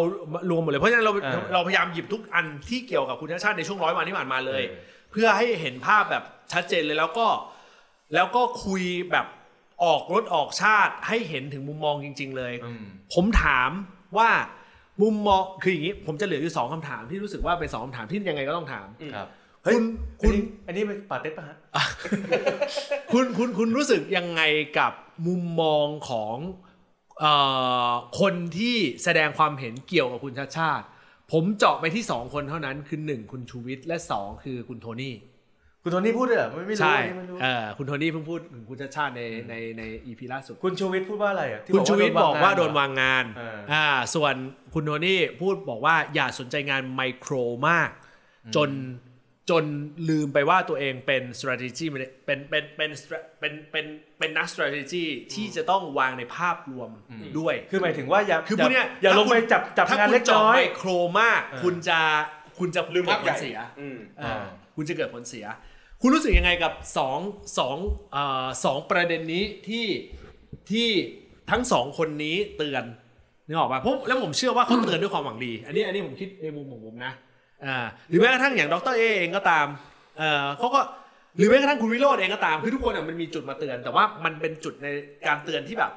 Speaker 1: รวมหมดเลยเพราะฉะนั้นเรา
Speaker 2: เออ
Speaker 1: เราพยายามหยิบทุกอันที่เกี่ยวกับคุณชาติชาติในช่วงร้อยวันที่ผ่านมาเลย เพื่อให้เห็นภาพแบบชัดเจนเลยแล้วก็ แล้วก็คุยแบบออกรถออกชาติให้เห็นถึงมุมมองจริง ๆ เลย
Speaker 2: อืม
Speaker 1: ผมถามว่ามุมมองคืออย่างนี้ ผมจะเหลืออยู่สองคำถามที่รู้สึกว่าเป็นสองคำถามที่ยังไงก็ต้องถาม
Speaker 2: ครับ
Speaker 1: เฮ้ย
Speaker 2: คุ
Speaker 1: คุณ ณ
Speaker 2: อันนี้เป็นป่าเต็ดป่ะฮะ
Speaker 1: คุณคุณคุณรู้สึกยังไงกับมุมมองของเอ่อคนที่แสดงความเห็นเกี่ยวกับคุณชาติชาติ ผมเจาะไปที่ 2 คนเท่านั้น คือ 1 คุณชูวิทย์และ 2 คือคุณโทนี่
Speaker 2: คุณโทนี่พูดด้วยเหรอไม่ไม่รู้
Speaker 1: ใช่
Speaker 2: อันนี้ไม่รู้
Speaker 1: เออคุณโทนี่เพิ่งพูดถึงคุณชาติชาติในในในอีพีล่าสุด
Speaker 2: คุณชูวิทย์พูดว่าอะไรอ่ะที่
Speaker 1: คุณชูวิทย์บอกว่าโดน
Speaker 2: ง
Speaker 1: วางงาน
Speaker 2: เอออ่
Speaker 1: อ่าส่วนคุณโทนี่พูดบอกว่าอย่าสนใจงานไมโครมาก จนจนลืมไปว่าตัวเองเป็น strategy เป็นเป็นเป็น stra- เป็นเป็นเป็นนัก strategy ที่จะต้องวางในภาพรวมด้วย
Speaker 2: คือหมายถึงว่าอย่า
Speaker 1: คือพวกเนี้ย
Speaker 2: อย่า
Speaker 1: ถ้า
Speaker 2: ลง
Speaker 1: คุณ
Speaker 2: ไปจับจั
Speaker 1: ถ้าง
Speaker 2: บาน
Speaker 1: คุ
Speaker 2: เล็
Speaker 1: ณ
Speaker 2: ก
Speaker 1: เจอ
Speaker 2: น้อ
Speaker 1: ไม
Speaker 2: ย
Speaker 1: โครมาก
Speaker 2: เออ
Speaker 1: คุณจะ คุณจะลืม
Speaker 3: ภาพ
Speaker 1: ผ
Speaker 3: ใหญ่
Speaker 1: ลเสีย
Speaker 3: อืม
Speaker 1: อ่าคุณจะเกิดผลเสีย คุณรู้สึกยังไงกับสองสองเอ่อสองประเด็นนี้ที่ที่ทั้งสองคนนี้เตือนนึกออกป่ะผมแล้วผมเชื่อว่าเขาเตือนด้วยความหวังดี อันนี้อันนี้ผมคิดในมุมของผมนะอ่าหรือแม้กระทั่งอย่างดรเอเองก็ตามเออเขาก็หรือแม้กระทั่งคุณวิโรจน์เองก็ตามคือทุกคนอะมันมีจุดมาเตือน แต่ว่ามันเป็นจุดในการเตือนที่แบบ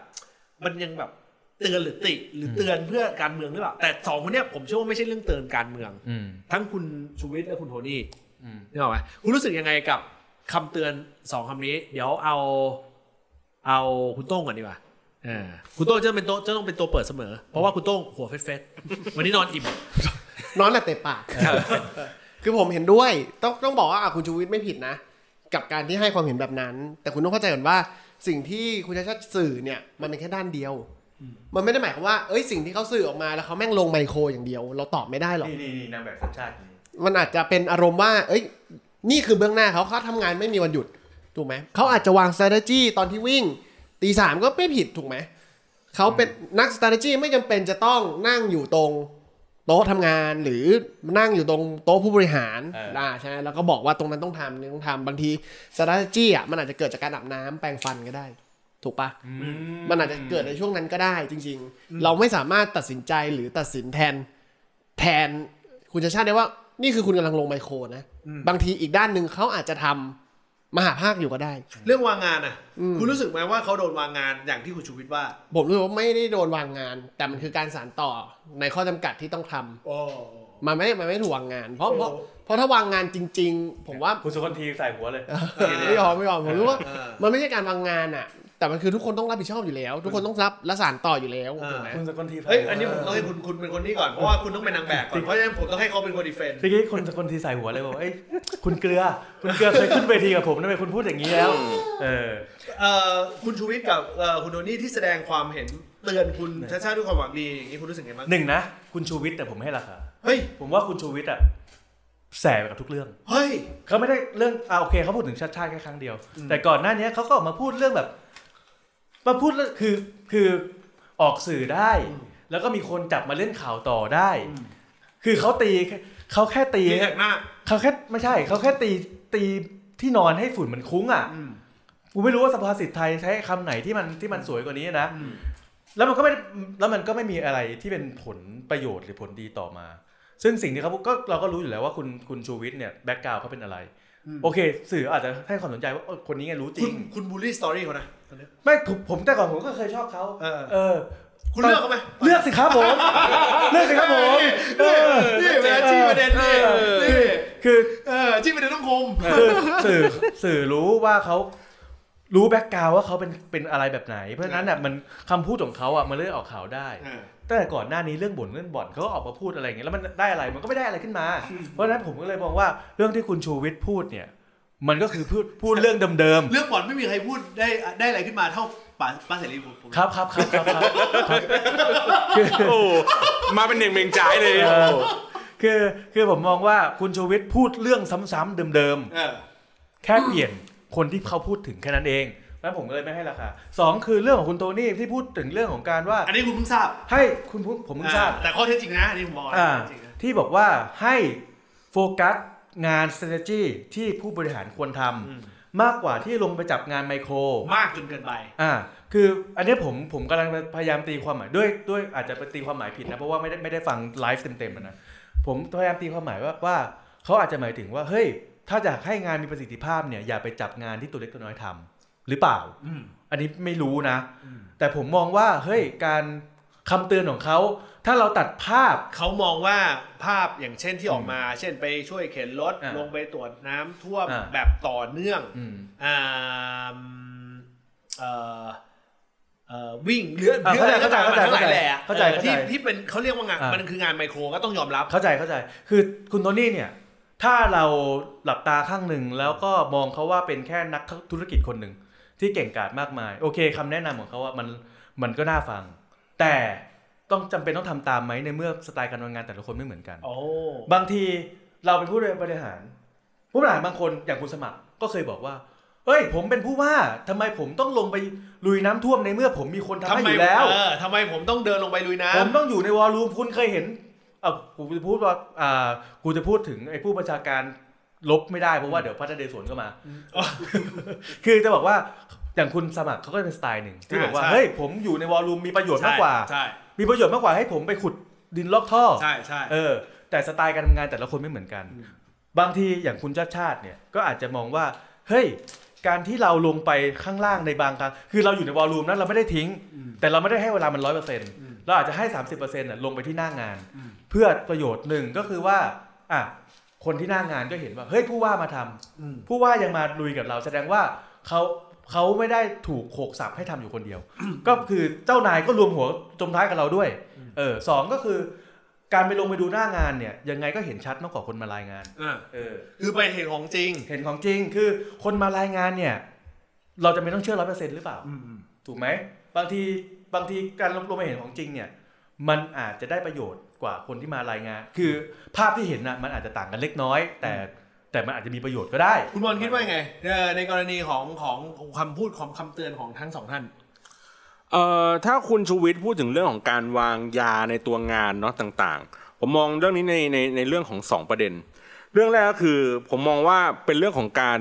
Speaker 1: มันยังแบบเตือนหรือติหรือเตือนเพื่อการเมืองหรือเปล่าแต่สองคนเนี้ยผมเชื่อว่าไม่ใช่เรื่องเตือนการเมือง
Speaker 2: อืม
Speaker 1: ทั้งคุณชูวิทย์และคุณโทนี่
Speaker 2: อืม
Speaker 1: นี่ออกไหมคุณรู้สึกยังไงกับคำเตือนสองคำนี้ เดี๋ยวเอา เอาคุณโต้งก่อนดีกว่าเออคุณโต้งจะเป็นตัวจะต้องเป็นตัวเปิดเสมอ เพราะว่าคุณโต้งหัวเฟสๆวันนี้นอนอิ่ม
Speaker 4: นอนแหละเตะปากคือผมเห็นด้วย ต้องต้องบอกว่าอ่ะคุณชูวิทย์ไม่ผิดนะ กับการที่ให้ความเห็นแบบนั้น แต่คุณต้องเข้าใจก่อนว่า สิ่งที่คุณชาติชาติสื่อเนี่ย มันเป็นแค่ด้านเดียว มันไม่ได้หมายความว่าเอ้ยสิ่งที่เขาสื่อออกมาแล้วเขาแม่งลงไมโครอย่างเดียว เราตอบไม่ได้หรอก
Speaker 2: นี่นี่นี่นางแบบสัญชาตินี้
Speaker 4: มันอาจจะเป็นอารมณ์ว่า เอ้ย นี่คือเบื้องหน้าเขาเขาทำงานไม่มีวันหยุด ถูกไหม เขาอาจจะวาง s t r a t e g y ตอนที่วิ่ง ตีสามก็ไม่ผิดถูกไหม เขาเป็นนัก s t r a t e g y ไม่จำเป็นจะต้องนั่งอยู่ตรงโต๊ะทำงานหรือนั่งอยู่ตรงโต๊ะผู้บริหารล่าใช่ไหมแล้วก็บอกว่าตรงนั้นต้องทำนี่ต้องทำบางที s t r a t e g y อ่ะมันอาจจะเกิดจากการอาบน้ำแปรงฟันก็ได้ ถูกปะ มันอาจจะเกิดในช่วงนั้นก็ได้จริง ๆ เราไม่สามารถตัดสินใจหรือตัดสินแทนแทนคุณชาชาติได้ว่า นี่คือคุณกำลังลงไมโครนะ บางทีอีกด้านหนึ่งเขาอาจจะทำมหาภาคอยู่ก็ได้
Speaker 1: เรื่องวางงานอ่ะ คุณรู้สึกไหมว่าเขาโดนวางงานอย่างที่คุณชูวิทย์ว่า
Speaker 4: ผมรู้สึกว่าไม่ได้โดนวางงาน แต่มันคือการสานต่อในข้อจำกัดที่ต้องทำ
Speaker 1: โอ้
Speaker 4: มันไม่มันไม่ถูกวางงานเพราะเพราะ
Speaker 1: โอ้
Speaker 4: เพราะถ้าวางงานจริง ๆ ผมว่า
Speaker 2: คุณสุคนทีใส่หัวเลย
Speaker 4: ไม่ยอมไม่ยอมผมรู้ว่า
Speaker 1: เออ
Speaker 4: มันไม่ใช่การวางงานอ่ะ แต่มันคือทุกคนต้องรับผิดชอบอยู่แล้ว ทุกคนต้องรับและสานต่ออยู่แล้ว
Speaker 1: เออ
Speaker 4: ถูกไหม
Speaker 2: คุณสุคนทีใส่หัว
Speaker 1: เฮ้ยอันนี้ผมต้องให้คุณคุณเป็นคนนี้ก่อนเพราะว่าคุณต้องเป็นนางแบบก่อนเพราะฉะนั้นผมต้องให้เขาเป็นคนดีเฟนต์
Speaker 2: ทีนี้คุณสุคนทีใส่หัวเลยบอกเอ้ยคุณเกลือ คุณเกลือเคยขึ้นเวทีกับผมทำไมคุณพูดอย่างนี้แล้ว เออ
Speaker 1: เอ่อคุณชูวิทย์กับเอ่อคุณโทนี่ที่แสดงความเห็นเตือน คุณชาชาด้วยความหวังดีอย่างนี้คุณรู้สึกไงบ้าง
Speaker 2: หนึ่งนะ คุณชูวิทย์แต่ผมให้ราคา
Speaker 1: เฮ้ย
Speaker 2: ผมว่าคุณชูวิทย์อะแสบกับทุกเรื่อง
Speaker 1: เฮ้ย
Speaker 2: เขาไม่ได้เรื่องอ่าโอเคเขาพูดถึงชาติชาติแค่ครั้งเดียว แต่ก่อนหน้านี้เขาก็ออกมาพูดเรื่องแบบมาพูดเรื่องคือคือออกสื่อได้ แล้วก็มีคนจับมาเล่นข่าวต่อได้
Speaker 1: อืม
Speaker 2: คือเขาตีเขาแค่ตี
Speaker 1: ดีแหกหน้า
Speaker 2: เขาแค่ไม่ใช่เขาแค่ตีตีที่นอนให้ฝุ่นมันคุ้งอ่ะ
Speaker 1: อืม
Speaker 2: กูไม่รู้ว่าสภาษิตไทยใช้คำไหนที่มันที่มันสวยกว่านี้นะ
Speaker 1: อืม
Speaker 2: แล้วมันก็ไม่ได้แล้วมันก็ไม่มีอะไรที่เป็นผลประโยชน์หรือผลดีต่อมา ซึ่งสิ่งที่เขาพูดก็เราก็รู้อยู่แล้วว่าคุณคุณชูวิทย์เนี่ยแบ็กกราวเขาเป็นอะไร โอเค สื่ออาจจะให้ความสนใจว่าเออคนนี้ไงรู้จ
Speaker 1: คุ
Speaker 2: ริ
Speaker 1: ณ
Speaker 2: ง
Speaker 1: คุณบูลลี่สตอรี่เขานะคนเนี้ย
Speaker 2: ไม่ถูกผมแต่ก่อนผมก็เคยชอบเขา
Speaker 1: เออ
Speaker 2: เออ
Speaker 1: คุณเลือกเขาไหม
Speaker 2: เลือกสิครับผม เลือกสิครับผมเออ
Speaker 1: นี่เวลาจี้ประเด็นนี่
Speaker 2: เอ
Speaker 1: นี่
Speaker 2: อคือ
Speaker 1: เออจี้ประเด็นต้องคม
Speaker 2: คือสื่อสื่อรู้ว่าเขารู้แบ็กกราวว่าเขาเป็นเป็นอะไรแบบไหน เพราะฉะนั้นน่ะมันคำพูดของเขาอ่ะมันเลยออกข่าวได้ ตั้งแต่ก่อนหน้านี้เรื่องบ่นเรื่องบ่อนเขาก็ออกมาพูดอะไรอย่างเงี้ยแล้วมันได้อะไรมันก็ไม่ได้อะไรขึ้นมา เพราะฉะนั้นผมก็เลยมองว่าเรื่องที่คุณชูวิทย์พูดเนี่ย มันก็คือพูดพูดเรื่องเดิมๆ
Speaker 1: เรื่องบ่อนไม่มีใครพูดได้ได้อะไรขึ้นมาเท่าป้าป้าเสรีผมผม
Speaker 2: ครับครับครับครับครับ
Speaker 3: โอ้ มาเป็นเด็กเมงจ่ายเลย
Speaker 2: เออ คือคือผมมองว่าคุณชูวิทย์พูดเรื่องซ้ำๆเดิม
Speaker 1: เออ
Speaker 2: ๆ แค่เปลี่ยนคนที่เขาพูดถึงแค่นั้นเองแล้วผมก็เลยไม่ให้ราคาสองคือเรื่องของคุณโทนี่ที่พูดถึงเรื่องของการว่า
Speaker 1: อันนี้คุณเพิ่งทราบ
Speaker 2: ให้คุณพูดผมเพิ่งทราบ
Speaker 1: อ่แต่ข้อเท็จจริงนะอันนี้ผมบอกนะ
Speaker 2: อ่า
Speaker 1: จริงนะ
Speaker 2: ที่บอกว่าให้โฟกัสงาน strategy ที่ผู้บริหารควรท
Speaker 1: อืม
Speaker 2: ำมากกว่าที่ลงไปจับงานไมโคร
Speaker 1: มากจนเกินไป
Speaker 2: อ่าคืออันเนี้ยผมผมกำลังพยายามตีความหมายด้วยด้วยอาจจะไปตีความหมายผิดนะเพราะว่าไม่ได้ไม่ได้ฟังไลฟ์เต็มๆอะนะผมพยายามตีความหมายว่าว่าเขาอาจจะหมายถึงว่าเฮ้ยถ้าอยากให้งานมีประสิทธิภาพเนี่ยอย่าไปจับงานที่ตัวเล็กตัวน้อยทำหรือเปล่า
Speaker 1: อืม
Speaker 2: อันนี้ไม่รู้นะ แต่ผมมองว่าเฮ้ยการคำเตือนของเขาถ้าเราตัดภาพ
Speaker 1: เขามองว่าภาพอย่างเช่นที่ออกมา เช่นไปช่วยเข็นรถ
Speaker 2: อ่า
Speaker 1: ลงไปตรวจน้ำท่วม
Speaker 2: อ่า
Speaker 1: แบบต่อเนื่อง
Speaker 2: อืม
Speaker 1: อ่ามเอ่อเอ่อวิ่งเลื่อน
Speaker 2: อ่ะ
Speaker 1: เลื่อน
Speaker 2: เข้าใจ
Speaker 1: อะไรก็ตมมัน
Speaker 2: เข้า
Speaker 1: ทั้ง
Speaker 2: ใจ
Speaker 1: หลายแหล่
Speaker 2: เข้าใจ
Speaker 1: เออ
Speaker 2: เข้าใจ
Speaker 1: ที่ที่เป็นเขาเรียกว่างาน
Speaker 2: อ่ะ
Speaker 1: มันคืองานไมโครก็ต้องยอมรับ
Speaker 2: เข้าใจเข้าใจ คือคุณโทนี่เนี่ย ถ้าเราหลับตาข้างหนึ่งแล้วก็มองเขาว่าเป็นแค่นักธุรกิจคนหนึ่งที่เก่งกาจมากมาย โอเคคำแนะนำของเขาว่ามันมันก็น่าฟัง แต่ต้องจำเป็นต้องทำตามไหมในเมื่อสไตล์การทำงานแต่ละคนไม่เหมือนกัน
Speaker 1: โอ้
Speaker 2: บางทีเราเป็นผู้บริหาร ผู้บริหารบางคนอย่างคุณสมัครก็เคยบอกว่าเอ้ย ผมเป็นผู้ว่าทำไมผมต้องลงไปลุยน้ำท่วมในเมื่อผมมีคนทำ
Speaker 1: ทำ
Speaker 2: ให้
Speaker 1: ไม
Speaker 2: อยู่แล้ว
Speaker 1: เออทำไมผมต้องเดินลงไปลุยน้
Speaker 2: ผมต้องอยู่ในวอลลุ่มคุณเคยเห็น เออกูจะพูดว่าอ่ากูจะพูดถึงไอ้ผู้บัญชาการลบไม่ได้เพราะว่าเดี๋ยวพัฒนาเดสวนก็มา คือจะบอกว่าอย่างคุณสมัครเขาก็จะเป็นสไตล์หนึ่งที่บอกว่า
Speaker 1: อ่าใช่
Speaker 2: เฮ้ยผมอยู่ในวอลลุ่มมีประโยชน์มากกว่า
Speaker 1: ใช่
Speaker 2: มีประโยชน์มากกว่าให้ผมไปขุดดินลอกท่อ
Speaker 1: ใช่ใช่
Speaker 2: เออแต่สไตล์การทำงานแต่ละคนไม่เหมือนกัน บางทีอย่างคุณชาติชาติเนี่ยก็อาจจะมองว่าเฮ้ยการที่เราลงไปข้างล่างในบางครั้งคือเราอยู่ในวอลลุ่มนั้นเราไม่ได้ทิ้ง แต่เราไม่ได้ให้เวลามันร้อยเปอร์เซ็นต์เราอาจจะให้ 30%มน่ะลงไปที่หน้างาน เพื่อประโยชน์หนึ่งก็คือว่าอ่ะคนที่หน้างานก็เห็นว่าเฮ้ยผู้ว่ามาทำผู้ว่ายังมาลุยกับเราแสดงว่าเขาเขาไม่ได้ถูกโขกสับให้ทำอยู่คนเดียว ก็คือเจ้านายก็รวมหัวจมท้ายกับเราด้วยเออสองก็คือ การไปลงไปดูหน้างานเนี่ยยังไงก็เห็นชัดมากกว่าคนมารายงาน
Speaker 1: อ่า
Speaker 2: เออ
Speaker 1: คือไปเห็นของจริง
Speaker 2: เห็นของจริงคือคนมารายงานเนี่ย เราจะไม่ต้องเชื่อร้อยเปอร์เซ็นต์หรือเปล่า ถูกไหมบางทีบางทีการลงไปเห็นของจริงเนี่ย มันอาจจะได้ประโยชน์กว่าคนที่มารายงาน คือภาพที่เห็นน่ะมันอาจจะต่างกันเล็กน้อย แต่แต่มันอาจจะมีประโยชน์ก็ได้
Speaker 1: คุณบอลคิดว่าไงเอ่อในกรณีของของคำพูดของคำเตือนของทั้งสองท่าน
Speaker 3: เอ่อถ้าคุณชูวิทย์พูดถึงเรื่องของการวางยาในตัวงานเนาะต่างๆ ผมมองเรื่องนี้ในในในเรื่องของสองประเด็น เรื่องแรกก็คือผมมองว่าเป็นเรื่องของการ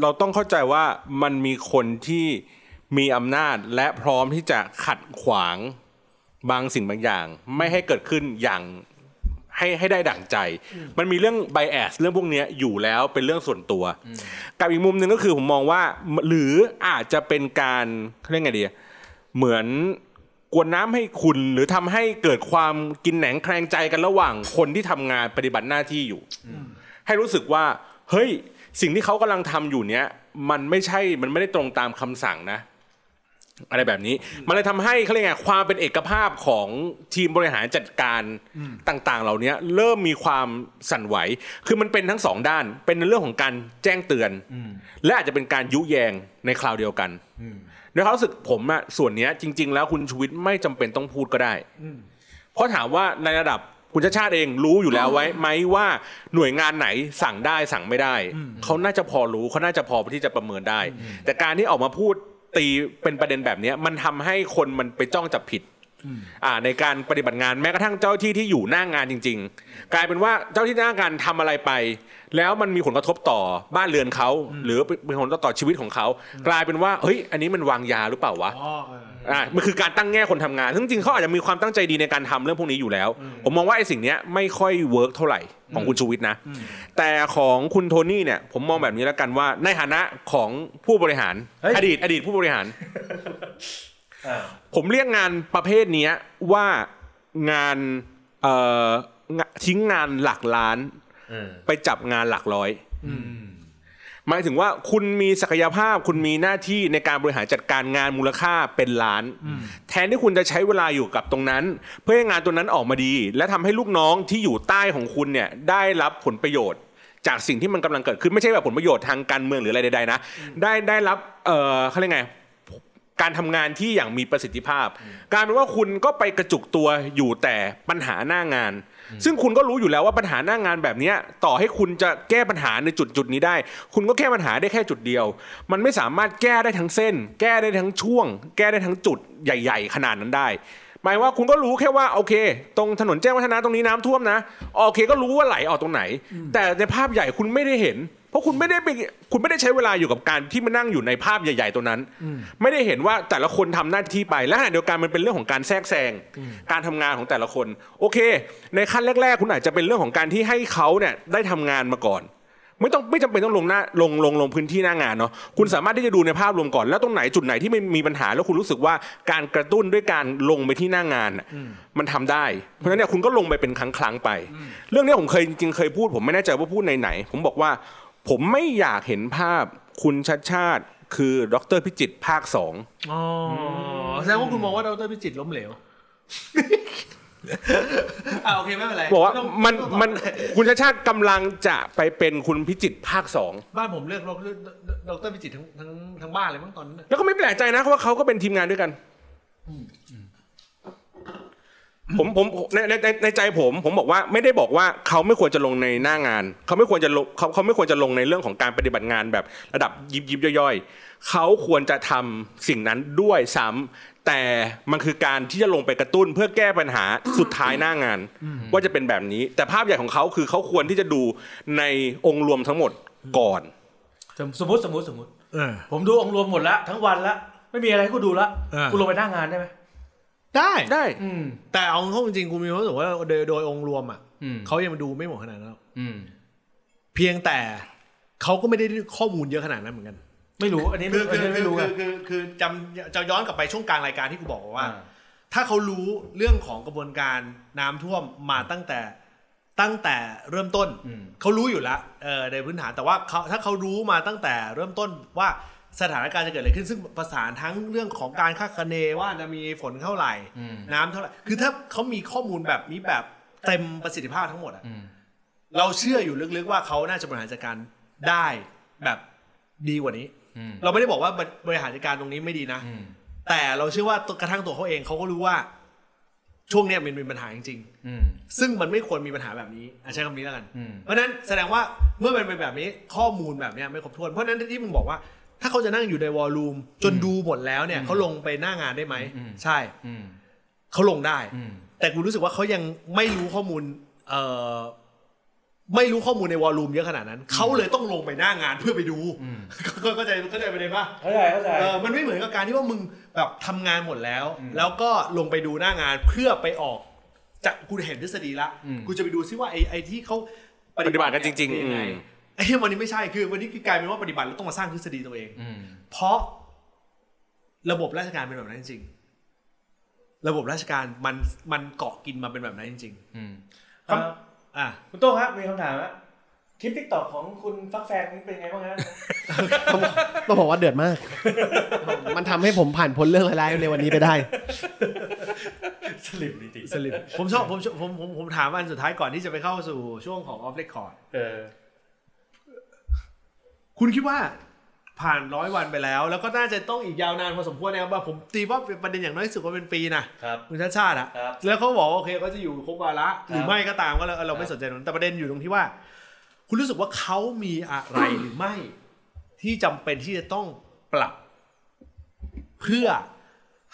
Speaker 3: เราต้องเข้าใจว่ามันมีคนที่มีอำนาจและพร้อมที่จะขัดขวางบางสิ่งบางอย่าง ไม่ให้เกิดขึ้นอย่างให้ให้ได้ดั่งใจ มันมีเรื่องไบแอสเรื่องพวกเนี้ยอยู่แล้วเป็นเรื่องส่วนตัว กับอีกมุมหนึ่งก็คือผมมองว่าหรืออาจจะเป็นการเรียกไงดี เหมือนกวนน้ำให้คุณหรือทำให้เกิดความกินแหนงแคลงใจกันระหว่างคนที่ทำงานปฏิบัติหน้าที่อยู่ ให้รู้สึกว่า เฮ้ย สิ่งที่เขากำลังทำอยู่เนี้ยมันไม่ใช่มันไม่ได้ตรงตามคำสั่งนะ อะไรแบบนี้ มันเลยทำให้เขาเรียกไงความเป็นเอกภาพของทีมบริหารจัดการต่างๆ เหล่านี้เริ่มมีความสั่นไหว คือมันเป็นทั้งสองด้าน เป็นในเรื่องของการแจ้งเตือน
Speaker 2: อืม
Speaker 3: และอาจจะเป็นการยุแยงในคราวเดียวกัน
Speaker 2: อืม
Speaker 3: ด้วยความรู้สึกผมอะส่วนเนี้ยจริง ๆ แล้วคุณชูวิทย์ไม่จำเป็นต้องพูดก็ได้ เพราะถามว่าในระดับคุณชาติชาติเองรู้อยู่แล้วไว้ ไหมว่าหน่วยงานไหนสั่งได้สั่งไม่ได้ เขาน่าจะพอรู้เขาน่าจะพอที่จะประเมินได้ แต่การที่ออกมาพูดตีเป็นประเด็นแบบเนี้ยมันทำให้คนมันไปจ้องจับผิดอ่าในการปฏิบัติงานแม้กระทั่งเจ้าที่ที่อยู่หน้างานจริง ๆ กลายเป็นว่าเจ้าที่หน้างานทำอะไรไป แล้วมันมีผลกระทบต่อบ้านเรือนเขาหรือเป็นผลต่อชีวิตของเขากลายเป็นว่าเฮ้ยอันนี้มันวางยาหรือเปล่าวะ
Speaker 1: อ๋อเออ
Speaker 3: อ่ะมันคือการตั้งแง่คนทำงานซึ่งจริงๆเขาอาจจะมีความตั้งใจดีในการทำเรื่องพวกนี้อยู่แล้ว ผมมองว่าไอ้สิ่งเนี้ยไม่ค่อยเวิร์กเท่าไหร่ของคุณชูวิทย์นะ แต่ของคุณโทนี่เนี่ย ผมมองแบบนี้แล้วกันว่า ในฐานะของผู้บริหาร
Speaker 2: เฮ้ย
Speaker 3: อดีตอดีตผู้บริหาร
Speaker 2: อ่า
Speaker 3: ผมเรียกงานประเภทเนี้ยว่างานเอ่องะทิ้งงานหลักล้าน
Speaker 2: เออ
Speaker 3: ไปจับงานหลักร้อย
Speaker 2: อืม
Speaker 3: หมายถึงว่าคุณมีศักยภาพคุณมีหน้าที่ในการบริหารจัดการงานมูลค่าเป็นล้าน แทนที่คุณจะใช้เวลาอยู่กับตรงนั้น เพื่อให้งานตัวนั้นออกมาดี และทำให้ลูกน้องที่อยู่ใต้ของคุณเนี่ยได้รับผลประโยชน์ จากสิ่งที่มันกำลังเกิดขึ้นไม่ใช่แบบผลประโยชน์ทางการเมืองหรืออะไรใดๆนะได้ได้รับเอ่อเขาเรียกไง การทำงานที่อย่างมีประสิทธิภาพ การเป็นว่าคุณก็ไปกระจุกตัวอยู่แต่ปัญหาหน้างาน ซึ่งคุณก็รู้อยู่แล้วว่าปัญหาหน้างานแบบเนี้ยต่อให้คุณจะแก้ปัญหาในจุดจุดนี้ได้ คุณก็แก้ปัญหาได้แค่จุดเดียว มันไม่สามารถแก้ได้ทั้งเส้น แก้ได้ทั้งช่วง แก้ได้ทั้งจุดใหญ่ ๆ ขนาดนั้นได้ หมายว่าคุณก็รู้แค่ว่าโอเค ตรงถนนแจ้งวัฒนะตรงนี้น้ำท่วมนะโอเคก็รู้ว่าไหลออกตรงไหน แต่ในภาพใหญ่คุณไม่ได้เห็น เพราะคุณไม่ได้ไปคุณไม่ได้ใช้เวลาอยู่กับการที่มานั่งอยู่ในภาพใหญ่ๆ ตัวนั้น ไม่ได้เห็นว่าแต่ละคนทำหน้าที่ไปและขณะเดียวกันมันเป็นเรื่องของการแทรกแซงการทำงานของแต่ละคน โอเค ในขั้นแรก ๆ คุณอาจจะเป็นเรื่องของการที่ให้เขาเนี่ยได้ทำงานมาก่อน ไม่ต้องไม่จำเป็นต้องลงหน้าลงลงลงพื้นที่หน้างานเนาะคุณสามารถที่จะดูในภาพรวมก่อน แล้วตรงไหนจุดไหนที่ไม่มีปัญหาแล้วคุณรู้สึกว่าการกระตุ้นด้วยการลงไปที่หน้างานน่ะมันทำได้ เพราะฉะนั้นเนี่ยคุณก็ลงไปเป็นครั้งครั้งๆไป เรื่องเนี้ยผมเคยจริงๆเคยพูด ผมไม่แน่ใจว่าพูดในไหน ผมบอกว่า ผมไม่อยากเห็นภาพคุณชัดชาติ คือดรพิจิตรภาคสอง
Speaker 1: อ๋อแสดงว่าคุณมองว่าดรพิจิตรล้มเหลว อ่าโอเคไม่เป็นไร
Speaker 3: บอกว่า
Speaker 1: ไต้อง
Speaker 3: มัน
Speaker 1: ไต้องตอบ
Speaker 3: มันคุณชัดชาติกำลังจะไปเป็นคุณพิจิตรภาคสอง
Speaker 1: บ้านผมเลือกดรดรพิจิตรทั้งทั้งทั้งบ้านเลยมั้งตอนนั้นน่ะ
Speaker 3: แล้วก็ไม่แปลกใจนะเพราะว่าเขาก็เป็นทีมงานด้วยกัน ผมผมในในในในใจผม ผมบอกว่าไม่ได้บอกว่าเขาไม่ควรจะลงในหน้างาน เขาไม่ควรจะลงเขาเขาไม่ควรจะลงในเรื่องของการปฏิบัติงานแบบระดับยิบยิบย่อยๆเขาควรจะทำสิ่งนั้นด้วยซ้ำ แต่มันคือการที่จะลงไปกระตุ้นเพื่อแก้ปัญหาสุดท้ายหน้างาน ว่าจะเป็นแบบนี้ แต่ภาพใหญ่ของเขาคือเขาควรที่จะดูในองค์รวมทั้งหมดก่อน
Speaker 2: สมสมมติสมมติสมมติ
Speaker 5: เออ
Speaker 2: ผมดูองค์รวมหมดละทั้งวันละไม่มีอะไรให้กูดูละ
Speaker 5: เออ
Speaker 2: กูลงไปหน้างานได้ไหม
Speaker 5: ได้
Speaker 3: ได้
Speaker 2: อืม
Speaker 5: แต่เอาเข้าจริงๆกูมีความรู้สึกว่าโดยโดยองค์รวมอ่ะ
Speaker 2: อืม
Speaker 5: เขายังดูไม่หมดขนาดนั้นหรอก
Speaker 2: อืม
Speaker 5: เพียงแต่เขาก็ไม่ได้ข้อมูลเยอะขนาดนั้นเหมือนกัน
Speaker 2: ไม่รู้อันนี้
Speaker 5: คือ
Speaker 2: อัน
Speaker 5: คือ
Speaker 2: นี้
Speaker 5: คื
Speaker 2: ไม่
Speaker 5: อ
Speaker 2: รู้
Speaker 5: คือ
Speaker 2: อะ
Speaker 5: คือคือจำจะย้อนกลับไปช่วงกลางรายการที่กูบอกว่า
Speaker 2: อ่า
Speaker 5: ถ้าเขารู้เรื่องของกระบวนการน้ำท่วมมาตั้งแต่ตั้งแต่เริ่มต้น
Speaker 2: อืม
Speaker 5: เขารู้อยู่แล้วเออในพื้นฐานแต่ว่าเขาถ้าเขารู้มาตั้งแต่เริ่มต้นว่าสถานการณ์จะเกิดอะไรขึ้นซึ่งประสานทั้งเรื่องของการคาดคะเนว่าจะมีฝนเท่าไหร่
Speaker 2: อืม
Speaker 5: น้ำเท่าไหร่คือถ้าเขามีข้อมูลแบบนี้แบบเต็มประสิทธิภาพทั้งหมดอะ
Speaker 2: อืม
Speaker 5: เราเชื่ออยู่ลึกๆว่าเขาน่าจะบริหารจัดการได้แบบดีกว่านี้
Speaker 2: อืม
Speaker 5: เราไม่ได้บอกว่าบริบริหารจัดการตรงนี้ไม่ดีนะ
Speaker 2: อืม
Speaker 5: แต่เราเชื่อว่ากระทั่งตัวเขาเองเขาก็รู้ว่าช่วงเนี้ยมันมีปัญหาจริง
Speaker 2: อืม
Speaker 5: ๆ ซึ่งมันไม่ควรมีปัญหาแบบนี้อ่ะใช้คำนี้แล้วกัน
Speaker 2: อืม
Speaker 5: เพราะฉะนั้นแสดงว่าเมื่อมันเป็นแบบนี้ข้อมูลแบบเนี้ยไม่ครบถ้วน เพราะฉะนั้นที่มึงบอกว่า ถ้าเขาจะนั่งอยู่ในวอลลุ่มจนดูหมดแล้วเนี่ยเขาลงไปหน้างานได้ไหมใช่
Speaker 2: อืม
Speaker 5: เขาลงได้
Speaker 2: อืม
Speaker 5: แต่กูรู้สึกว่าเขายังไม่รู้ข้อมูลเอ่อไม่รู้ข้อมูลในวอลลุ่มเยอะขนาดนั้นเขาเลยต้องลงไปหน้างานเพื่อไปดูเข้าใจเข้าใจประเด็นปะ
Speaker 2: เข้าใจเข้าใจ
Speaker 5: เออมันไม่เหมือนกับการที่ว่ามึงแบบทำงานหมดแล้ว แล้วก็ลงไปดูหน้างานเพื่อไปออกจากกูเห็นทฤษฎีละ
Speaker 2: อืม
Speaker 5: กูจะไปดูซิว่าไอ้ไอ้ที่เขา
Speaker 3: ปฏิบัติกันจริงๆ
Speaker 5: เป็นยัไ
Speaker 3: อืม
Speaker 5: ไอ้เหี้ยวันนี้ไม่ใช่คือวันนี้คือกลายเป็นว่าปฏิบัติแล้วต้องมาสร้างทฤษฎีตัวเอง
Speaker 2: อืม
Speaker 5: เพราะระบบราชการเป็นแบบนั้นจริงๆระบบราชการมันมันเกาะกินมาเป็นแบบนั้นจริง
Speaker 2: อืม
Speaker 5: ๆ
Speaker 2: ครั
Speaker 5: คำ
Speaker 2: บ
Speaker 5: อ่ะ
Speaker 2: คุณโต้งครับมีคำถามอะคลิปทิกตอกของคุณฟักแฟงนี่เป็นไงบ้างฮะ
Speaker 4: ต้องต้องบอกว่าเดือดมาก มันทำให้ผมผ่านพ้นเรื่องร้ายๆในวันนี้ไปได้
Speaker 2: สลิปดีดี
Speaker 5: สลิปผมชอบผมชอบผมผมผมถามอันสุดท้ายก่อนที่จะไปเข้าสู่ช่วงของออฟเลคคอร์ด
Speaker 2: เออ
Speaker 5: คุณคิดว่าผ่านร้อยวันไปแล้ว แล้วก็น่าจะต้องอีกยาวนานพอสมควรนะครับว่าผมตีว่าเป็นประเด็นอย่างน้อยสุดว่าเป็นปีนะครับ คุณชาติชาติอะ
Speaker 2: ครับ
Speaker 5: แล้วเขาบอกว่าโอเคเขาจะอยู่ครบวาระหรือไม่ก็ตามก็แล้วเรา
Speaker 2: ค
Speaker 5: ไม่
Speaker 2: รับ
Speaker 5: สนใจตรงนั้นแต่ประเด็นอยู่ตรงที่ว่า คุณรู้สึกว่าเขามีอะไรหรือไม่ ที่จำเป็นที่จะต้องปรับ เพื่อ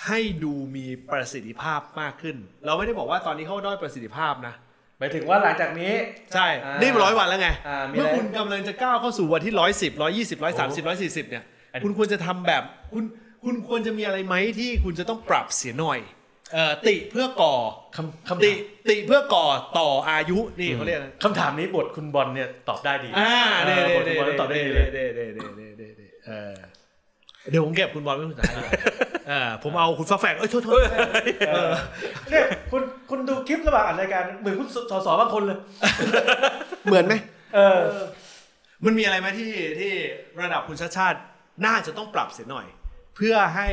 Speaker 5: ให้ดูมีประสิทธิภาพมากขึ้น เราไม่ได้บอกว่าตอนนี้เขาด้อยประสิทธิภาพนะ
Speaker 2: หมายถึงว่าหลังจากนี้
Speaker 5: ใช่
Speaker 2: อ่านี่
Speaker 5: นี่ร้อยวันแล้วไง
Speaker 2: อ่ามี
Speaker 5: เมื่อ
Speaker 2: อะไร
Speaker 5: คุณกำลังจะก้าวเข้าสู่วันที่ร้อยสิบร้อยี่สิบร้อยสามสิบร้อยสี่สิบเนี่ย
Speaker 2: อันนี้
Speaker 5: คุณควรจะทำแบบ คุณคุณควรจะมีอะไรไหมที่คุณจะต้องปรับเสียหน่อยเอ่อติเพื่อก่อ
Speaker 2: คำคำ
Speaker 5: ติ
Speaker 2: ถาม
Speaker 5: ติเพื่อก่อต่ออายุนี่เขาเรียกอะไร
Speaker 2: คำถามนี้บทคุณบอลเนี่ยตอบได้ดี
Speaker 5: อ่าเด้
Speaker 2: ออบ
Speaker 5: เด้
Speaker 2: ทคุณบ
Speaker 5: เด้
Speaker 2: อลเนี่ยตอบได้
Speaker 5: เด้
Speaker 2: ดีเล
Speaker 5: เด้
Speaker 2: ย
Speaker 5: เด้เด้เด้เด้เด้เด้เออเดี๋ยวผมเก็บคุณบอลไม่คุณสายดีกว่าเออผมเอาคุณฟ้าแฝกเอ้ยโทษโทษ
Speaker 2: เออเนี่ยคุณคุณดูคลิประหว่างอัดรายการเหมือนคุณสสสบางคนเลย
Speaker 4: เหมือนไหม
Speaker 2: เออ
Speaker 5: มันมีอะไรไหมที่ที่ระดับคุณชาติชาติน่าจะต้องปรับเสียหน่อย เพื่อให้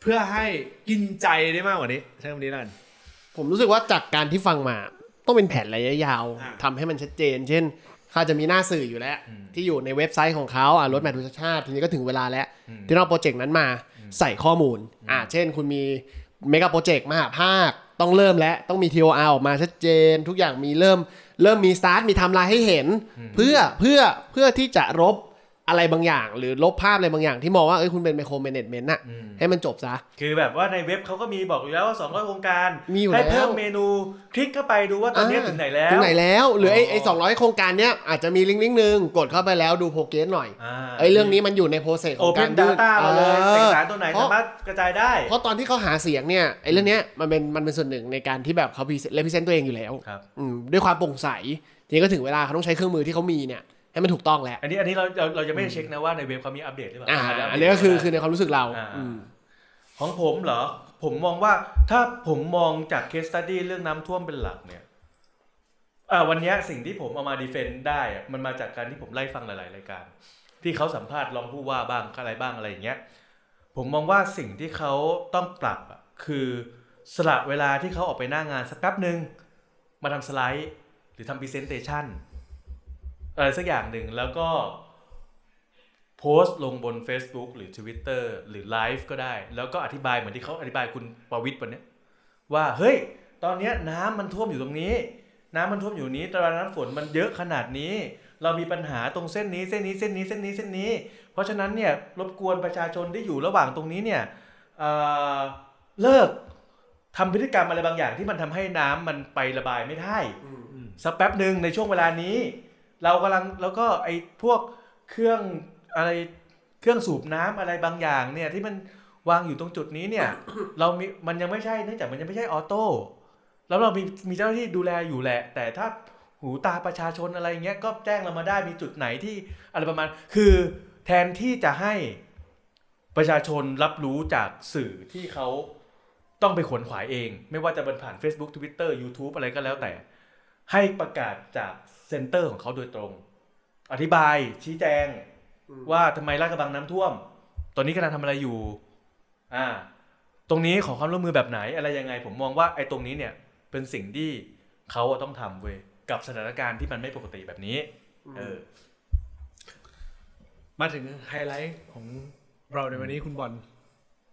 Speaker 5: เพื่อให้กินใจได้มากกว่านี้ใช้คำนี้แล้วกัน
Speaker 4: ผมรู้สึกว่าจากการที่ฟังมาต้องเป็นแผนระยะยาว
Speaker 5: อ่า
Speaker 4: ทำให้มันชัดเจน เช่นเขาจะมีหน้าสื่ออยู่แล้ว ที่อยู่ในเว็บไซต์ของเขาอ่ะรถแมทุชาชาติ ทีนี้ก็ถึงเวลาแล้ว ที่เราโปรเจกต์นั้นมาใส่ข้อมูลอ่าเช่น คุณมีเมกะโปรเจกต์มหาภาค ต้องเริ่มแล้ว ต้องมี TOR ออกมาชัดเจน ทุกอย่างมีเริ่ม เริ่มมีสตาร์ทมีไทำลายให้เห็น เพื่อเพื่อเพื่อที่จะรบอะไรบางอย่าง หรือลบภาพอะไรบางอย่างที่มองว่าเอ้ยคุณเป็นไมโครเมเนจเมนต์น่ะ
Speaker 2: อืม
Speaker 4: ให้มันจบซะ
Speaker 2: คือแบบว่าในเว็บเขาก็มีบอกอยู่แล้วว่า200วงการ
Speaker 4: มีอยู่
Speaker 2: ให้
Speaker 4: แล้ว
Speaker 2: เพิ่มเมนูคลิกเข้าไปดูว่าตอนนี้ถึงไหนแล้ว
Speaker 4: ถึงไหนแล้วหรือไอ้
Speaker 2: อ๋อ
Speaker 4: ไอ้สองร้อยโครงการเนี้ยอาจจะมีลิงก์ลิงก์หนึ่งกดเข้าไปแล้วดูโปรเกรสหน่อย
Speaker 2: อ่า
Speaker 4: ไอ้เรื่องนี้มันอยู่ในโปรเซสข
Speaker 2: โอ
Speaker 4: อง
Speaker 2: เพ
Speaker 4: การ
Speaker 2: น
Speaker 4: ยื่
Speaker 2: ดานต้ามาเลย
Speaker 4: ออ
Speaker 2: เอกสารตัวไหน
Speaker 4: เพราะ
Speaker 2: สามารถกระจายได้
Speaker 4: เพราะตอนที่เขาหาเสียงเนี่ยไอ้เรื่องเนี้ยมันเป็นมันเป็นส่วนหนึ่งในการที่แบบเขาเลพิเซนต์ตัวเองอยู่แล้ว
Speaker 2: ครับ
Speaker 4: อืมด้วยความโปร่งใสทีนี้ก็ถึงเวลาเขาต้องใช้เครื่องมือที่เขามีเนี่ยให้มันถูกต้องแล้ว
Speaker 2: อันนี้อันนี้เราเราเราจะไม่ได้เช็คนะว่าในเว็บเขามีอัปเดตหรือเปล่า
Speaker 4: อ่า
Speaker 2: าจจะปเดต
Speaker 4: อันนี้ก็คือคือในความรู้สึกเรา
Speaker 2: อ่า
Speaker 4: อืม
Speaker 2: ของผมเหรอ ผมมองว่าถ้าผมมองจากเคสตัดดี้เรื่องน้ำท่วมเป็นหลักเนี่ยอ่าวันเนี้ยสิ่งที่ผมเอามาดีเฟนต์ได้อะมันมาจากการที่ผมไล่ฟังหลาย ๆ รายการ ที่เขาสัมภาษณ์รองผู้ว่าบ้างอะไรบ้างอะไรอย่างเงี้ย ผมมองว่าสิ่งที่เขาต้องปรับอะคือสละเวลาที่เขาออกไปหน้างานสักแป๊บหนึ่งมาทำสไลด์ หรือทำพรีเซนเตชันอะไรสักอย่างหนึ่งแล้วก็ โพสต์ลงบน Facebook หรือ Twitter หรือไลฟ์ก็ได้ แล้วก็อธิบายเหมือนที่เขาอธิบายคุณประวิทย์วันเนี้ยว่าเฮ้ย ตอนเนี้ยน้ำมันท่วมอยู่ตรงนี้ น้ำมันท่วมอยู่นี้ตารางน้ำฝนมันเยอะขนาดนี้ เรามีปัญหาตรงเส้นนี้เส้นนี้เส้นนี้เส้นนี้เส้นนี้ เพราะฉะนั้นเนี่ยรบกวนประชาชนที่อยู่ระหว่างตรงนี้เนี่ย เอ่อเลิกทำพฤติกรรมอะไรบางอย่างที่มันทำให้น้ำมันไประบายไม่ได้ สักแป๊บหนึ่งในช่วงเวลานี้ เรากำลังแล้วก็ไอ้พวกเครื่องอะไรเครื่องสูบน้ำอะไรบางอย่างเนี่ยที่มันวางอยู่ตรงจุดนี้เนี่ย เรามีมันยังไม่ใช่เนื่องจากมันยังไม่ใช่ออโต้แล้วเรามีมีเจ้าหน้าที่ดูแลอยู่แหละ แต่ถ้าหูตาประชาชนอะไรเงี้ยก็แจ้งเรามาได้มีจุดไหนที่อะไรประมาณ คือแทนที่จะให้ประชาชนรับรู้จากสื่อที่เขาต้องไปขวนขวายเอง ไม่ว่าจะเป็นผ่าน Facebook Twitter YouTube อะไรก็แล้วแต่ ให้ประกาศจากเซ็นเตอร์ของเขาโดยตรง อธิบายชี้แจง ว่าทำไมลาดกระบังน้ำท่วม ตอนนี้กำลังทำอะไรอยู่ อ่า ตรงนี้ขอความร่วมมือแบบไหนอะไรยังไง ผมมองว่าไอ้ตรงนี้เนี่ยเป็นสิ่งที่เขาอะต้องทำเว้ยกับสถานการณ์ที่มันไม่ปกติแบบนี้ เออ
Speaker 1: มาถึงไฮไลท์ของเราในวันนี้คุณบอล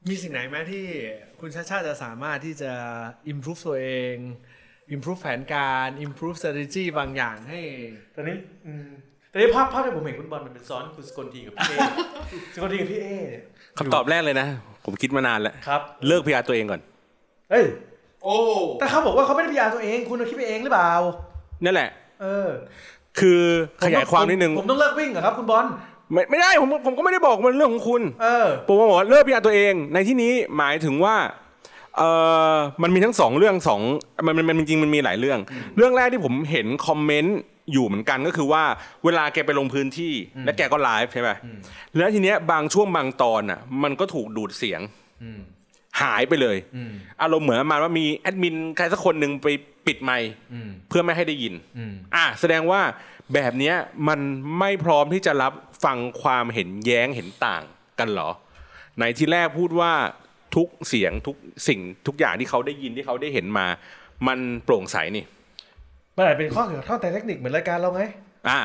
Speaker 1: มีสิ่งไหนไหมที่คุณชาติชาติจะสามารถที่จะ improve ตัวเอง improve แผนการ improve strategy บางอย่างให้
Speaker 2: ตอนนี้อืมตอนนี้ภาพภาพที่ผมเห็นคุณบอลมันเป็นซ้อนคุณสกลทีกับพี่เอ สกลทีกับพี่เอเนี่ย
Speaker 3: คำตอบแรกเลยนะ ผมคิดมานานแล้ว
Speaker 2: ครับ
Speaker 3: เลิกพิอาตัวเองก่อน
Speaker 2: เอ้ย
Speaker 1: โอ้
Speaker 2: แต่เขาบอกว่าเขาไม่ได้พิจารณาตัวเอง คุณเอาคิดไปเองหรือเปล่า
Speaker 3: นั่นแหละ
Speaker 2: เออ
Speaker 3: คือขยายความนิดนึง
Speaker 2: ผมต้องเลิกวิ่งเหรอครับ คุณบอล
Speaker 3: ไม่ไม่ได้ผมผมก็ไม่ได้บอกมันเรื่องของคุณ
Speaker 2: เออ
Speaker 3: ผมบอกว่าเลิกพิจารณาตัวเองในที่นี้หมายถึงว่าเออมันมีทั้งสองเรื่องสองมันมันมันจริงๆมันมีหลายเรื่อง เรื่องแรกที่ผมเห็นคอมเมนต์อยู่เหมือนกันก็คือว่าเวลาแกไปลงพื้นที่และแกก็ไลฟ์ใช่ไหมแล้วทีเนี้ยบางช่วงบางตอนอ่ะมันก็ถูกดูดเสียง
Speaker 2: อืม
Speaker 3: หายไปเลย
Speaker 2: อืม
Speaker 3: อารมณ์เหมือนประมาณว่ามีแอดมินใครสักคนหนึ่งไปปิดไมค์
Speaker 2: อืม
Speaker 3: เพื่อไม่ให้ได้ยิน
Speaker 2: อืม
Speaker 3: อ่ะแสดงว่าแบบเนี้ยมันไม่พร้อมที่จะรับฟังความเห็นแย้งเห็นต่างกันเหรอ ในที่แรกพูดว่าทุกเสียงทุกสิ่งทุกอย่างที่เขาได้ยินที่เขาได้เห็นมา มันโปร่งใสนี่
Speaker 2: มันอาจเป็นข้อเกี่ยวกับข้อแต่เทคนิคเหมือนรายการเราไง
Speaker 3: อ่ะ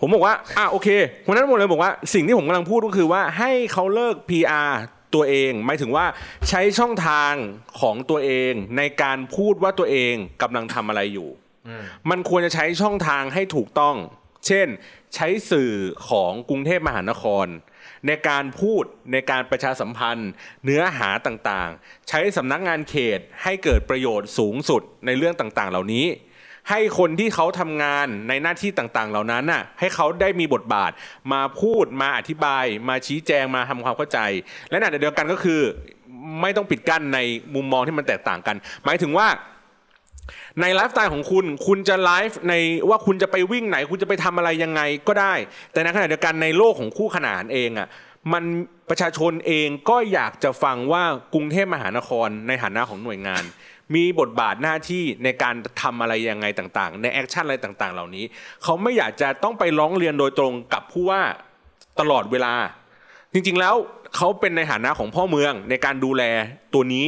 Speaker 3: ผมบอกว่าอ่ะโอเคคนนั้นหมดเลยบอกว่าสิ่งที่ผมกำลังพูดก็คือว่าให้เขาเลิก PR ตัวเองหมายถึงว่าใช้ช่องทางของตัวเองในการพูดว่าตัวเองกำลังทำอะไรอยู่ มันควรจะใช้ช่องทางให้ถูกต้อง เช่น ใช้สื่อของกรุงเทพมหานคร ในการพูดในการประชาสัมพันธ์ เนื้อหาต่างๆ ใช้สำนักงานเขตให้เกิดประโยชน์สูงสุดในเรื่องต่างๆ เหล่านี้ ให้คนที่เขาทำงานในหน้าที่ต่างๆ เหล่านั้นน่ะให้เขาได้มีบทบาท มาพูดมาอธิบาย มาชี้แจงมาทำความเข้าใจ และในขณะเดียวกันก็คือ ไม่ต้องปิดกั้นในมุมมองที่มันแตกต่างกัน หมายถึงว่า ในไลฟ์สไตล์ของคุณ คุณจะไลฟ์ในว่าคุณจะไปวิ่งไหน คุณจะไปทำอะไรยังไงก็ได้ แต่ในขณะเดียวกันในโลกของคู่ขนานเองอ่ะ มันประชาชนเองก็อยากจะฟังว่ากรุงเทพมหานครในฐานะของหน่วยงาน มีบทบาทหน้าที่ในการทำอะไรยังไงต่างๆ ในแอคชั่นอะไรต่างๆ เหล่านี้ เขาไม่อยากจะต้องไปร้องเรียนโดยตรงกับผู้ว่าตลอดเวลา จริงๆ แล้วเขาเป็นในฐานะของพ่อเมืองในการดูแลตัวนี้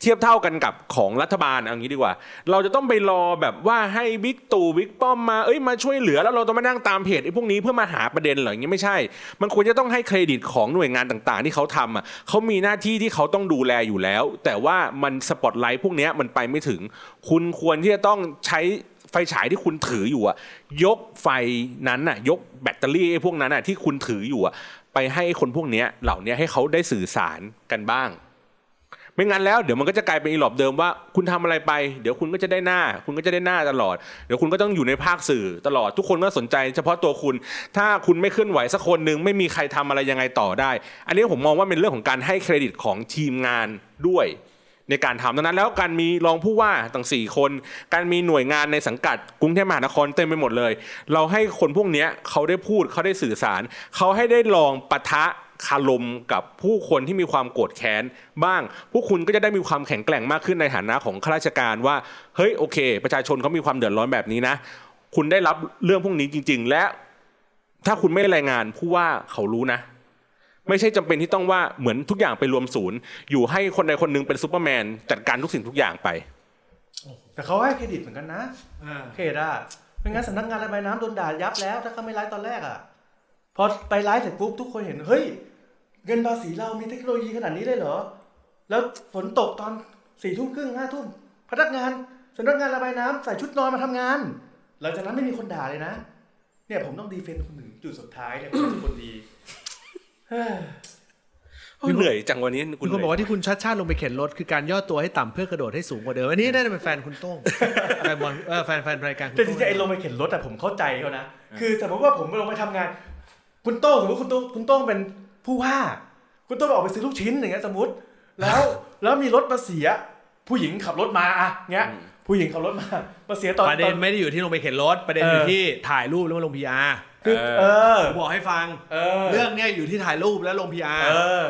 Speaker 3: เทียบเท่ากันกับของรัฐบาลเอางี้ดีกว่า เราจะต้องไปรอแบบว่าให้บิ๊กตู่บิ๊กป้อมมาเอ้ยมาช่วยเหลือแล้วเราต้องมานั่งตามเพจไอ้พวกนี้เพื่อมาหาประเด็นเหรออย่างนี้ไม่ใช่ มันควรจะต้องให้เครดิตของหน่วยงานต่างๆ ที่เขาทำอ่ะเขามีหน้าที่ที่เขาต้องดูแลอยู่แล้ว แต่ว่ามันสปอตไลท์พวกเนี้ยมันไปไม่ถึง คุณควรที่จะต้องใช้ ไฟฉายที่คุณถืออยู่อะยกไฟนั้นน่ะ ยกแบตเตอรี่ไอ้พวกนั้นน่ะที่คุณถืออยู่อะไปให้คนพวกเนี้ยเหล่าเนี้ยให้เขาได้สื่อสารกันบ้าง ไม่งั้นแล้วเดี๋ยวมันก็จะกลายเป็นอีหลอบเดิมว่า คุณทำอะไรไป เดี๋ยวคุณก็จะได้หน้า คุณก็จะได้หน้าตลอด เดี๋ยวคุณก็ต้องอยู่ในภาคสื่อตลอดทุกคนก็สนใจ เฉพาะตัวคุณ ถ้าคุณไม่เคลื่อนไหวสักคนหนึ่งไม่มีใครทำอะไรยังไงต่อได้ อันนี้ผมมองว่าเป็นเรื่องของการให้เครดิตของทีมงานด้วย ในการทำดังนั้นแล้วการมีรองผู้ว่าตั้ง4คน การมีหน่วยงานในสังกัดกรุงเทพมหานครเต็มไปหมดเลย เราให้คนพวกเนี้ยเขาได้พูดเขาได้สื่อสาร เขาให้ได้ลองปะทะคารมกับผู้คนที่มีความโกรธแค้นบ้าง ผู้คุณก็จะได้มีความแข็งแกร่งมากขึ้นในฐานะของข้าราชการว่าเฮ้ยโอเค ประชาชนเขามีความเดือดร้อนแบบนี้นะ คุณได้รับเรื่องพวกนี้จริง ๆ และ ถ้าคุณไม่รายงานผู้ว่าเขารู้นะ ไม่ใช่จำเป็นที่ต้องว่าเหมือนทุกอย่างไปรวมศูนย์ อยู่ให้คนใดคนหนึงเป็นซูเปอร์แมนจัดการทุกสิ่งทุกอย่างไป
Speaker 2: แต่เขาให้เครดิตเหมือนกันนะเครดิตอ่ะไม่งั้นสำนักงานระบายน้ำโดนด่ายับแล้ว ถ้าเขาไม่ไลฟ์ตอนแรกอ่ะพอไปไลฟ์เสร็จปุ๊บทุกคนเห็น เฮ้ย เงินภาษีเรามีเทคโนโลยีขนาดนี้เลยเหรอ แล้วฝนตกตอนสี่ทุ่มครึ่งห้าทุ่มพนักงานสำนักงานระบายน้ำใส่ชุดนอนมาทำงาน หลังจากนั้นไม่มีคนด่าเลยนะ เนี่ยผมต้องดีเฟนต์คุณถึงจุดสุดท้ายเนี่ยผมเป็นคนดี
Speaker 3: เหนื่อยจังวันนี้คุ
Speaker 5: คุณณ
Speaker 3: เห
Speaker 5: ก็
Speaker 3: นื่
Speaker 5: บอก
Speaker 3: อย
Speaker 5: ว่าที่คุณชัดชาติลงไปเข็นรถคือการย่อตัวให้ต่ำเพื่อกระโดดให้สูงกว่าเดิมอันนี้น่าจะเป็นแฟนคุณโต้ง แฟนบอลเออแฟนแฟนรายการคุณ
Speaker 2: แต่จ
Speaker 5: โต้
Speaker 2: ริ
Speaker 5: ง
Speaker 2: งๆไอ้ลงไปเข็นรถแต่ผมเข้าใจเขานะ คือสมมติว่าผมไปลงไปทำงาน คุณโต้งสมมติคุณโต้งคุณโต้งเป็นผู้ว่า คุณโต้งออกไปซื้อลูกชิ้นอย่างเงี้ยสมมติ แล้วแล้วมีรถมาเสีย ผู้หญิงขับรถมาอะเงี้ย ผู้หญิงขับรถมามาเสียตอน
Speaker 5: ประ
Speaker 2: ต
Speaker 5: เด็
Speaker 2: อน น
Speaker 5: ไม่ได้อยู่ที่ลงไปเข็นรถประเด็น
Speaker 2: เออ
Speaker 5: อ
Speaker 2: อ
Speaker 5: ยู่ที่ถ่ายรูปแล้วมาลงพีอาร์
Speaker 2: คือเออ
Speaker 5: ผมบอกให้ฟัง
Speaker 2: เออ
Speaker 5: เรื่องเนี้ยอยู่ที่ถ่ายรูปแล้วลงพีอาร์
Speaker 2: เออ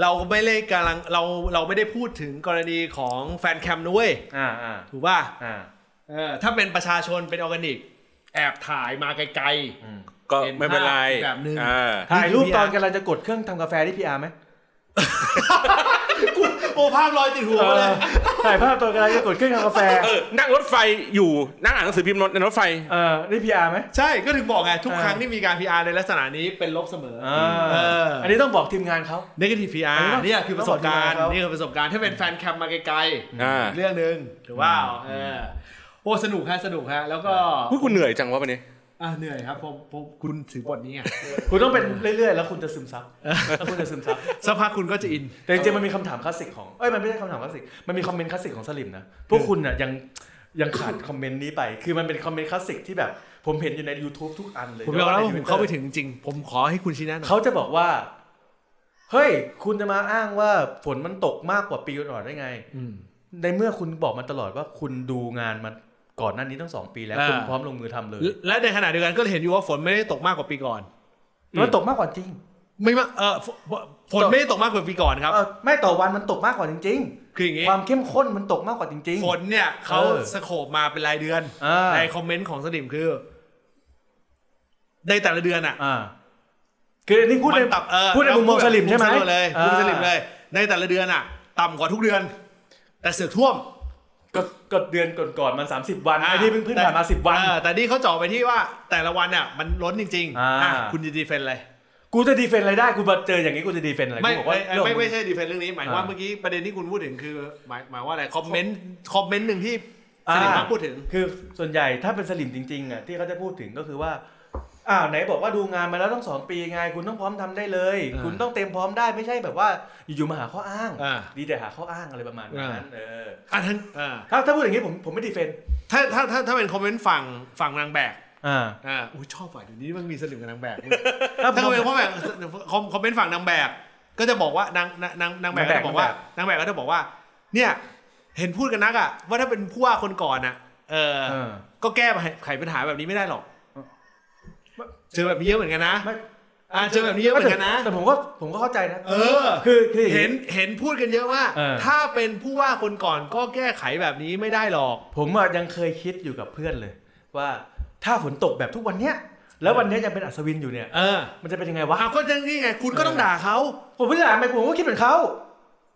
Speaker 5: เราไม่ได้กำลังเราเราไม่ได้พูดถึงกรณีของแฟนแคมนะเว้ย
Speaker 2: อ่าอ่า
Speaker 5: ถูกป่ะ
Speaker 2: อ่า
Speaker 5: เออถ้าเป็นประชาชนเป็นออร์แกนิก แอบถ่ายมาไกล
Speaker 3: ก็ไม่เป็นไร
Speaker 5: เห็นภาพอีกแบบหนึ่ง
Speaker 3: อ่า
Speaker 2: ถ่ายรูปตอนกำลังจะกดเครื่องทำกาแฟที่พีอาร์ไหม
Speaker 5: ๆโอ้ภาพลอยติดหัวมาเลย
Speaker 2: เออถ่ายภาพตอนกำลังจะกดเครื่องทำกาแฟ
Speaker 3: เออนั่งรถไฟอยู่นั่งอ่านหนังสือพิมพ์ในรถไฟ
Speaker 2: เออนี่พีอาร์ไหม
Speaker 5: ใช่ก็ถึงบอกไง ทุก
Speaker 2: อ่า
Speaker 5: ครั้งที่มีการ PR ในลักษณะนี้เป็นลบเสมอ
Speaker 2: อ่า
Speaker 5: เอออั
Speaker 2: อันนี้ต้องบอกทีมงานเขา
Speaker 5: negative
Speaker 2: อันนี้
Speaker 5: PR
Speaker 2: ต้อง
Speaker 5: เนี่ยคือประสบการณ์
Speaker 2: ต้องบอกทีมงานเขานี่
Speaker 5: นี่คือประสบการณ์ถ้าเป็นแฟนแคมมาไกล
Speaker 3: อ่า
Speaker 5: ๆเรื่องหนึ่งถือว่าเออโอ้สนุกฮะสนุกฮะแล้วก็
Speaker 3: พูดกูเหนื่อยจังวะวันนี้
Speaker 5: อ่ะเหนื่อยครับผมผมคุณถือบทนี้ไง
Speaker 2: คุณต้องเป็นเรื่อยๆ แล้วคุณจะซึมซับแล้วคุณจะซึมซับ
Speaker 5: สักพักคุณก็จะอิน
Speaker 2: แต่จริงๆมันมีคำถามคลาสสิกของ เอ้ยมันไม่ใช่คำถามคลาสสิก มันมีคอมเมนต์คลาสสิกของสลิมนะ พวกคุณอ่ะยังยังขาดคอมเมนต์นี้ไป คือมันเป็นคอมเมนต์คลาสสิกที่แบบ ผมเห็นอยู่ใน YouTube ทุกอันเลย
Speaker 5: ผมยอมรับว่า
Speaker 2: ใน
Speaker 5: ผม
Speaker 2: Twitter
Speaker 5: เข้าไปถึงจริงๆผมขอให้คุณชี้แนะหน่อย
Speaker 2: เขาจะบอกว่า เฮ้ย คุณจะมาอ้างว่าฝนมันตกมากกว่าปีก่อนๆได้ไง
Speaker 5: อืม
Speaker 2: ในเมื่อคุณบอกมาตลอดว่าคุณดูงานมาก่อนหน้านี้ตั้งสองปีแล้ว
Speaker 5: อ่า
Speaker 2: คุณพร้อมลงมือทำเลย
Speaker 5: และในขณะเดียวกันก็เห็นอยู่ว่าฝนไม่ได้ตกมากกว่าปีก่อน
Speaker 2: มันตกมากกว่าจริง
Speaker 5: ไม่มาเออฝนฝนไม่ได้ตกมากกว่าปีก่อนครับ
Speaker 2: เออไม่ต่อวันมันตกมากกว่าจริง
Speaker 5: คืออย่างงี้
Speaker 2: ๆ ความเข้มข้นมันตกมากกว่าจริง
Speaker 5: ฝนเนี่ยเขา
Speaker 2: เออ
Speaker 5: สโคบมาเป็นรายเดือน
Speaker 2: อ่า
Speaker 5: ในคอมเมนต์ของสลิมคือ ในแต่ละเดือนอ่ะ
Speaker 2: ๆอ่าคืออันนี้พูดใน
Speaker 5: มัตับเออ
Speaker 2: พูดในมุมมองสลิมใช่ไหม
Speaker 5: พูดเลยพูด
Speaker 2: อ่า
Speaker 5: สลิมเลย ในแต่ละเดือนอ่ะ ต่ำกว่าทุกเดือน แต่เสือกท่วม
Speaker 2: ก็ก็เดือนก่อนๆมัน 30 วัน
Speaker 5: ะ
Speaker 2: ไอ้นี่เพิ่งเพิ่งผ่านมา 10 วัน
Speaker 5: เออแต่นี่เขาเจ่อไปที่ว่า แต่ละวันเนี่ยมันล้นจริง
Speaker 2: อ่า
Speaker 5: อ่ะคุณจะดีเฟนต์อะไร
Speaker 2: กูจะดีเฟนต์อะไรได้กูมาเจออย่างนี้กูจะดีเฟนต์อะไร
Speaker 5: ไม่
Speaker 2: กูบอกว่าเรื่อง
Speaker 5: ไม่ไม่
Speaker 2: ของ
Speaker 5: ไม่ใช่ดีเฟนต์เรื่องนี้ หมายว่า
Speaker 2: อ่า
Speaker 5: เมื่อกี้ประเด็นที่คุณพูดถึงคือ หมายหมายว่าอะไรคอมเมนต์คอมเมนต์หนึ่งที่สลิมมาพูดถึง
Speaker 2: คือส่วนใหญ่ถ้าเป็นสลิมจริงๆอ่ะที่เขาจะพูดถึงก็คือว่าอ้าวไหนบอกว่าดูงานมาแล้วต้องสองปีไง คุณต้องพร้อมทำได้เลย
Speaker 5: อ่า
Speaker 2: คุณต้องเต็มพร้อมได้ไม่ใช่แบบว่าอยู่ๆมาหาข้ออ้าง
Speaker 5: อ่า
Speaker 2: ดีแต่หาข้ออ้างอะไรประมาณนั้
Speaker 5: อ่า
Speaker 2: นเออ
Speaker 5: อ่ะทั้งอ่า
Speaker 2: ถ้าถ้าพูดอย่างนี้ผมผมไม่ดีเฟนต์
Speaker 5: ถ้าถ้าถ้าถ้าเป็นคอมเมนต์ฝั่งฝั่งนางแบก
Speaker 2: อ่า
Speaker 5: อ่าอุ้ยชอบว่ะเดี๋ยวนี้มันมีสลิมกับนางแบบ
Speaker 2: ถ้า
Speaker 5: ถ้า
Speaker 2: ผม
Speaker 5: เป็นเพราะแบบคอมคอมเมนต์ฝั่งนางแบบก็จะบอกว่านางนางนางนางแบบก็
Speaker 2: นางแบบ
Speaker 5: จะบอกว่านางแบบก็จะบอกว่า เนี่ย เห็นพูดกันนักอ่ะว่าถ้าเป็นผู้ว่าคนก่อนอ่ะ เออ
Speaker 2: เออ
Speaker 5: ก็แก้ไขปัญหาแบบนี้ไม่ได้หรอก
Speaker 2: เออ
Speaker 5: เจอแบบนี้เยอะเหมือนกันนะ
Speaker 2: ไม่
Speaker 5: อ่าเจอแบบนี้เยอะเหมือนกันนะ
Speaker 2: แต่ผมก็ผมก็เข้าใจนะ
Speaker 5: เออ
Speaker 2: คือคืออย่าง
Speaker 5: เห็
Speaker 2: งี้
Speaker 5: นเห็นพูดกันเยอะว่า
Speaker 2: เออ
Speaker 5: ถ้าเป็นผู้ว่าคนก่อนก็แก้ไขแบบนี้ไม่ได้หรอก
Speaker 2: ผมอะยังเคยคิดอยู่กับเพื่อนเลย ว่าถ้าฝนตกแบบทุกวันเนี้ยแล้ววันเนี้ยยังเป็นอัศวินอยู่เนี่ย
Speaker 5: เออ
Speaker 2: มันจะเป็นยังไงวะ
Speaker 5: อ้าวก็จะนี่ไง คุณก็ต้องด่าเขา
Speaker 2: ผมไม่ได้อ่านไปผมก็คิดเหมือนเขา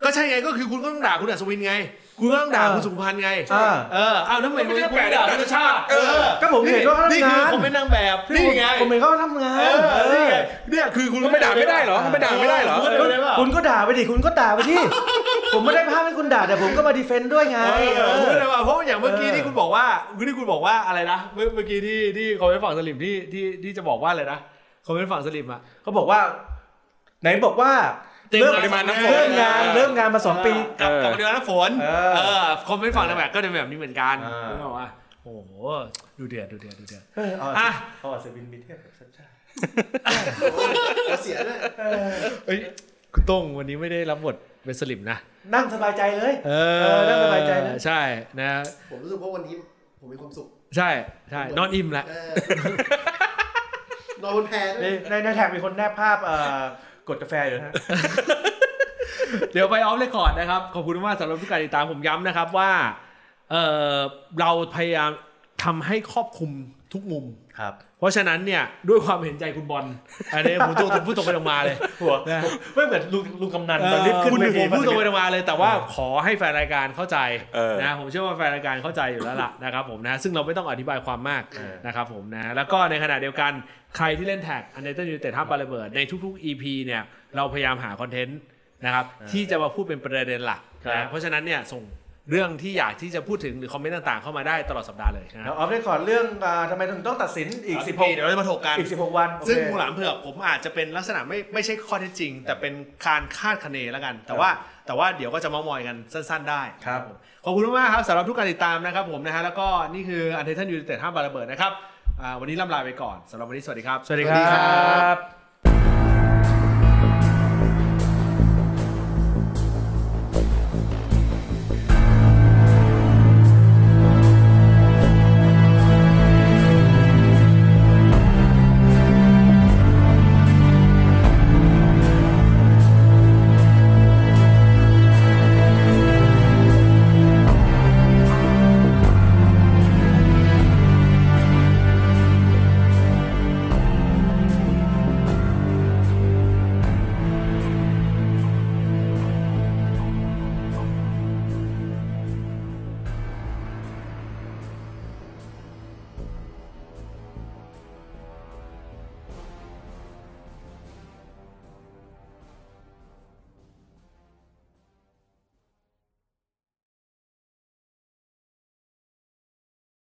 Speaker 5: ก็ใช่ไงก็คือคุณก็ต้องด่าคุณอัศวินไง คุณก็ต้องด่าคุณสุพันธ์ไง
Speaker 2: อ่า
Speaker 5: เออเอาแล้วทำไม
Speaker 3: ไม่ใช่แปลก
Speaker 5: ด่า
Speaker 3: ด่าคุณชาติ
Speaker 5: เออ
Speaker 2: ก็ผมเห็นว่าเขา
Speaker 5: นี่
Speaker 2: ทำงา
Speaker 5: คือน ผมเป็นนางแบบนี่ไง
Speaker 2: ผมเห็นเขาทำงาน
Speaker 5: เออ
Speaker 2: เอ
Speaker 5: นี่
Speaker 2: อ
Speaker 5: ไงเนี่ยคือคุณ
Speaker 3: ก็ไม่ด่าไม่ได้เหรอไม่ด่าไม่ได้เหรอ
Speaker 5: คุณก็ด่าไม่ได้เหรอ
Speaker 2: คุณก็ด่าไปดิคุณก็ด่าไปดิ ผมไม่ได้พาให้คุณด่าแต่ผมก็มาดีเฟนต์ด้วยไง
Speaker 5: เออ
Speaker 2: เอ
Speaker 5: คุณก็
Speaker 2: อ
Speaker 5: ด่าเพราะอย่างเมื่อกี้
Speaker 2: เออ
Speaker 5: ที่คุณบอกว่าที่คุณบอกว่าอะไรนะเมื่อเมื่อกี้ที่ที่เขาไปฝั่งสลิมที่ที่ที่จะบอกว่าอะไรนะเขาเป็นฝั่งสลิมอะ
Speaker 2: เขาบอกว่า ไหนบอกว่า
Speaker 5: เต็ม
Speaker 2: เริ่ม
Speaker 5: ปริมาณน้ำฝน
Speaker 2: เริ่มงานเริ่มงานมาสองปี
Speaker 5: กลับกลับมาเดือนละฝน
Speaker 2: เออ
Speaker 5: เออคอมเมนต์ฝั่งนางแบบก็จะเป็นแบบนี้เหมือนกัน
Speaker 2: อ่า
Speaker 5: นึกออกปะโอ้โหดูเดือดดูเดือดดูเดือด
Speaker 2: เออเอา
Speaker 5: อ่ะ
Speaker 2: เอาอัศวินมีเทพกับชัดชาติ
Speaker 4: เสียด้วย
Speaker 5: เอ้ยคุณโต้งวันนี้ไม่ได้รับบทเป็นสลิมนะ
Speaker 2: นั่งสบายใจเลย
Speaker 5: เอ
Speaker 2: เออน่าสบายใจนะ
Speaker 5: ใช่นะ
Speaker 4: ผมรู้สึกว่าวันนี้ผมมีความ สุข
Speaker 5: ใช่ใช่นอนอิ่มแหละ
Speaker 4: เอ อนอนบนแพด้วย
Speaker 2: นี่ในในแท็กมีคนแนบภาพเอ่อกดกาแฟอยู่นะฮะ
Speaker 5: เดี๋ยวไปออฟเรคคอร์ดนะครับ ขอบคุณมากสำหรับทุกการติดตามผมย้ำนะครับว่าเออเราพยายามทำให้ครอบคลุมทุกมุม
Speaker 2: ครับ
Speaker 5: เพราะฉะนั้นเนี่ย ด้วยความเห็นใจคุณบอลอันนี้ผมพูดตรงพูดตรงไปตรงมาเลย
Speaker 2: หัว
Speaker 5: นะ
Speaker 2: ไม่เหมือนลุงลุงกำนัน
Speaker 5: เอ
Speaker 2: ตอนรีบ
Speaker 5: อ
Speaker 2: ขึ้น
Speaker 5: คุณ
Speaker 2: เว
Speaker 5: ผ
Speaker 2: ที
Speaker 5: มพูดตรงไปตรงมาเลย แต่ว่าขอให้แฟนรายการเข้าใจ
Speaker 3: เออ
Speaker 5: นะผมเชื่อว่าแฟนรายการเข้าใจอยู่แล้วล่ะนะครับผมนะซึ่งเราไม่ต้องอธิบายความมาก
Speaker 2: เออ
Speaker 5: นะครับผมนะแล้วก็ในขณะเดียวกันใครที่เล่นแท็กอันเดอร์ยูเต็ดท่าปาระเบิดในทุกๆ EP เนี่ยเราพยายามหาคอนเทนต์นะครับที่จะมาพูดเป็นประเด็นหลัก
Speaker 2: ครับ
Speaker 5: นะเพราะฉะนั้นเนี่ยส่ง เรื่องที่อยากที่จะพูดถึงหรือคอมเมนต์ต่างๆเข้ามาได้ตลอดสัปดาห์เลยนะค
Speaker 2: แล้
Speaker 5: รั
Speaker 2: ว
Speaker 5: บ
Speaker 2: ออฟได้ก่อนเรื่องอ่าทำไมถึงต้องตัดสินอีก
Speaker 5: เา
Speaker 2: 16
Speaker 5: เดี๋ยวเราจะมาถกกัน
Speaker 2: อีก 16 วันโอเค
Speaker 5: ซึ่งงูหลามเผือกผมอาจจะเป็นลักษณะไม่ไม่ใช่ข้อเท็จจริง แต่เป็นการคาดคะเนแล้วกัน แต่ว่าแต่ว่าเดี๋ยวก็จะเมามอยกันสั้นๆได้
Speaker 2: ครับผม
Speaker 5: ขอบคุณมากๆครับสำหรับทุกการติดตามนะครับผมนะฮะแล้วก็นี่คืออันเทนยูเต็ดห้ามบาระเบิดนะครับอ่าวันนี้ล่ำลาไปก่อนสำหรับวันนี้สวัสดีครับ
Speaker 2: สวัสดีครับ